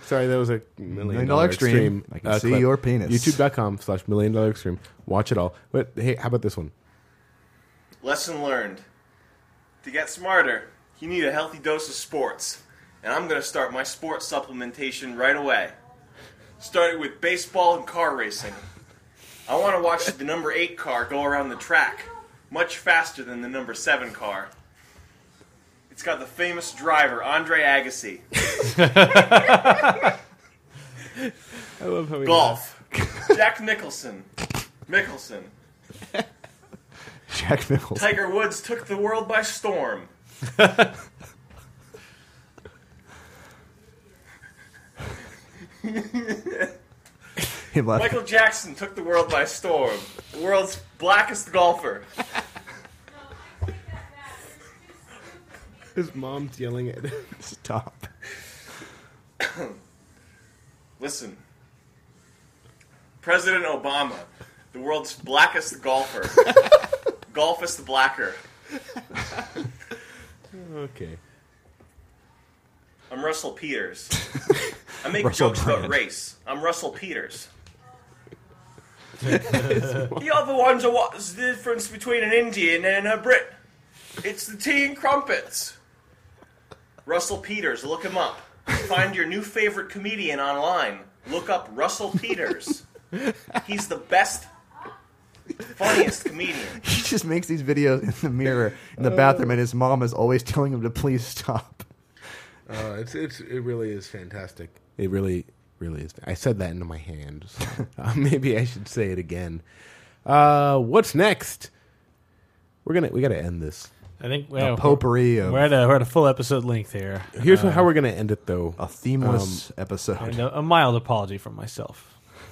[SPEAKER 3] Sorry, that was a million,
[SPEAKER 5] dollar
[SPEAKER 3] dollar
[SPEAKER 5] extreme.
[SPEAKER 3] extreme. uh,
[SPEAKER 5] I can see your penis.
[SPEAKER 3] YouTube.com slash million dollar extreme. Watch it all. But hey, how about this one?
[SPEAKER 1] Lesson learned. To get smarter, you need a healthy dose of sports. And I'm going to start my sports supplementation right away. Started with baseball and car racing. I want to watch the number 8 car go around the track, much faster than the number 7 car. It's got the famous driver, Andre Agassi. Golf. Jack Nicholson. Mickelson.
[SPEAKER 5] Jack Nichols.
[SPEAKER 1] Tiger Woods took the world by storm.
[SPEAKER 5] He left.
[SPEAKER 1] Michael Jackson took the world by storm. The world's blackest golfer.
[SPEAKER 3] His mom's yelling at.
[SPEAKER 5] Stop.
[SPEAKER 1] Listen. President Obama, the world's blackest golfer. Golfist blacker.
[SPEAKER 3] okay.
[SPEAKER 1] I'm Russell Peters. I make
[SPEAKER 5] Russell
[SPEAKER 1] jokes
[SPEAKER 5] Brand.
[SPEAKER 1] about race. I'm Russell Peters. the other ones are what's the difference between an Indian and a Brit? It's the tea and crumpets. Russell Peters, look him up. Find your new favorite comedian online. Look up Russell Peters. He's the best, funniest comedian.
[SPEAKER 5] He just makes these videos in the mirror in the bathroom, and his mom is always telling him to please stop.
[SPEAKER 3] Uh, it's it's it really is fantastic. It really really is. I said that into my hand. so, uh, maybe I should say it again. Uh, what's next? We're gonna we gotta end this.
[SPEAKER 4] I think well,
[SPEAKER 5] Potpourri of
[SPEAKER 4] we're at a we're at a full episode length here.
[SPEAKER 3] Here's how we're gonna end it though.
[SPEAKER 5] Uh, a
[SPEAKER 3] Um,
[SPEAKER 5] themeless episode.
[SPEAKER 4] And a, a mild apology from myself.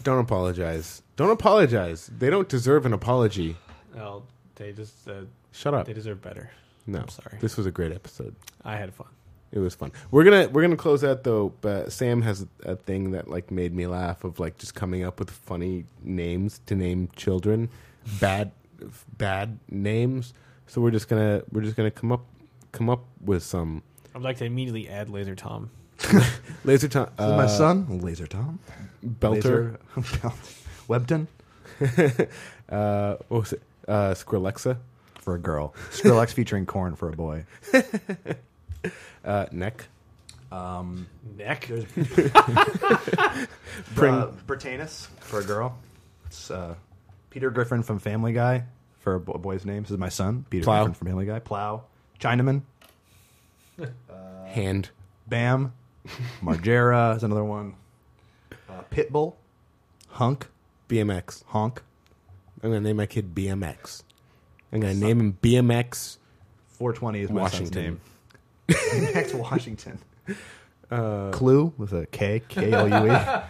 [SPEAKER 3] Don't apologize. Don't apologize. They don't deserve an apology.
[SPEAKER 4] Well, they just uh,
[SPEAKER 3] Shut up.
[SPEAKER 4] they deserve better.
[SPEAKER 3] No,
[SPEAKER 4] I'm sorry.
[SPEAKER 3] This was a great episode.
[SPEAKER 4] I had fun.
[SPEAKER 3] It was fun. We're gonna we're gonna close out though. But Sam has a thing that like made me laugh of like just coming up with funny names to name children, bad bad names. So we're just gonna we're just gonna come up come up with some
[SPEAKER 4] I'd like to immediately add Laser Tom.
[SPEAKER 3] laser time uh,
[SPEAKER 5] My son, Laser Tom,
[SPEAKER 3] belter.
[SPEAKER 5] Laser- Webton
[SPEAKER 3] Uh, what was it? Uh, Skrillexa
[SPEAKER 5] for a girl, Skrillex featuring corn for a boy.
[SPEAKER 3] uh, neck.
[SPEAKER 4] Neck.
[SPEAKER 3] Pring.
[SPEAKER 5] Uh, Bertanus for a girl. It's uh, Peter Griffin from Family Guy for a bo- boy's name. This is my son, Peter
[SPEAKER 3] Plow.
[SPEAKER 5] Griffin from Family Guy. Plow, Chinaman,
[SPEAKER 4] Uh.
[SPEAKER 3] hand.
[SPEAKER 5] Bam, Margera is another one. Uh, Pitbull, Hunk,
[SPEAKER 3] BMX.
[SPEAKER 5] Honk,
[SPEAKER 3] I'm gonna name my kid BMX. I'm gonna name him BMX.
[SPEAKER 5] 420 is my
[SPEAKER 3] Washington.
[SPEAKER 5] son's name. Next Washington. Clue with a K, K L U E.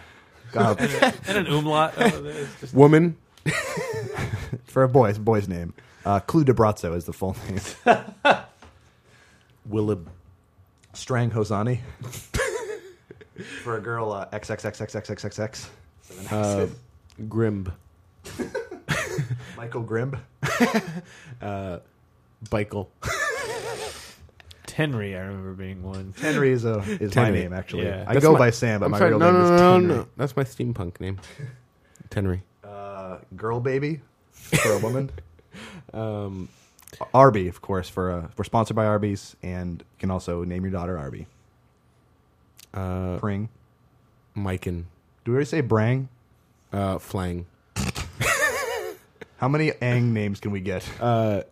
[SPEAKER 5] Uh, God,
[SPEAKER 4] and an umlaut. over there. It's just-
[SPEAKER 3] Woman.
[SPEAKER 5] for a boy's boy's name. Uh, Clue Debrazzo is the full name.
[SPEAKER 3] Willib.
[SPEAKER 5] Strang Hosani. for a girl uh, XXXXXXX.
[SPEAKER 3] Uh, Grimb.
[SPEAKER 5] Michael Grimb.
[SPEAKER 3] uh, Bikel.
[SPEAKER 4] Henry, I remember being one.
[SPEAKER 5] Henry is a- is my name, actually. I
[SPEAKER 3] That's
[SPEAKER 5] go
[SPEAKER 3] my-
[SPEAKER 5] by Sam, but
[SPEAKER 3] I'm
[SPEAKER 5] my
[SPEAKER 3] sorry,
[SPEAKER 5] real
[SPEAKER 3] no, no,
[SPEAKER 5] name is
[SPEAKER 3] no,
[SPEAKER 5] Tenry.
[SPEAKER 3] No, no, that's my steampunk name, Tenry.
[SPEAKER 5] Uh, girl baby for a woman. um, Arby, of course, for uh, we're sponsored by Arby's, and you can also name your daughter Arby.
[SPEAKER 3] Uh,
[SPEAKER 5] Pring.
[SPEAKER 3] Mikan.
[SPEAKER 5] Do we already say Brang?
[SPEAKER 3] Uh, Flang.
[SPEAKER 5] How many Ang names can we get?
[SPEAKER 3] Uh,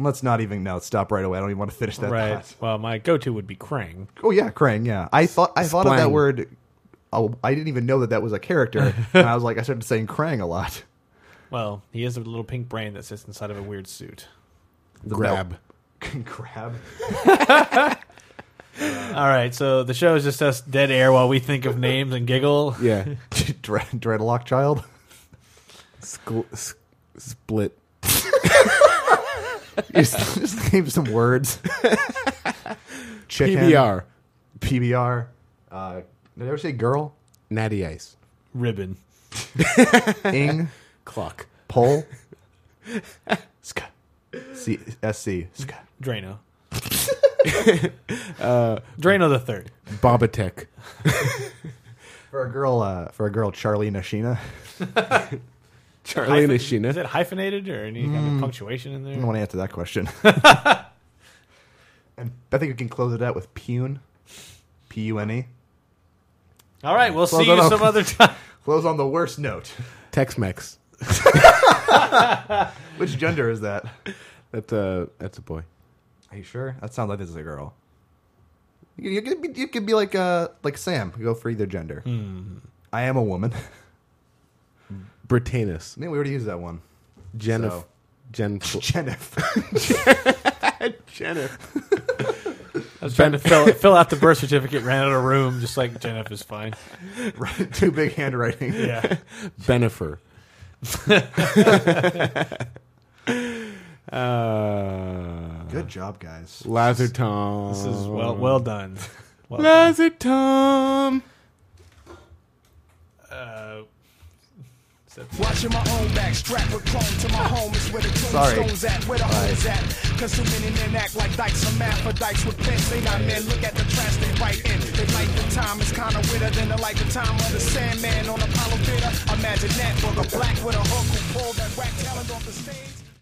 [SPEAKER 5] Let's not even. No, stop right away. I don't even want to finish that.
[SPEAKER 4] right.
[SPEAKER 5] thought.
[SPEAKER 4] Well, my go-to would be Krang.
[SPEAKER 5] Oh yeah, Krang. Yeah, I thought I thought of that
[SPEAKER 4] Splang.
[SPEAKER 5] word. Oh, I didn't even know that that was a character, and I was like, I started saying Krang a lot.
[SPEAKER 4] Well, he has a little pink brain that sits inside of a weird suit.
[SPEAKER 5] The
[SPEAKER 3] Grab.
[SPEAKER 5] belt. Grab.
[SPEAKER 4] All right, so the show is just us dead air while we think of names and giggle.
[SPEAKER 3] Yeah.
[SPEAKER 5] Dread, dreadlock child.
[SPEAKER 3] Skl- s- split.
[SPEAKER 5] just, just name some words. Chicken.
[SPEAKER 3] PBR.
[SPEAKER 5] PBR. Uh, did I ever say girl?
[SPEAKER 3] Natty Ice.
[SPEAKER 4] Ribbon.
[SPEAKER 5] Ing.
[SPEAKER 3] Clock.
[SPEAKER 5] Pole. Ska. C- SC. Ska.
[SPEAKER 4] Drano.
[SPEAKER 5] Uh,
[SPEAKER 4] Drano the third.
[SPEAKER 3] Bobatek.
[SPEAKER 5] For a girl, uh, for a girl, Charlie Nashina.
[SPEAKER 3] Charlie
[SPEAKER 4] Hyphen-
[SPEAKER 3] Nishina.
[SPEAKER 4] Is it hyphenated or any kind of punctuation in
[SPEAKER 5] I
[SPEAKER 4] there?
[SPEAKER 5] don't want to answer that question. and I think we can close it out with pune. P U N E.
[SPEAKER 4] All right, we'll
[SPEAKER 5] Close
[SPEAKER 4] see you
[SPEAKER 5] it up.
[SPEAKER 4] some other time.
[SPEAKER 5] Close on the worst note.
[SPEAKER 3] Tex Mex.
[SPEAKER 5] Which gender is that?
[SPEAKER 3] That's a, that's a boy.
[SPEAKER 5] Are you sure? That sounds like this is a girl. You, you could be, you could be like uh like Sam. Go for either gender. I am a woman.
[SPEAKER 3] Britannis.
[SPEAKER 5] Man, we already used that one.
[SPEAKER 3] Jennifer.
[SPEAKER 5] So-
[SPEAKER 3] Jen.
[SPEAKER 5] Jennifer.
[SPEAKER 3] Jennifer.
[SPEAKER 4] I was trying to fill, fill out the birth certificate, ran out of room, just like Jennifer is fine.
[SPEAKER 5] right, too big handwriting.
[SPEAKER 4] Yeah.
[SPEAKER 3] Benifer. uh,
[SPEAKER 5] Good job, guys.
[SPEAKER 3] Lazar Tom.
[SPEAKER 4] This is well well done. Well done.
[SPEAKER 3] Lazar Tom.
[SPEAKER 4] Uh, so-
[SPEAKER 7] Watching my own back, strapped with chrome to my home is where the
[SPEAKER 5] Sorry.
[SPEAKER 7] tombstones at, where the home's at. Cause too many men act like dykes and math for dykes with pins. They not men, look at the trash they write in. They like the time is kinda witter than the like the time of the Sandman on Apollo Theater. Imagine that for the black with a hook who pulled that whack talent off the stage.